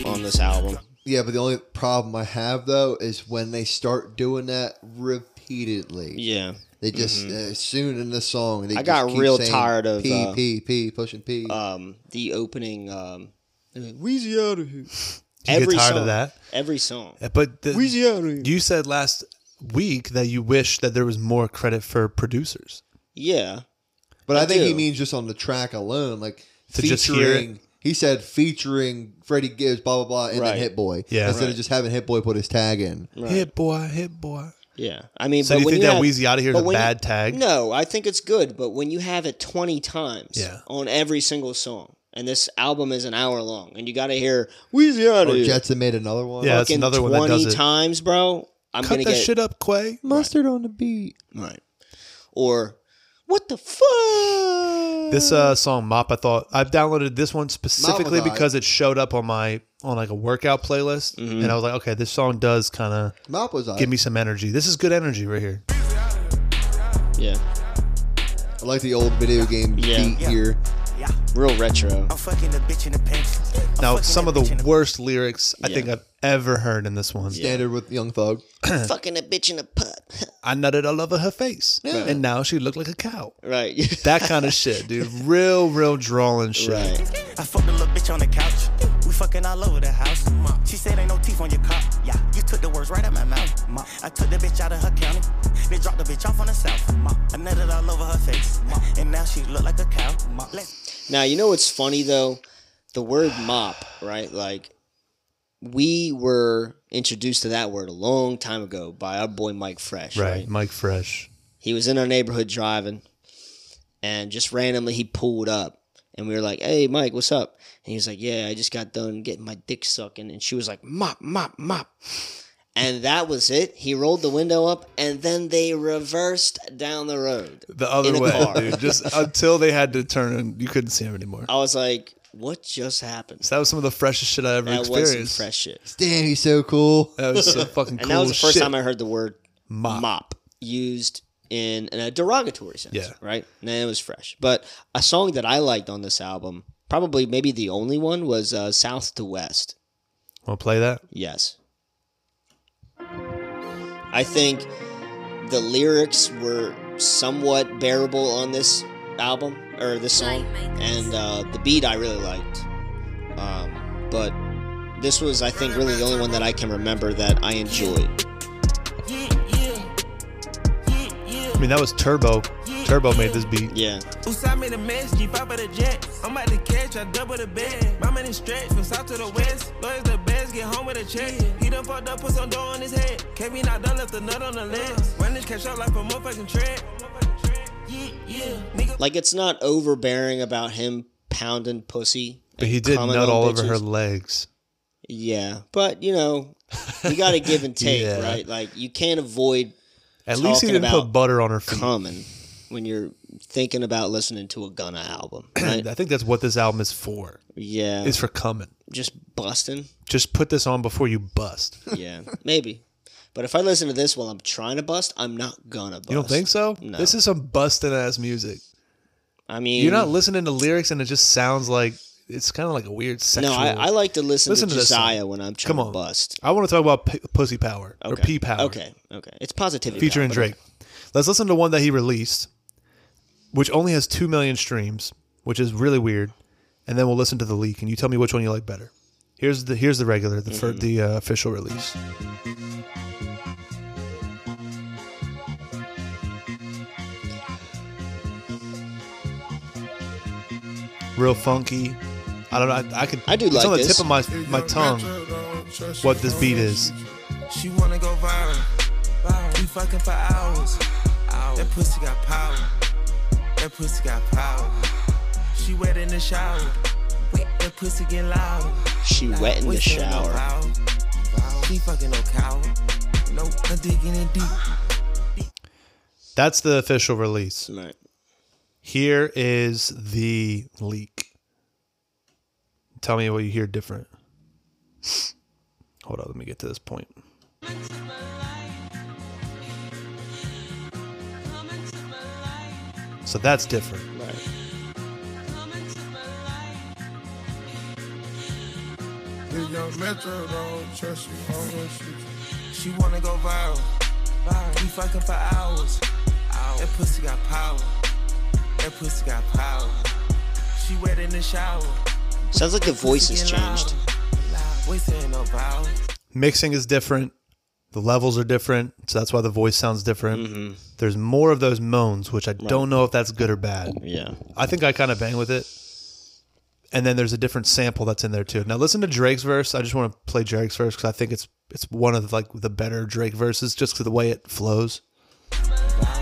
Speaker 6: on this album.
Speaker 7: Yeah, but the only problem I have though is when they start doing that repeatedly.
Speaker 6: Yeah. Mm-hmm.
Speaker 7: They just uh, soon in the song. They
Speaker 6: I
Speaker 7: just
Speaker 6: got
Speaker 7: keep
Speaker 6: real
Speaker 7: saying,
Speaker 6: tired of,
Speaker 7: P
Speaker 6: uh,
Speaker 7: P P pushing P.
Speaker 6: Um, the opening. Um, Wheezy out of
Speaker 5: you
Speaker 6: here.
Speaker 5: get tired of that?
Speaker 6: Every song.
Speaker 5: But the,
Speaker 6: Wheezy out of here.
Speaker 5: you said last week that you wish that there was more credit for producers.
Speaker 6: Yeah.
Speaker 7: but I, think he
Speaker 6: do.
Speaker 7: means just on the track alone, like
Speaker 5: To
Speaker 7: featuring.
Speaker 5: just hear it?
Speaker 7: He said featuring Freddie Gibbs, blah blah blah, and
Speaker 6: Right.
Speaker 7: then Hit Boy.
Speaker 5: Yeah.
Speaker 7: instead
Speaker 6: Right.
Speaker 7: of just having Hit Boy put his tag in.
Speaker 5: Hit boy, hit boy.
Speaker 6: Yeah, I mean,
Speaker 5: So
Speaker 6: but
Speaker 5: you
Speaker 6: when
Speaker 5: think
Speaker 6: you
Speaker 5: that
Speaker 6: have,
Speaker 5: Wheezy Outta Here is
Speaker 6: but
Speaker 5: a
Speaker 6: when you-
Speaker 5: bad tag?
Speaker 6: No, I think it's good. But when you have it twenty times,
Speaker 5: Yeah.
Speaker 6: on every single song, and this album is an hour long, and you got to hear Wheezy out
Speaker 7: Or
Speaker 6: of here
Speaker 7: Jetson made another one.
Speaker 5: Yeah, that's
Speaker 6: fucking
Speaker 5: another one that
Speaker 6: twenty
Speaker 5: does it.
Speaker 6: times, bro. I'm
Speaker 5: Cut
Speaker 6: gonna
Speaker 5: that
Speaker 6: get
Speaker 5: shit up, Quay.
Speaker 7: mustard on the beat.
Speaker 6: right. Or what the fuck?
Speaker 5: This uh, song "Mop," I thought I've downloaded this one specifically
Speaker 7: Mop was
Speaker 5: because it showed up on my on like a workout playlist,
Speaker 6: Mm-hmm.
Speaker 5: and I was like, okay, this song does kind of
Speaker 7: Mop was I.
Speaker 5: give me some energy. This is good energy right here.
Speaker 6: yeah,
Speaker 7: I like the old video game
Speaker 6: Yeah.
Speaker 7: beat here.
Speaker 6: real retro.
Speaker 5: *laughs*
Speaker 10: I'm fucking the bitch in the pants. I'm
Speaker 5: Now,
Speaker 10: fucking
Speaker 5: some of
Speaker 10: bitch in
Speaker 5: the worst lyrics I
Speaker 6: Yeah.
Speaker 5: think I've ever heard in this one.
Speaker 7: Standard with Young Thug.
Speaker 6: Fucking a bitch in a pub.
Speaker 5: I nutted all over her face, and now she looked like a cow.
Speaker 6: right.
Speaker 5: That kind of shit, dude. Real, real drawling shit.
Speaker 6: *laughs* right.
Speaker 10: I fucked a little bitch on the couch. We fucking all over the house. She said ain't no teeth on your cop. Yeah, you took the words right out my mouth. I took the bitch out of her county. Then dropped the bitch off on the south. I nutted all over her face. And now she look like a cow. Let's
Speaker 6: Now you know what's funny though, the word mop, right? Like we were introduced to that word a long time ago by our boy Mike Fresh,
Speaker 5: Right,
Speaker 6: right?
Speaker 5: Mike Fresh.
Speaker 6: He was in our neighborhood driving, and just randomly he pulled up, and we were like, "Hey, Mike, what's up?" And he was like, "Yeah, I just got done getting my dick sucking," and she was like, "Mop, mop, mop." And that was it. He rolled the window up, and then they reversed down the road.
Speaker 5: The other
Speaker 6: In a
Speaker 5: way,
Speaker 6: car.
Speaker 5: dude. Just until they had to turn, and you couldn't see him anymore.
Speaker 6: I was like, "What just happened?"
Speaker 5: So that was some of the freshest shit I ever
Speaker 6: That was
Speaker 5: experienced.
Speaker 6: some fresh shit.
Speaker 7: Damn, he's so cool.
Speaker 5: That was
Speaker 6: *laughs*
Speaker 5: some fucking cool
Speaker 6: And that was the first
Speaker 5: shit.
Speaker 6: time I heard the word
Speaker 5: Mop.
Speaker 6: mop, used in, in a derogatory sense.
Speaker 5: Yeah.
Speaker 6: Right? And it was fresh. But a song that I liked on this album, probably maybe the only one, was uh, South to West.
Speaker 5: Want to play that?
Speaker 6: Yes. I think the lyrics were somewhat bearable on this album or this song, and uh, the beat I really liked. Um, but this was, I think, really the only one that I can remember that I enjoyed.
Speaker 5: I mean, that was Turbo. Turbo made this beat.
Speaker 6: Yeah.
Speaker 10: Usai made a mess, G pop of the jet. I'm about to catch, I double the bed. My money stretch from south to the west. Lawyers the best, get home with a check. He done fucked up, put some dough on his head. Came in, I done left a nut on the lens. Run this cash out like a motherfucking tread. Yeah, yeah. Nigga,
Speaker 6: Like it's not overbearing about him pounding pussy.
Speaker 5: But
Speaker 6: and
Speaker 5: he did
Speaker 6: coming
Speaker 5: nut
Speaker 6: on
Speaker 5: all over her
Speaker 6: bitches.
Speaker 5: legs.
Speaker 6: Yeah, but you know, you got to
Speaker 5: *laughs*
Speaker 6: give and take,
Speaker 5: Yeah.
Speaker 6: right? Like you can't avoid
Speaker 5: At least he
Speaker 6: Talking
Speaker 5: didn't put
Speaker 6: about
Speaker 5: butter on her feet.
Speaker 6: coming when you're thinking about listening to a Gunna
Speaker 5: *clears throat*
Speaker 6: album, right?
Speaker 5: I think that's what this album is for.
Speaker 6: yeah,
Speaker 5: It's for coming.
Speaker 6: just busting.
Speaker 5: Just put this on before you bust.
Speaker 6: Yeah, maybe. But if I listen to this while I'm trying to bust, I'm not gonna bust.
Speaker 5: You don't think so?
Speaker 6: No.
Speaker 5: This is some busting ass music.
Speaker 6: I mean,
Speaker 5: You're not listening to lyrics and it just sounds like it's kind of like a weird sexual.
Speaker 6: No, I, I like to listen,
Speaker 5: Listen
Speaker 6: to,
Speaker 5: to this song.
Speaker 6: Josiah when I'm trying
Speaker 5: Come on.
Speaker 6: to bust.
Speaker 5: I want to talk about p- pussy power or
Speaker 6: Okay.
Speaker 5: P power.
Speaker 6: Okay, okay, it's positivity.
Speaker 5: Featuring
Speaker 6: power,
Speaker 5: Drake. Let's listen to one that he released, which only has 2 million streams, which is really weird. And then we'll listen to the leak and you tell me which one you like better. Here's the here's the regular, the
Speaker 6: Mm-hmm.
Speaker 5: fir- the uh, official release. Real funky. I don't know. I, I could.
Speaker 6: I do
Speaker 5: it's
Speaker 6: like
Speaker 5: on the
Speaker 6: this.
Speaker 5: tip of my my tongue. What this beat is.
Speaker 10: She wanna go viral. We fucking for hours. That pussy got power. That pussy got power. She wet in the shower. That pussy get loud.
Speaker 6: but She wet in the
Speaker 10: Wasting no
Speaker 6: shower.
Speaker 10: power. She fucking no coward. Nope, I'm digging in deep.
Speaker 5: That's the official release.
Speaker 6: Right.
Speaker 5: Here is the leak. Tell me what you hear different. Hold on, let me get to this point. So that's different.
Speaker 6: Right.
Speaker 8: This young metro don't trust you, I don't trust you. She wanna go viral. viral. We fucking for hours. That pussy got power. That pussy got power. She wet in the shower.
Speaker 6: Sounds like the voice has changed.
Speaker 8: We saying no vowels.
Speaker 5: Mixing is different. The levels are different, so that's why the voice sounds different. There's more of those moans, which I don't know if that's good or bad.
Speaker 6: Yeah.
Speaker 5: I think I kind of bang with it. And then there's a different sample that's in there too. Now listen to Drake's verse. I just want to play Drake's verse because I think it's it's one of like the better Drake verses just 'cause the way it flows.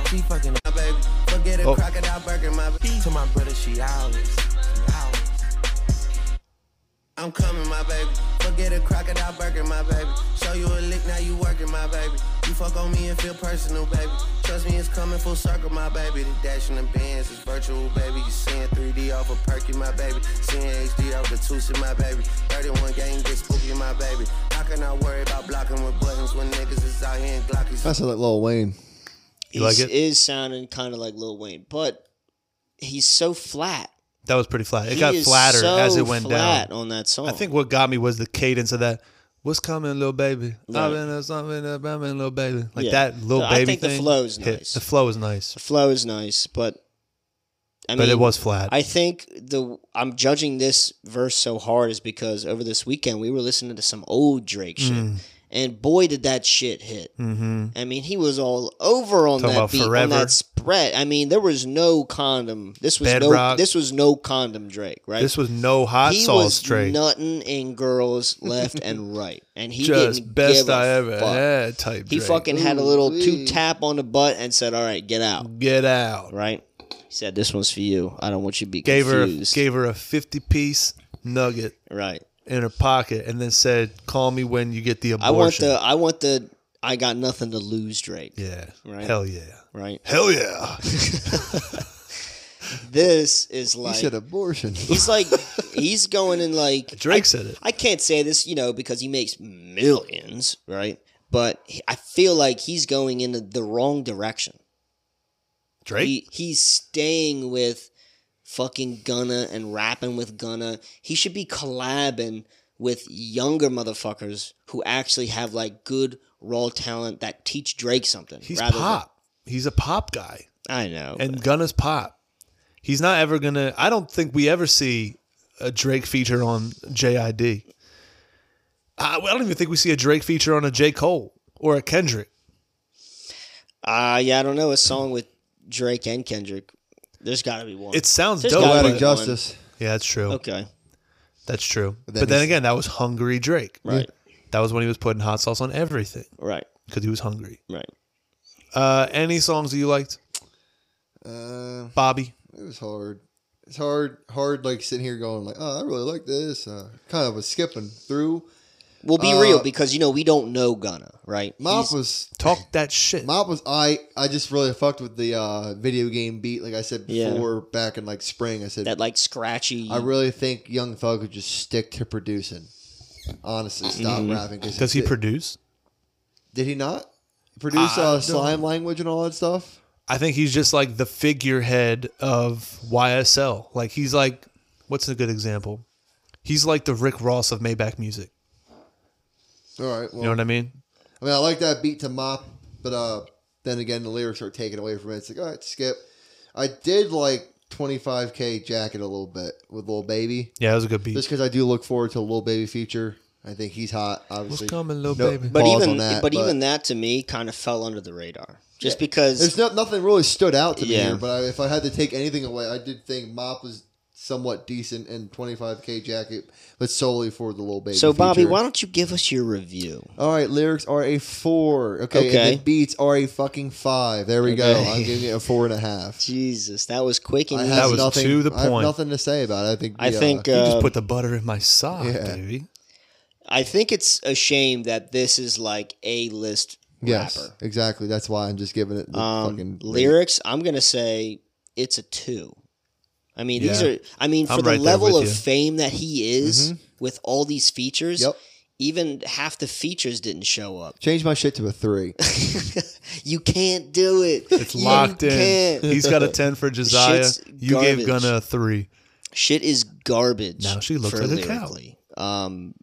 Speaker 8: She fucking my baby. Forget a
Speaker 5: Oh.
Speaker 8: crocodile burger, my baby. To my brother, she hours. hours. I'm coming, my baby. Forget a crocodile burger, my baby. Show you a lick, now you working, my baby. You fuck on me and feel personal, baby. Trust me, it's coming full circle, my baby. The dash in the bands is virtual, baby. You seeing 3D off of Perky, my baby. Seeing HD off the Tucson, my baby. 31 gang get spooky, my baby. How can I worry about blocking with buttons when niggas is out here in Glockies?
Speaker 7: I sound like Lil Wayne.
Speaker 5: You like
Speaker 6: He
Speaker 5: it?
Speaker 6: is sounding kind of like Lil Wayne, but he's so flat.
Speaker 5: That was pretty flat. It
Speaker 6: He
Speaker 5: got
Speaker 6: is
Speaker 5: flatter
Speaker 6: so
Speaker 5: as it went
Speaker 6: flat
Speaker 5: down.
Speaker 6: on that song.
Speaker 5: I think what got me was the cadence of that. What's coming, little baby?
Speaker 6: Right.
Speaker 5: I've been a something, I've been a little baby. Like
Speaker 6: Yeah.
Speaker 5: that little
Speaker 6: No, I
Speaker 5: baby
Speaker 6: think the
Speaker 5: thing
Speaker 6: flow is
Speaker 5: hit.
Speaker 6: nice.
Speaker 5: The flow is nice,
Speaker 6: the flow is nice, but I
Speaker 5: but
Speaker 6: mean,
Speaker 5: it was flat.
Speaker 6: I think the I'm judging this verse so hard is because over this weekend we were listening to some old Drake shit, and boy did that shit hit.
Speaker 5: Mm. mm-hmm.
Speaker 6: I mean, he was all over on
Speaker 5: Talking
Speaker 6: that
Speaker 5: about
Speaker 6: beat, on
Speaker 5: Forever.
Speaker 6: that spread. I mean, there was no condom. This was no.
Speaker 5: Bedrock.
Speaker 6: This was no condom Drake, right?
Speaker 5: This was no hot
Speaker 6: he
Speaker 5: sauce
Speaker 6: was
Speaker 5: Drake.
Speaker 6: nutting in girls left
Speaker 5: *laughs*
Speaker 6: and right, and he
Speaker 5: Just
Speaker 6: didn't
Speaker 5: best
Speaker 6: give a
Speaker 5: I ever
Speaker 6: fuck.
Speaker 5: had type.
Speaker 6: He
Speaker 5: Drake.
Speaker 6: fucking had a little two
Speaker 7: Ooh-wee.
Speaker 6: tap on the butt and said, "All right, get out."
Speaker 5: get out.
Speaker 6: Right? He said, "This one's for you. I don't want you to be
Speaker 5: Gave her
Speaker 6: confused."
Speaker 5: gave her a fifty piece nugget
Speaker 6: right.
Speaker 5: in her pocket, and then said, "Call me when you get the
Speaker 6: I want
Speaker 5: abortion."
Speaker 6: the. I want the. I got nothing to lose, Drake.
Speaker 5: yeah,
Speaker 6: Right.
Speaker 5: hell yeah,
Speaker 6: Right.
Speaker 5: hell
Speaker 7: *laughs*
Speaker 5: yeah.
Speaker 6: This is
Speaker 7: He
Speaker 6: like.
Speaker 5: *laughs*
Speaker 7: said abortion.
Speaker 6: He's like. he's going in like.
Speaker 5: Drake said it.
Speaker 6: I can't say this, you know, because he makes millions, right? But he- I feel like he's going in the, the wrong direction.
Speaker 5: Drake.
Speaker 6: He he's staying with fucking Gunna and rapping with Gunna. He should be collabing with younger motherfuckers who actually have like good raw talent that teach Drake something.
Speaker 5: He's
Speaker 6: rather than-
Speaker 5: pop. He's a pop guy,
Speaker 6: I know.
Speaker 5: and Gunna's pop. He's not ever gonna. I don't think we ever see a Drake feature on JID. I, I don't even think we see a Drake feature on a J Cole or a Kendrick.
Speaker 6: uh, yeah, I don't know a song with Drake and Kendrick. There's got to be one.
Speaker 5: It sounds
Speaker 6: There's
Speaker 5: dope.
Speaker 6: gotta
Speaker 7: Glad
Speaker 5: but-
Speaker 6: be
Speaker 7: and justice.
Speaker 5: yeah, that's true.
Speaker 6: okay,
Speaker 5: That's true. But
Speaker 7: then
Speaker 5: then,
Speaker 7: he's-
Speaker 5: again, that was hungry Drake.
Speaker 6: right,
Speaker 5: That was when he was putting hot sauce on everything
Speaker 6: right,
Speaker 5: because he was hungry.
Speaker 6: right.
Speaker 5: Uh, any songs that you liked,
Speaker 7: Uh,
Speaker 5: Bobby?
Speaker 7: it was hard. It's hard, hard. Like sitting here going, like, oh, I really like this. Uh, kind of was skipping through.
Speaker 6: We'll be
Speaker 7: Uh,
Speaker 6: real because you know we don't know Gunna, right?
Speaker 7: Mop
Speaker 6: He's-
Speaker 7: was
Speaker 5: Talk that shit.
Speaker 7: Mop was I. I just really fucked with the uh, video game beat. Like I said
Speaker 6: Yeah.
Speaker 7: before, back in like spring, I said
Speaker 6: that like scratchy.
Speaker 7: I really think Young Thug could just stick to producing. Honestly, stop
Speaker 6: Mm-hmm.
Speaker 7: rapping. Cause
Speaker 5: Does he
Speaker 7: did,
Speaker 5: produce?
Speaker 7: did he not produce
Speaker 5: I
Speaker 7: uh,
Speaker 5: don't-
Speaker 7: slime language and all that stuff?
Speaker 5: I think he's just like the figurehead of YSL. Like he's like, what's a good example? He's like the Rick Ross of Maybach music.
Speaker 7: All right. Well,
Speaker 5: You know what I mean?
Speaker 7: I mean, I like that beat to Mop, but uh, then again, the lyrics are taken away from it. It's like, all right, skip. I did like 25k Jacket a little bit with Lil Baby,
Speaker 5: Yeah, that was a good
Speaker 7: just
Speaker 5: beat.
Speaker 7: because I do look forward to Lil Baby feature. I think he's hot.
Speaker 5: What's
Speaker 7: Obviously,
Speaker 5: coming, little
Speaker 7: No,
Speaker 5: baby?
Speaker 6: but
Speaker 7: balls
Speaker 6: even
Speaker 7: on that,
Speaker 6: but,
Speaker 7: but-
Speaker 6: even that to me kind of fell under the radar just because
Speaker 7: There's no, nothing really stood out to me
Speaker 6: Yeah.
Speaker 7: here, but I, if I had to take anything away, I did think Mop was somewhat decent in 25k jacket, but solely for the little baby.
Speaker 6: so Bobby,
Speaker 7: feature.
Speaker 6: why don't you give us your review?
Speaker 7: All right, lyrics are a four. Okay,
Speaker 6: Okay.
Speaker 7: and the beats are a fucking five. There we go.
Speaker 6: Okay.
Speaker 7: I'm giving it a four and a
Speaker 6: *laughs*
Speaker 7: half.
Speaker 6: Jesus, that was quick and
Speaker 7: I
Speaker 6: easy.
Speaker 7: have
Speaker 5: was
Speaker 7: nothing,
Speaker 5: to the
Speaker 7: I have
Speaker 5: point.
Speaker 7: nothing to say about it. I think.
Speaker 6: I
Speaker 7: the, uh,
Speaker 6: think uh,
Speaker 5: you just put the butter in my sock,
Speaker 7: Yeah.
Speaker 5: baby.
Speaker 6: I think it's a shame that this is like a list
Speaker 7: yes,
Speaker 6: rapper.
Speaker 7: exactly. That's why I'm just giving it the
Speaker 6: Um,
Speaker 7: fucking
Speaker 6: lyrics, I'm gonna say it's a two. I mean, these
Speaker 5: Yeah.
Speaker 6: are. I mean, for
Speaker 5: I'm
Speaker 6: the
Speaker 5: right there
Speaker 6: level
Speaker 5: with
Speaker 6: of
Speaker 5: you.
Speaker 6: fame that he is with all these features,
Speaker 7: Yep.
Speaker 6: Even half the features didn't show up. *laughs*
Speaker 7: Change my shit to a three.
Speaker 6: You can't do it.
Speaker 5: It's locked
Speaker 6: you
Speaker 5: in. *laughs*
Speaker 6: Can't.
Speaker 5: He's got a ten
Speaker 6: *laughs*
Speaker 5: for Josiah.
Speaker 6: Shit's
Speaker 5: You gave
Speaker 6: garbage.
Speaker 5: Gunna a three.
Speaker 6: Shit is garbage.
Speaker 5: Now she looks
Speaker 6: for
Speaker 5: like a cow.
Speaker 6: lyrically. Um,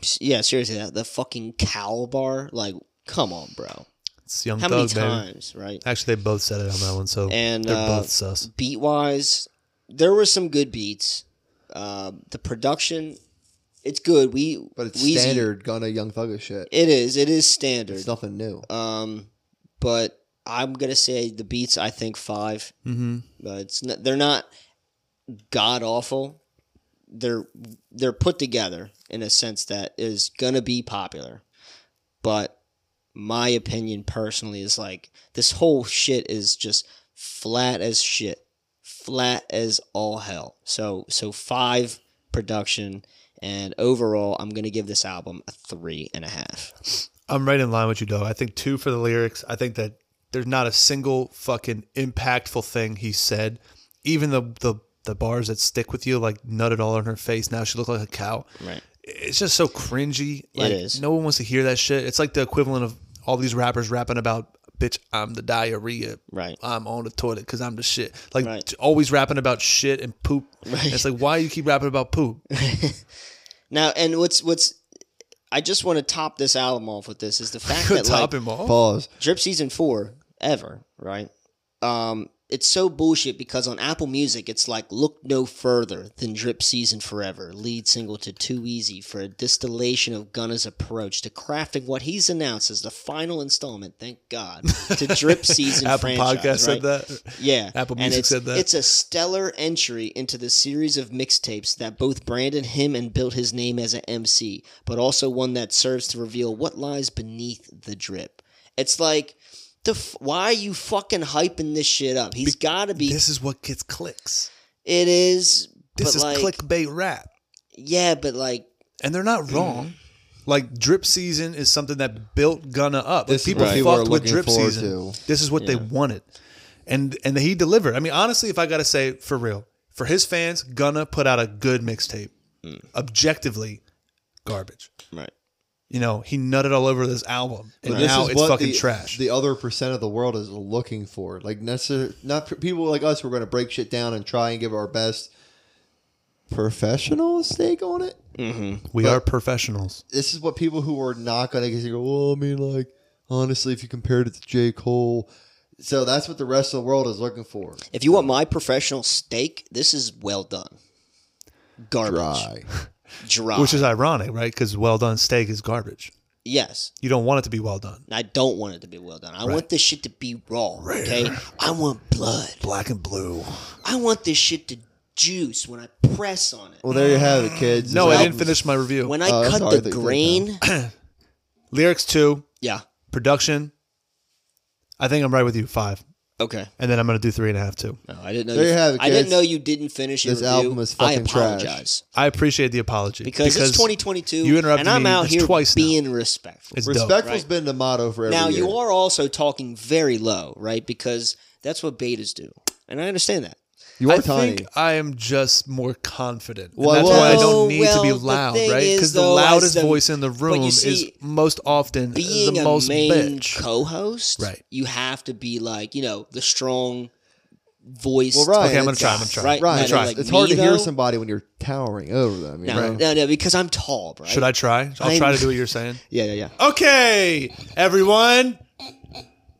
Speaker 6: s- yeah, seriously, that the fucking cow bar. Like, come on, bro.
Speaker 5: It's Young
Speaker 6: How many
Speaker 5: Thug, baby.
Speaker 6: times, right?
Speaker 5: Actually, they both said it on that one, so
Speaker 6: And,
Speaker 5: they're
Speaker 6: uh,
Speaker 5: both sus.
Speaker 6: Beat wise, there were some good beats. Um, the production, it's good. We
Speaker 7: But it's
Speaker 6: Wheezy-
Speaker 7: standard Gunna Young Thugga shit.
Speaker 6: It is. It is standard.
Speaker 7: It's nothing new.
Speaker 6: Um, but I'm gonna say the beats. I think 5 Mm-hmm. Uh, it's not, they're not god awful. They're they're put together in a sense that is gonna be popular, but my opinion personally is like this whole shit is just flat as shit, flat as all hell. So so five production and overall, I'm gonna give this album a three and a half.
Speaker 5: I'm right in line with you, though. I think two for the lyrics. I think that there's not a single fucking impactful thing he said. Even the the the bars that stick with you, like nutted all on her face. Now she looked like a cow.
Speaker 6: Right.
Speaker 5: It's just so cringy. Like,
Speaker 6: is.
Speaker 5: No one wants to hear that shit. It's like the equivalent of all these rappers rapping about, "Bitch, I'm the diarrhea.
Speaker 6: Right.
Speaker 5: I'm on the toilet because I'm the shit." Like
Speaker 6: Right.
Speaker 5: t- always rapping about shit and poop.
Speaker 6: Right.
Speaker 5: It's like why you keep rapping about
Speaker 6: *laughs*
Speaker 5: poop?
Speaker 6: Now, and what's what's I just want to top this album off with
Speaker 5: *laughs*
Speaker 6: this is the fact
Speaker 5: Could
Speaker 6: that
Speaker 5: top
Speaker 6: like
Speaker 5: him off.
Speaker 7: Pause.
Speaker 6: Drip season four ever right. Um, it's so bullshit because on Apple Music it's like look no further than Drip Season Forever, lead single to Too Easy for a distillation of Gunna's approach to crafting what he's announced as the final installment. Thank God
Speaker 5: *laughs*
Speaker 6: to Drip Season
Speaker 5: Apple
Speaker 6: franchise.
Speaker 5: Podcast said
Speaker 6: right?
Speaker 5: that.
Speaker 6: Yeah.
Speaker 5: Apple
Speaker 6: and
Speaker 5: Music
Speaker 6: it's,
Speaker 5: said that.
Speaker 6: It's a stellar entry into the series of mixtapes that both branded him and built his name as an MC, but also one that serves to reveal what lies beneath the drip. It's like, the f- why are you fucking hyping this shit up? He's got to be.
Speaker 5: This is what gets clicks.
Speaker 6: it is.
Speaker 5: This
Speaker 6: but
Speaker 5: is
Speaker 6: like,
Speaker 5: clickbait rap.
Speaker 6: Yeah, but like,
Speaker 5: and they're not wrong. Like drip season is something that built Gunna up. Like,
Speaker 7: Mm-hmm. This is
Speaker 5: people
Speaker 7: what people are
Speaker 5: fucked with
Speaker 7: looking
Speaker 5: drip
Speaker 7: forward
Speaker 5: season.
Speaker 7: to.
Speaker 5: This is what they wanted, and and he delivered. I mean, honestly, if I gotta say for real, for his fans, Gunna put out a good mixtape.
Speaker 6: Mm.
Speaker 5: Objectively, garbage.
Speaker 6: right.
Speaker 5: You know, he nutted all over this album, and
Speaker 7: But
Speaker 5: now it's fucking
Speaker 7: the,
Speaker 5: trash.
Speaker 7: The other percent of the world is looking for, like, necessar- not p- people like us. We're going to break shit down and try and give our best professional stake on it.
Speaker 5: we are professionals.
Speaker 7: This is what people who are not going to go. Well, I mean, like, honestly, if you compared it to J. Cole, so that's what the rest of the world is looking for.
Speaker 6: If you want my professional stake, this is well done. Garbage.
Speaker 7: Dry.
Speaker 6: Dry.
Speaker 5: Which is ironic, right? Because well done steak is garbage.
Speaker 6: yes.
Speaker 5: You don't want it to be well done.
Speaker 6: I don't want it to be well done. I want this shit to be raw. Okay. I want blood.
Speaker 5: Black and blue.
Speaker 6: I want this shit to juice when I press on it.
Speaker 7: Well, there you have it, kids.
Speaker 5: No,
Speaker 7: This
Speaker 5: I
Speaker 7: album
Speaker 5: didn't finish my review.
Speaker 6: When I
Speaker 7: Oh, I'm
Speaker 6: cut
Speaker 7: sorry, I thought
Speaker 6: the
Speaker 7: you did
Speaker 6: grain,
Speaker 7: *laughs*
Speaker 5: Lyrics two,
Speaker 6: yeah.
Speaker 5: production. I think I'm right with you. Five.
Speaker 6: Okay.
Speaker 5: and then I'm gonna do three and a half too.
Speaker 6: No, I didn't know.
Speaker 7: There
Speaker 6: you,
Speaker 7: you have it,
Speaker 6: I didn't
Speaker 7: kids.
Speaker 6: know you didn't finish your
Speaker 7: This
Speaker 6: review.
Speaker 7: album is
Speaker 6: I
Speaker 7: fucking trash.
Speaker 6: apologize
Speaker 5: I appreciate the apology
Speaker 6: because, it's 2022.
Speaker 5: You interrupted
Speaker 6: and I'm
Speaker 5: me.
Speaker 6: out
Speaker 5: It's
Speaker 6: here
Speaker 5: twice now.
Speaker 6: being respectful.
Speaker 5: It's dope.
Speaker 7: Respectful's been the motto for every
Speaker 6: now you
Speaker 7: year.
Speaker 6: are also talking very low, right? Because that's what betas do, and I understand that.
Speaker 7: you are
Speaker 5: I
Speaker 7: tiny.
Speaker 5: think I am just more confident.
Speaker 7: Well,
Speaker 5: and that's
Speaker 7: well-
Speaker 5: why I don't
Speaker 6: Oh,
Speaker 5: need to be
Speaker 6: well, the
Speaker 5: loud,
Speaker 6: thing
Speaker 5: right?
Speaker 6: is,
Speaker 5: Because the
Speaker 6: though,
Speaker 5: loudest
Speaker 6: as the-
Speaker 5: voice in the
Speaker 6: but you
Speaker 5: room is
Speaker 6: see,
Speaker 5: most often
Speaker 6: being
Speaker 5: the
Speaker 6: a
Speaker 5: most
Speaker 6: main
Speaker 5: bitch.
Speaker 6: co-host,
Speaker 5: Right.
Speaker 6: You have to be like you know the strong voice.
Speaker 7: Well, Ryan,
Speaker 5: okay, I'm gonna
Speaker 7: it's-
Speaker 5: try. I'm gonna try.
Speaker 6: right,
Speaker 7: Right,
Speaker 6: no, no,
Speaker 7: it's-
Speaker 6: like
Speaker 7: it's
Speaker 6: me,
Speaker 7: hard to hear
Speaker 6: though.
Speaker 7: somebody when you're towering over them. You
Speaker 6: No,
Speaker 7: know?
Speaker 6: no, no, because I'm tall, right?
Speaker 5: Should I try? I'll
Speaker 6: I'm-
Speaker 5: try to do what you're saying.
Speaker 6: Yeah, yeah, yeah.
Speaker 5: Okay, everyone.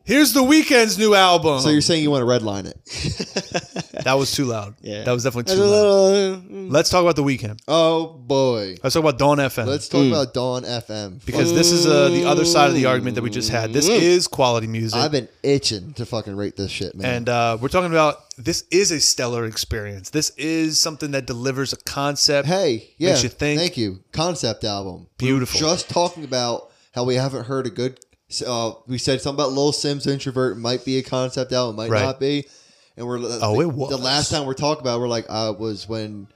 Speaker 5: Here's the weekend's new album.
Speaker 7: So you're saying you want to redline it?
Speaker 5: that was too loud.
Speaker 6: Yeah.
Speaker 5: That was definitely too loud. Let's talk about the weekend.
Speaker 7: Oh boy.
Speaker 5: Let's talk about Dawn FM.
Speaker 7: Let's talk about Dawn FM.
Speaker 5: Hmm. because this is uh, the other side of the argument that we just had. This
Speaker 7: Mm.
Speaker 5: is quality music.
Speaker 7: I've been itching to fucking rate this shit, man.
Speaker 5: And uh, we're talking about this is a stellar experience. This is something that delivers a concept.
Speaker 7: hey, yeah,
Speaker 5: Makes you think.
Speaker 7: thank you. Concept album,
Speaker 5: Beautiful.
Speaker 7: We were just talking about how we haven't heard a good. Uh, we said something about Lil Sims Introvert might be a concept album, might
Speaker 5: Right.
Speaker 7: not be. And we're
Speaker 5: Oh,
Speaker 7: the,
Speaker 5: it was.
Speaker 7: the last time we're talking about. It, we're like, uh, was when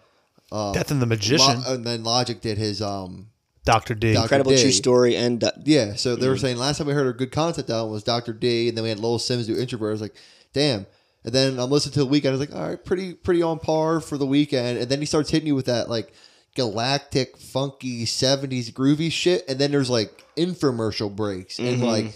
Speaker 5: Death and the Magician,
Speaker 7: Lo- and then Logic did his um.
Speaker 5: Dr. D.
Speaker 7: uh, Doc-
Speaker 6: Incredible
Speaker 7: Day.
Speaker 6: true story and uh,
Speaker 7: Yeah, so they were saying last time we heard a good concept album was Dr. D, and then we had Lil Sims do Introvert. I was like, damn. And then I'm listening to the weekend. I was like, all right, pretty pretty on par for the weekend. And then he starts hitting you with that like galactic, funky '70s groovy shit, and then there's like infomercial breaks and like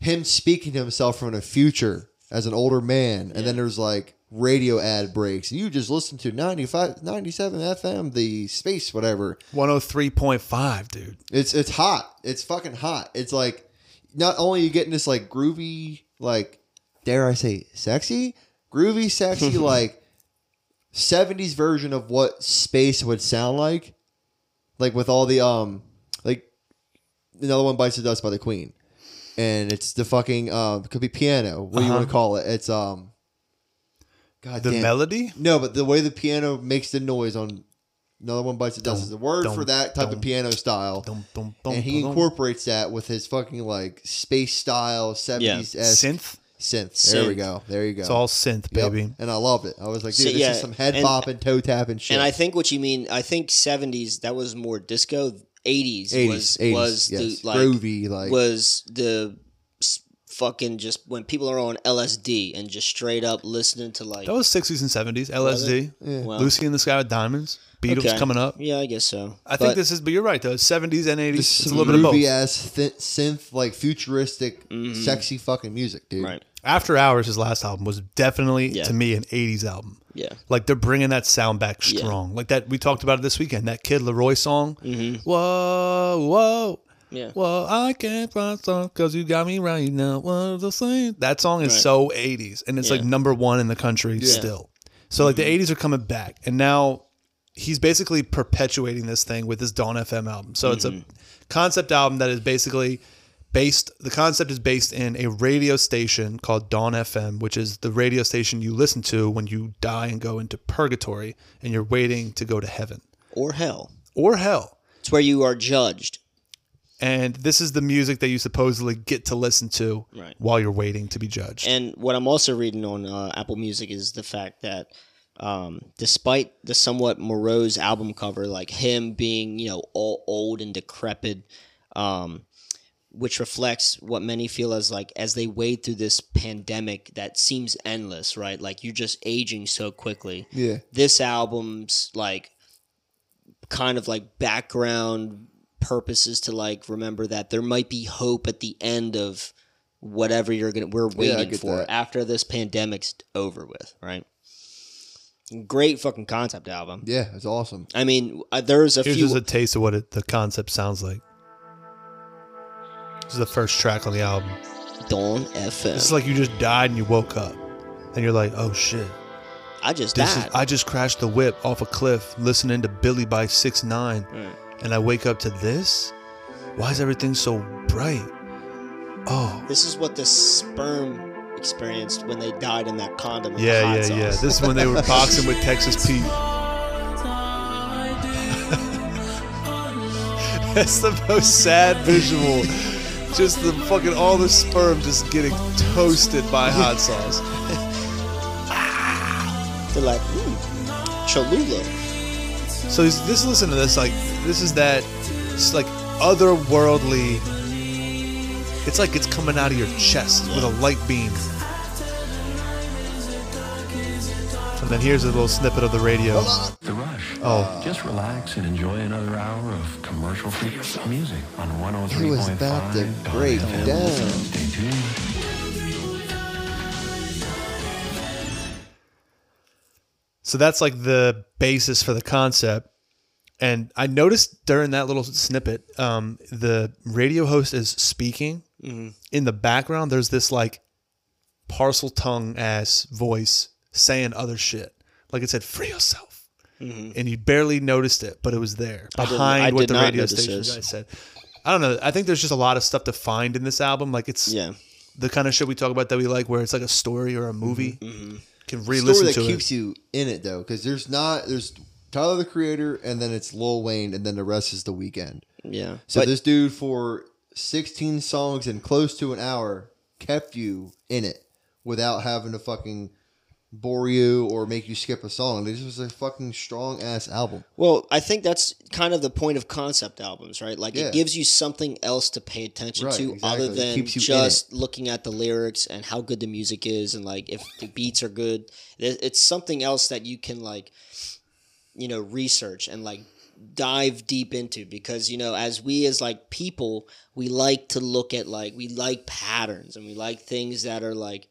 Speaker 7: him speaking to himself from the future as an older man, and then there's like radio ad breaks. And you just listen to 95, 97 FM, the space, whatever.
Speaker 5: 103.5, dude.
Speaker 7: It's it's hot. It's fucking hot. It's like not only you getting this like groovy, like dare I say, sexy, groovy, sexy, like seventies version of what space would sound like, like with all the um, like another one bites the dust by the Queen, and it's the fucking um, could be piano. What do you want to call it? It's um, God
Speaker 5: The
Speaker 7: damn.
Speaker 5: melody?
Speaker 7: No, but the way the piano makes the noise on another one bites the dust
Speaker 5: Dum,
Speaker 7: is the word
Speaker 5: dum,
Speaker 7: for that type
Speaker 5: dum,
Speaker 7: of piano style
Speaker 5: Dum, dum, dum,
Speaker 7: and he
Speaker 5: dum, dum.
Speaker 7: incorporates that with his fucking like space style seventies
Speaker 5: synth.
Speaker 7: synth. There we
Speaker 6: Synth.
Speaker 7: go. There you go.
Speaker 5: It's all synth,
Speaker 7: Yep.
Speaker 5: baby.
Speaker 7: And I love it. I was like, dude,
Speaker 6: So,
Speaker 7: this
Speaker 6: yeah,
Speaker 7: is some head
Speaker 6: and-
Speaker 7: bopping, toe tapping shit.
Speaker 6: And I think what you mean, I think seventies that was more disco. Eighties was
Speaker 7: eighties, eighties,
Speaker 6: was
Speaker 7: yes.
Speaker 6: the like
Speaker 7: groovy, like
Speaker 6: was the s- fucking just when people are on LSD and just straight up listening to like
Speaker 5: That was 60s and 70s. LSD.
Speaker 6: well,
Speaker 5: Lucy in the Sky with Diamonds. Beatles
Speaker 6: okay.
Speaker 5: coming up.
Speaker 6: Yeah, I guess so.
Speaker 5: I think
Speaker 6: But-
Speaker 5: this is, but you're right, though. 70s and 80s.
Speaker 7: this
Speaker 5: It's
Speaker 7: is
Speaker 5: a little bit of both. Mm-hmm.
Speaker 7: groovy ass th- synth, like futuristic, sexy fucking music, dude.
Speaker 6: right.
Speaker 5: After Hours, his last album, was definitely,
Speaker 6: Yeah.
Speaker 5: to me, an 80s album.
Speaker 6: Yeah.
Speaker 5: Like they're bringing that sound back strong. Like that, we talked about it this weekend. That Kid Leroy song. Whoa, whoa.
Speaker 6: Mm-hmm. Yeah.
Speaker 5: Well, I can't find some because you got me right now. What the same? That song is
Speaker 6: Right.
Speaker 5: so 80s and it's like number one in the country still. So,
Speaker 6: Mm-hmm.
Speaker 5: like, the 80s are coming back. And now he's basically perpetuating this thing with this Dawn FM album. So,
Speaker 6: Mm-hmm.
Speaker 5: it's a concept album that is basically based, the concept is based in a radio station called Dawn FM, which is the radio station you listen to when you die and go into purgatory and you're waiting to go to heaven
Speaker 6: or hell.
Speaker 5: or hell.
Speaker 6: It's where you are judged.
Speaker 5: and this is the music that you supposedly get to listen to
Speaker 6: Right.
Speaker 5: while you're waiting to be judged.
Speaker 6: And what I'm also reading on uh, Apple Music is the fact that, um, despite the somewhat morose album cover, like him being you know all old and decrepit, um, which reflects what many feel as like as they wade through this pandemic that seems endless, right? Like you're just aging so quickly.
Speaker 7: Yeah.
Speaker 6: This album's like kind of like background purposes to like remember that there might be hope at the end of whatever you're gonna we're
Speaker 7: Yeah, I
Speaker 6: waiting
Speaker 7: get
Speaker 6: for
Speaker 7: that.
Speaker 6: after this pandemic's over with right great fucking concept album
Speaker 7: Yeah, it's awesome.
Speaker 6: i mean uh, there's a
Speaker 5: Here's
Speaker 6: few
Speaker 5: just a taste of what it, the concept sounds like. This is the first track on the album.
Speaker 6: dawn fm
Speaker 5: It's like you just died and you woke up, and you're like, "Oh shit!
Speaker 6: i just
Speaker 5: This
Speaker 6: died
Speaker 5: is, I just crashed the whip off a cliff, listening to Billy by Six Nine, and I wake up to this. Why is everything so bright? Oh,
Speaker 6: this is what the sperm experienced when they died in that condom with the
Speaker 5: yeah,
Speaker 6: hot
Speaker 5: yeah,
Speaker 6: sauce.
Speaker 5: yeah. This is when
Speaker 6: *laughs*
Speaker 5: they were boxing with Texas Pete. *laughs* That's the most sad visual. Just the fucking all the sperm just getting toasted by hot sauce.
Speaker 6: they're like "Ooh, cholula
Speaker 5: So this, this listen to this like this is that it's like otherworldly. It's like it's coming out of your chest with a light beam. And then here's a little snippet of the radio.
Speaker 11: The Rush. Oh. Just relax and enjoy another hour of commercial free music on 103.5.
Speaker 7: He was about to break
Speaker 11: FM.
Speaker 7: down.
Speaker 11: Stay tuned.
Speaker 5: So that's like the basis for the concept. And I noticed during that little snippet, um, the radio host is speaking.
Speaker 6: Mm-hmm.
Speaker 5: In the background, there's this like parcel tongue ass voice saying other shit. Like it said, free yourself. And you barely noticed it, but it was there
Speaker 6: didn't-
Speaker 5: behind
Speaker 6: Mm-hmm. I
Speaker 5: what
Speaker 6: did
Speaker 5: the
Speaker 6: not
Speaker 5: radio
Speaker 6: notice
Speaker 5: station
Speaker 6: this.
Speaker 5: guy said. I don't know. I think there's just a lot of stuff to find in this album. Like it's
Speaker 6: yeah
Speaker 5: the kind of shit we talk about that we like, where it's like a story or a movie.
Speaker 6: Mm-hmm.
Speaker 5: Can re-listen
Speaker 7: Story that
Speaker 5: to it.
Speaker 7: keeps you in it though, because there's not there's Tyler the Creator, and then it's Lil Wayne, and then the rest is the weekend.
Speaker 6: yeah
Speaker 7: So
Speaker 6: But-
Speaker 7: this dude for 16 songs and close to an hour kept you in it without having to fucking bore you or make you skip a song. This was a fucking strong ass album.
Speaker 6: Well, I think that's kind of the point of concept albums, right? Like
Speaker 7: Yeah.
Speaker 6: it gives you something else to pay attention
Speaker 7: Right,
Speaker 6: to
Speaker 7: exactly.
Speaker 6: other
Speaker 7: It
Speaker 6: than
Speaker 7: keeps you in
Speaker 6: just looking at the lyrics and how good the music is and like if the beats are good. It- It's something else that you can like you know research and like dive deep into because you know as we as like people we like to look at like we like patterns and we like things that are like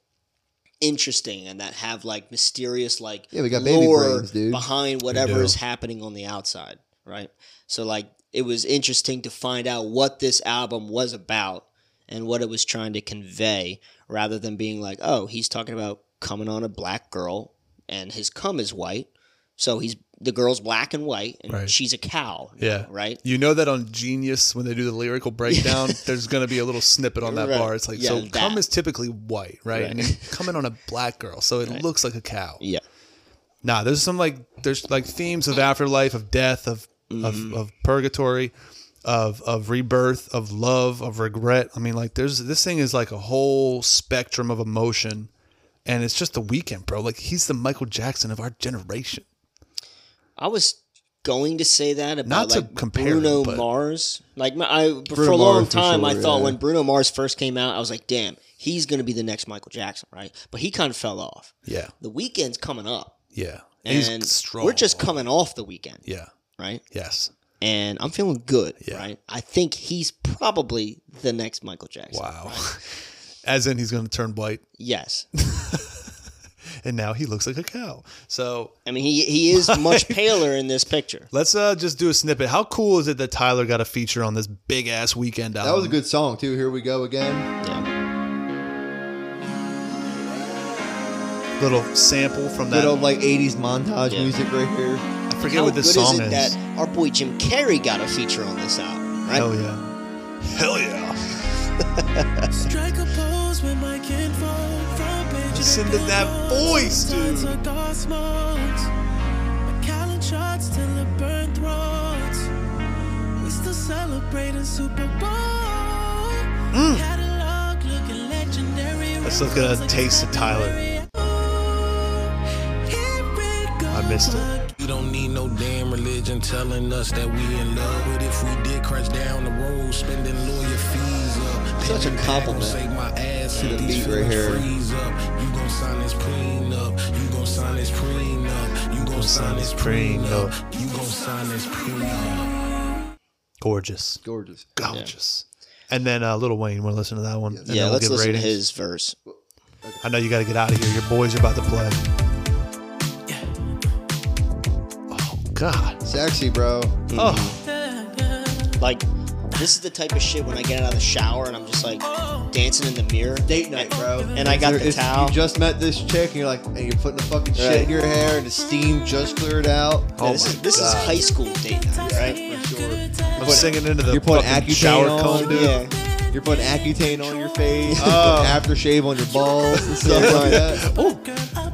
Speaker 6: interesting and that have like mysterious like
Speaker 7: Yeah, we got baby
Speaker 6: lore
Speaker 7: brains, dude.
Speaker 6: behind
Speaker 7: We
Speaker 6: whatever
Speaker 7: do.
Speaker 6: is happening on the outside right so like it was interesting to find out what this album was about and what it was trying to convey rather than being like oh he's talking about coming on a black girl and his cum is white so he's the girl's black and white and
Speaker 5: Right.
Speaker 6: she's a cow now,
Speaker 5: Yeah.
Speaker 6: right
Speaker 5: You know that on Genius when they do the lyrical
Speaker 6: *laughs*
Speaker 5: breakdown, there's going to be a little snippet on that
Speaker 6: Right.
Speaker 5: bar. It's like
Speaker 6: Yeah,
Speaker 5: so
Speaker 6: that.
Speaker 5: cum is typically white, right?
Speaker 6: Right.
Speaker 5: And you come in on a black girl, so it looks like a cow.
Speaker 6: yeah
Speaker 5: Nah, there's some like there's like themes of afterlife, of death, of of,
Speaker 6: Mm-hmm.
Speaker 5: of purgatory, of of rebirth, of love, of regret. I mean, like there's this thing is like a whole spectrum of emotion, and it's just the weekend, bro. Like he's the Michael Jackson of our generation.
Speaker 6: I was going to say that about
Speaker 5: Not to
Speaker 6: like
Speaker 5: compare them,
Speaker 6: Bruno
Speaker 5: but-
Speaker 6: Mars. Like my, I for
Speaker 7: Bruno
Speaker 6: a long
Speaker 7: Mars for
Speaker 6: time, I
Speaker 7: sure,
Speaker 6: thought
Speaker 7: yeah.
Speaker 6: when Bruno Mars first came out, I was like, "Damn, he's going to be the next Michael Jackson," right? But he kind of fell off.
Speaker 5: Yeah,
Speaker 6: The weekend's coming up,
Speaker 5: yeah.
Speaker 6: and we're just coming off the weekend,
Speaker 5: Yeah.
Speaker 6: right?
Speaker 5: Yes.
Speaker 6: And I'm feeling good,
Speaker 5: Yeah.
Speaker 6: right? I think he's probably the next Michael Jackson.
Speaker 5: Wow. *laughs* As in, he's going to turn white,
Speaker 6: Yes,
Speaker 5: and now he looks like a cow. So
Speaker 6: I mean he
Speaker 5: *laughs*
Speaker 6: he is much paler in this picture.
Speaker 5: let's uh, just do a snippet. How cool is it that Tyler got a feature on this big ass weekend album?
Speaker 7: That
Speaker 6: Um,
Speaker 7: was a good song too. Here we go again.
Speaker 6: Yeah.
Speaker 5: little sample from that.
Speaker 7: Good old like '80s montage
Speaker 6: Yeah.
Speaker 7: music right here.
Speaker 5: I forget
Speaker 6: How
Speaker 5: what
Speaker 6: good
Speaker 5: this
Speaker 6: is
Speaker 5: song
Speaker 6: it that our boy Jim Carrey got a feature on this album, right?
Speaker 5: Hell yeah. Hell yeah.
Speaker 10: Strike a pose with my kinfolk front page.
Speaker 5: Listen to that voice, dude.
Speaker 10: smokes. McAllen shots till it burn throats. We still celebrating Super Bowl. Catalog looking legendary.
Speaker 5: Mm. Let's look at a taste of Tyler. I missed it.
Speaker 10: You don't need no damn religion telling us that we in love. But if we did crash down the road, spending lawyer fees up.
Speaker 7: Such a
Speaker 10: Penny pack
Speaker 7: compliment
Speaker 10: gon' save my ass
Speaker 7: to
Speaker 10: if
Speaker 7: the
Speaker 10: these
Speaker 7: beat right
Speaker 10: feelings
Speaker 7: here.
Speaker 10: freeze up. You gon' sign this prenup. You gon' sign this prenup. You gon' sign this prenup. You gon' sign this prenup.
Speaker 5: Gorgeous.
Speaker 7: Gorgeous.
Speaker 5: Gorgeous. And then uh, Little Wayne, want to listen to that one? And then
Speaker 6: Yeah,
Speaker 5: we'll
Speaker 6: let's
Speaker 5: give
Speaker 6: listen
Speaker 5: ratings.
Speaker 6: to his verse.
Speaker 5: I know you got to get out of here. Your boys are about to play. Oh, God.
Speaker 7: Sexy, bro.
Speaker 5: Oh,
Speaker 6: Like, this is the type of shit when I get out of the shower and I'm just like dancing in the mirror.
Speaker 7: Date night, bro.
Speaker 6: And I got the
Speaker 7: It's-
Speaker 6: towel.
Speaker 7: You just met this chick, and you're like, and you're putting the fucking shit
Speaker 6: Right.
Speaker 7: in your hair, and the steam just cleared out.
Speaker 5: oh
Speaker 6: this is
Speaker 5: my
Speaker 6: this is
Speaker 5: God.
Speaker 6: high school date night, right?
Speaker 7: For sure.
Speaker 5: I'm singing into the
Speaker 7: You're putting
Speaker 5: fucking
Speaker 7: Accutane
Speaker 5: shower
Speaker 7: on.
Speaker 5: cone, dude.
Speaker 6: Yeah.
Speaker 7: You're putting Accutane on your face, after *laughs* aftershave on your balls, and stuff
Speaker 5: *laughs*
Speaker 7: like that.
Speaker 5: Oh,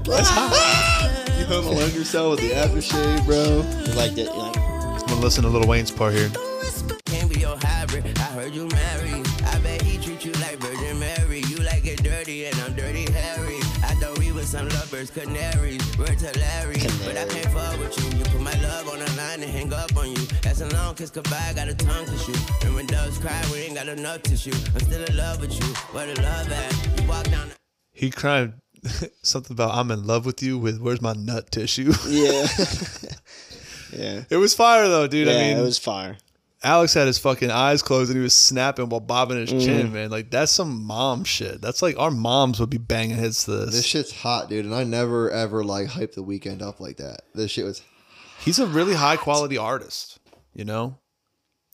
Speaker 5: that's hot.
Speaker 7: You home alone yourself with the aftershave, bro.
Speaker 6: You Like that, like
Speaker 5: I'm going to listen to Little Wayne's part here.
Speaker 10: Can't be your hybrid. I heard you married. I bet he treat you like Virgin Mary. You like it dirty, and I'm dirty Harry. I thought we was some lovers, canaries. We're hilarious. But I can't fuck with you. You put my love on the line and hang up on you. That's a long kiss goodbye. Got a tongue tissue. And when doves cry, we ain't got enough tissue. I'm still in love with you. Where the love at? You walk down. The-
Speaker 5: He cried *laughs* something about I'm in love with you with where's my nut tissue.
Speaker 6: yeah,
Speaker 5: *laughs*
Speaker 6: yeah,
Speaker 5: it was fire, though, dude.
Speaker 6: yeah.
Speaker 5: I mean,
Speaker 6: it was fire.
Speaker 5: Alex had his fucking eyes closed and he was snapping while bobbing his chin, man. Like that's some mom shit. That's like our moms would be banging hits to this.
Speaker 7: This shit's hot, dude, and I never ever like hype the weekend up like that. This shit was
Speaker 5: He's a really high quality artist, you know?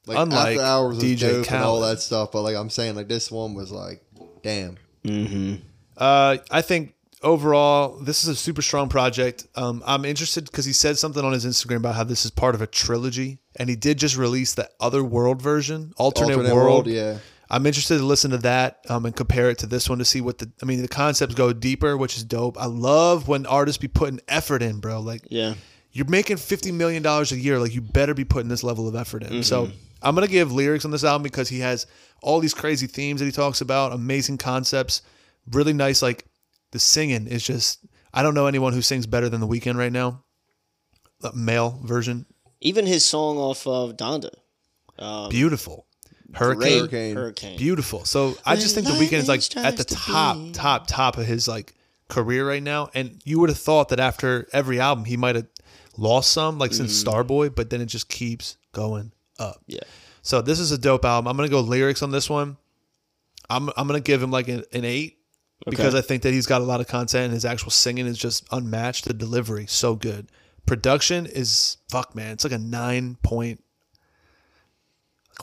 Speaker 7: like
Speaker 5: Unlike
Speaker 7: after hours
Speaker 5: DJ
Speaker 7: of dope and all
Speaker 5: Khaled.
Speaker 7: that stuff. But like I'm saying, like this one was like, damn.
Speaker 5: Uh, I think overall, this is a super strong project. Um, I'm interested because he said something on his Instagram about how this is part of a trilogy, and he did just release the Other World version, alternate,
Speaker 7: Alternate
Speaker 5: world.
Speaker 7: World, yeah.
Speaker 5: I'm interested to listen to that um, and compare it to this one to see what the. I mean, the concepts go deeper, which is dope. I love when artists be putting effort in, bro. Like,
Speaker 6: Yeah,
Speaker 5: you're making fifty million dollars a year. Like you better be putting this level of effort in. So I'm gonna give lyrics on this album because he has all these crazy themes that he talks about, amazing concepts, really nice. Like the singing is just I don't know anyone who sings better than The Weeknd right now. The male version,
Speaker 6: even his song off of Donda,
Speaker 5: beautiful. Hurricane,
Speaker 6: Great
Speaker 7: Hurricane.
Speaker 6: Hurricane.
Speaker 5: beautiful. So I just think The Weeknd is like
Speaker 6: lightning
Speaker 5: at the
Speaker 6: strikes the
Speaker 5: top, top, top of his like career right now. And you would have thought that after every album he might have lost some, like since Starboy, but then it just keeps going up.
Speaker 6: Yeah.
Speaker 5: So this is a dope album. I'm gonna go lyrics on this one. I'm I'm gonna give him like an, an eight because I think that he's got a lot of content and his actual singing is just unmatched. The delivery so good. Production is fuck man. It's like a nine point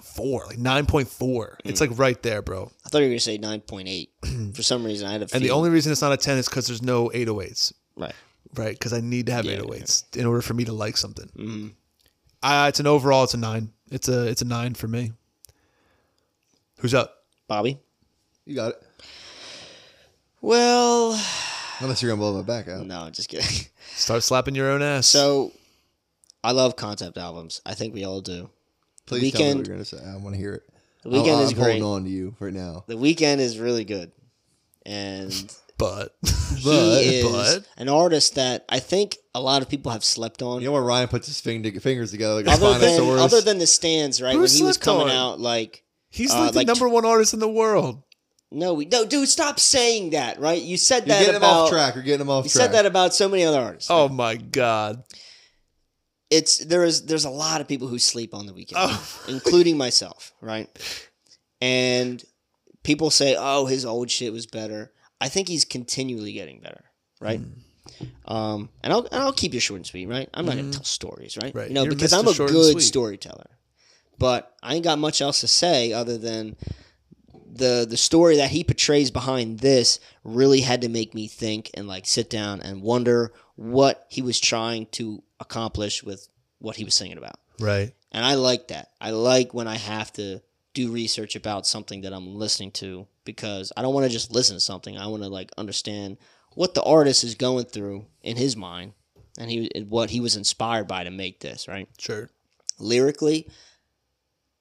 Speaker 5: four, like nine point four. It's
Speaker 6: Mm.
Speaker 5: like right there, bro.
Speaker 6: I thought you were gonna say nine point eight. For some reason, I had a
Speaker 5: And the only reason it's not a ten is because there's no 808s,
Speaker 6: right.
Speaker 5: right? Because I need to have
Speaker 6: Yeah, Mm-hmm.
Speaker 5: 808s in order for me to like something. Uh, it's an overall. It's a nine. It's a it's a nine for me. Who's up?
Speaker 6: Bobby.
Speaker 7: You got it.
Speaker 6: Well,
Speaker 7: Unless you're gonna blow my back out.
Speaker 6: no, just kidding. *laughs*
Speaker 5: Start slapping your own ass.
Speaker 6: So, I love concept albums. I think we all do.
Speaker 7: Please tell me
Speaker 6: Weekend-
Speaker 7: what you're gonna say. I want to hear it.
Speaker 6: The weekend
Speaker 7: I'm,
Speaker 6: is
Speaker 7: I'm
Speaker 6: great.
Speaker 7: holding on to you right now.
Speaker 6: The weekend is really good, and
Speaker 5: but *laughs*
Speaker 7: But-
Speaker 6: he is
Speaker 5: but-
Speaker 6: an artist that I think a lot of people have slept on.
Speaker 7: You know when Ryan puts his finger, fingers together like a
Speaker 6: other than
Speaker 7: spinosaurus?
Speaker 6: other than the stands, right?
Speaker 5: Who
Speaker 6: when he was
Speaker 5: slept
Speaker 6: coming
Speaker 5: on?
Speaker 6: out, like
Speaker 5: he's
Speaker 6: Uh,
Speaker 5: like the
Speaker 6: like-
Speaker 5: number one artist in the world.
Speaker 6: no, we, no, dude, stop saying that, right? You said
Speaker 7: you're
Speaker 6: that
Speaker 7: getting him
Speaker 6: about
Speaker 7: off track. You're getting him off
Speaker 6: you
Speaker 7: track.
Speaker 6: said that about so many other artists.
Speaker 5: Oh my god.
Speaker 6: it's there is there's a lot of people who sleep on the weekend, including myself, right? And people say, "Oh, his old shit was better." I think he's continually getting better, right? Um, and I'll and I'll keep you short and sweet, right? I'm not gonna tell stories, right?
Speaker 5: Right.
Speaker 6: You know,
Speaker 5: You're
Speaker 6: because
Speaker 5: Mr.
Speaker 6: I'm a
Speaker 5: Short and
Speaker 6: good
Speaker 5: Sweet.
Speaker 6: storyteller, but I ain't got much else to say other than the the story that he portrays behind this really had to make me think and like sit down and wonder what he was trying to accomplish with what he was singing about.
Speaker 5: Right.
Speaker 6: And I like that. I like when I have to do research about something that I'm listening to because I don't want to just listen to something. I want to like understand what the artist is going through in his mind and he what he was inspired by to make this, right?
Speaker 5: Sure.
Speaker 6: Lyrically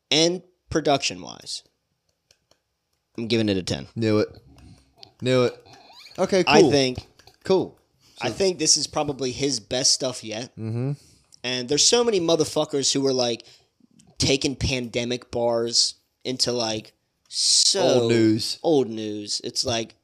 Speaker 6: and production wise. I'm giving it a 10.
Speaker 7: Knew it. Knew it. Okay, cool.
Speaker 6: I think
Speaker 7: cool.
Speaker 6: I think this is probably his best stuff yet. Mm-hmm. And there's so many motherfuckers who are like taking pandemic bars into like so
Speaker 7: Old news.
Speaker 6: Old news. It's like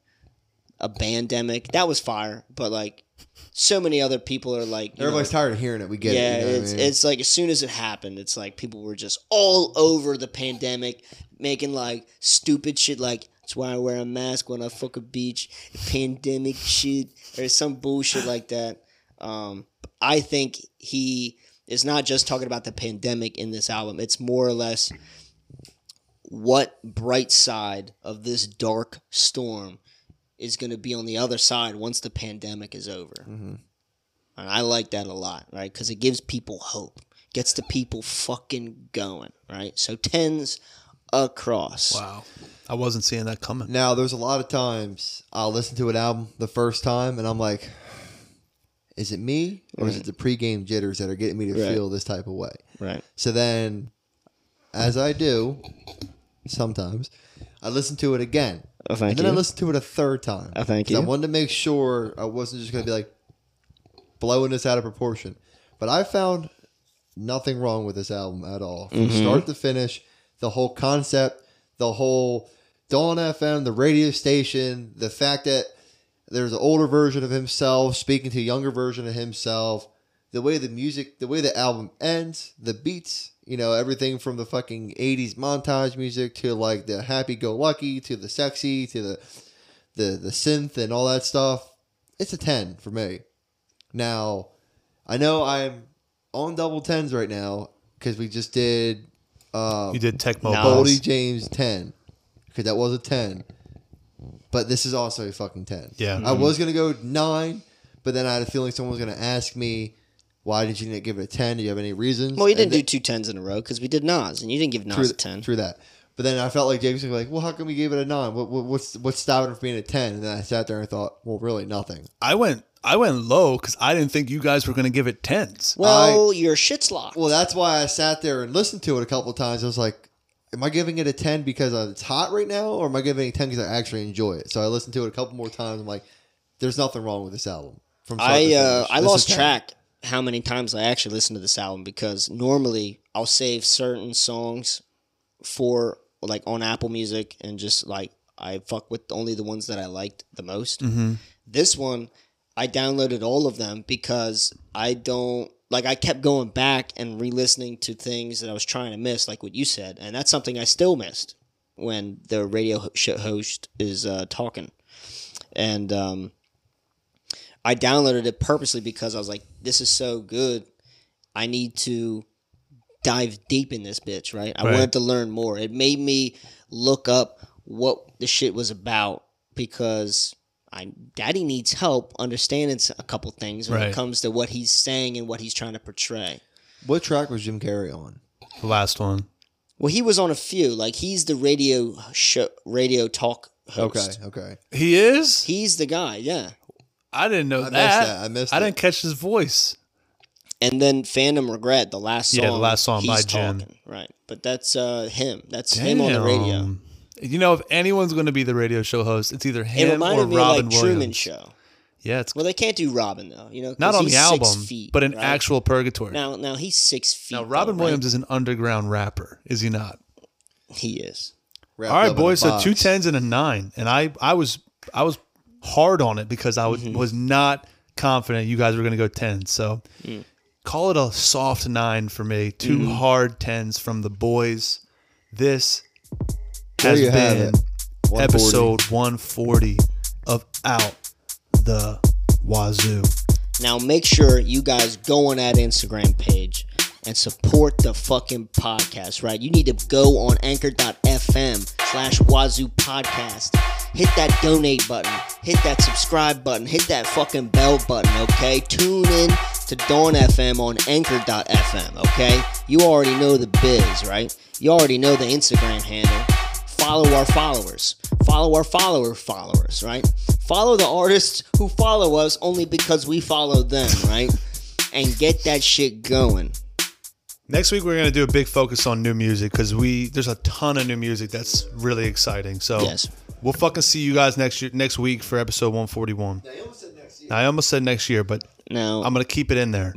Speaker 6: a pandemic that was fire, but like so many other people are like you
Speaker 7: Everybody's
Speaker 6: know,
Speaker 7: tired of hearing it. We get
Speaker 6: yeah,
Speaker 7: it. you know what I
Speaker 6: it's
Speaker 7: mean?
Speaker 6: it's like as soon as it happened, it's like people were just all over the pandemic, making like stupid shit like that's why I wear a mask when I fuck a beach, pandemic shit or some bullshit like that. Um, I think he is not just talking about the pandemic in this album. It's more or less what bright side of this dark storm is going to be on the other side once the pandemic is over.
Speaker 7: Mm-hmm.
Speaker 6: And I like that a lot, right? Because it gives people hope, gets the people fucking going, right? So tens across.
Speaker 5: Wow. I wasn't seeing that coming.
Speaker 7: Now, there's a lot of times I'll listen to an album the first time and I'm like, is it me or is it the pregame jitters that are getting me to
Speaker 6: Right.
Speaker 7: feel this type of way?
Speaker 6: Right.
Speaker 7: So then, as I do sometimes, I listen to it again.
Speaker 6: Oh, thank
Speaker 7: and then I
Speaker 6: you.
Speaker 7: listened to it a third time.
Speaker 6: Oh, thank
Speaker 7: 'Cause I
Speaker 6: you.
Speaker 7: wanted to make sure I wasn't just going to be like blowing this out of proportion. But I found nothing wrong with this album at all. From
Speaker 6: Mm-hmm.
Speaker 7: start to finish, the whole concept, the whole Dawn FM, the radio station, the fact that there's an older version of himself speaking to a younger version of himself, the way the music, the way the album ends, the beats, you know, everything from the fucking 80s montage music to like the happy go lucky to the sexy to the the the synth and all that stuff. It's a 10 for me. Now, I know I'm on double tens right now because we just did uh,
Speaker 5: You did Tech Mobile.
Speaker 7: Boldy James 10 because that was a 10. But this is also a fucking 10.
Speaker 5: Yeah.
Speaker 7: I was going to go 9, but then I had a feeling someone was going to ask me, why did you not give it a 10? Do you have any reasons?
Speaker 6: Well, you didn't
Speaker 7: And
Speaker 6: do two tens in a row because we did Nas, and you didn't give Nas
Speaker 7: through,
Speaker 6: a ten.
Speaker 7: through that. But then I felt like James was like, well, how come you gave it a 9? What, what, what's, what's stopping it from being a 10? And then I sat there and thought, well, really nothing.
Speaker 5: I went I went low because I didn't think you guys were gonna give it tens.
Speaker 6: Well, your shit's locked.
Speaker 7: Well, that's why I sat there and listened to it a couple of times. I was like, am I giving it a 10 because it's hot right now, or am I giving it a 10 because I actually enjoy it? So I listened to it a couple more times. I'm like, there's nothing wrong with this album. From start to
Speaker 6: I uh,
Speaker 7: finish.
Speaker 6: I
Speaker 7: This
Speaker 6: lost
Speaker 7: is 10.
Speaker 6: track how many times I actually listened to this album because normally I'll save certain songs for like on Apple Music and just like I fuck with only the ones that I liked the most. This one I downloaded all of them because I don't like I kept going back and re-listening to things that I was trying to miss, like what you said, and that's something I still missed when the radio ho- sh- host is uh, talking. And um, I downloaded it purposely because I was like, "This is so good. I need to dive deep in this bitch." Right? I
Speaker 5: Right.
Speaker 6: wanted to learn more. It made me look up what the shit was about because I Daddy needs help understanding s- a couple things when
Speaker 5: Right.
Speaker 6: it comes to what he's saying and what he's trying to portray.
Speaker 7: What track was Jim Carrey on?
Speaker 5: The last one.
Speaker 6: Well, he was on a few. Like he's the radio show, radio talk
Speaker 7: Okay,
Speaker 6: host.
Speaker 7: okay.
Speaker 5: He is.
Speaker 6: He's the guy, yeah.
Speaker 5: I didn't know
Speaker 7: I missed
Speaker 5: that.
Speaker 7: that. I missed
Speaker 5: I
Speaker 7: it.
Speaker 5: didn't catch his voice.
Speaker 6: And then Phantom Regret, the last song.
Speaker 5: Yeah, the last song
Speaker 6: he's
Speaker 5: by Jim.
Speaker 6: talking, Right. But that's uh him. That's him on the radio.
Speaker 5: Damn. You know, if anyone's going to be the radio show host, it's either
Speaker 6: It
Speaker 5: him or
Speaker 6: reminded me
Speaker 5: Robin
Speaker 6: of like
Speaker 5: Williams.
Speaker 6: Truman Show.
Speaker 5: Yeah, it's
Speaker 6: Well, they can't do Robin though, you know. 'cause
Speaker 5: not on
Speaker 6: he's
Speaker 5: the album,
Speaker 6: six feet,
Speaker 5: but in
Speaker 6: right?
Speaker 5: actual purgatory.
Speaker 6: Now, now he's six feet.
Speaker 5: now, Robin
Speaker 6: though, right?
Speaker 5: Williams is an underground rapper, is he not?
Speaker 6: He is.
Speaker 7: Wrapped
Speaker 5: All right,
Speaker 7: up in a
Speaker 5: boys. So
Speaker 7: box.
Speaker 5: two tens and a nine, and I, I was, I was hard on it because I was, was not confident you guys were going to go ten. So call it a soft nine for me. Two hard tens from the boys. This
Speaker 7: There
Speaker 5: has
Speaker 7: you have
Speaker 5: been
Speaker 7: it. 140.
Speaker 5: episode one forty of Out the Wazoo.
Speaker 6: Now make sure you guys go on that Instagram page and support the fucking podcast, right? You need to go on anchor.fm slash wazoo podcast. Hit that donate button, hit that subscribe button, hit that fucking bell button, okay? Tune in to Dawn FM on anchor.fm, okay? You already know the biz, right? You already know the Instagram handle follow our followers. Follow our follower followers, right? Follow the artists who follow us only because we follow them, right? And get that shit going.
Speaker 5: Next week we're going to do a big focus on new music because we there's a ton of new music that's really exciting. So
Speaker 6: Yes.
Speaker 5: we'll fucking see you guys next year, next week for episode 141. Now, I almost said next year, but
Speaker 6: Now,
Speaker 5: I'm going to keep it in there.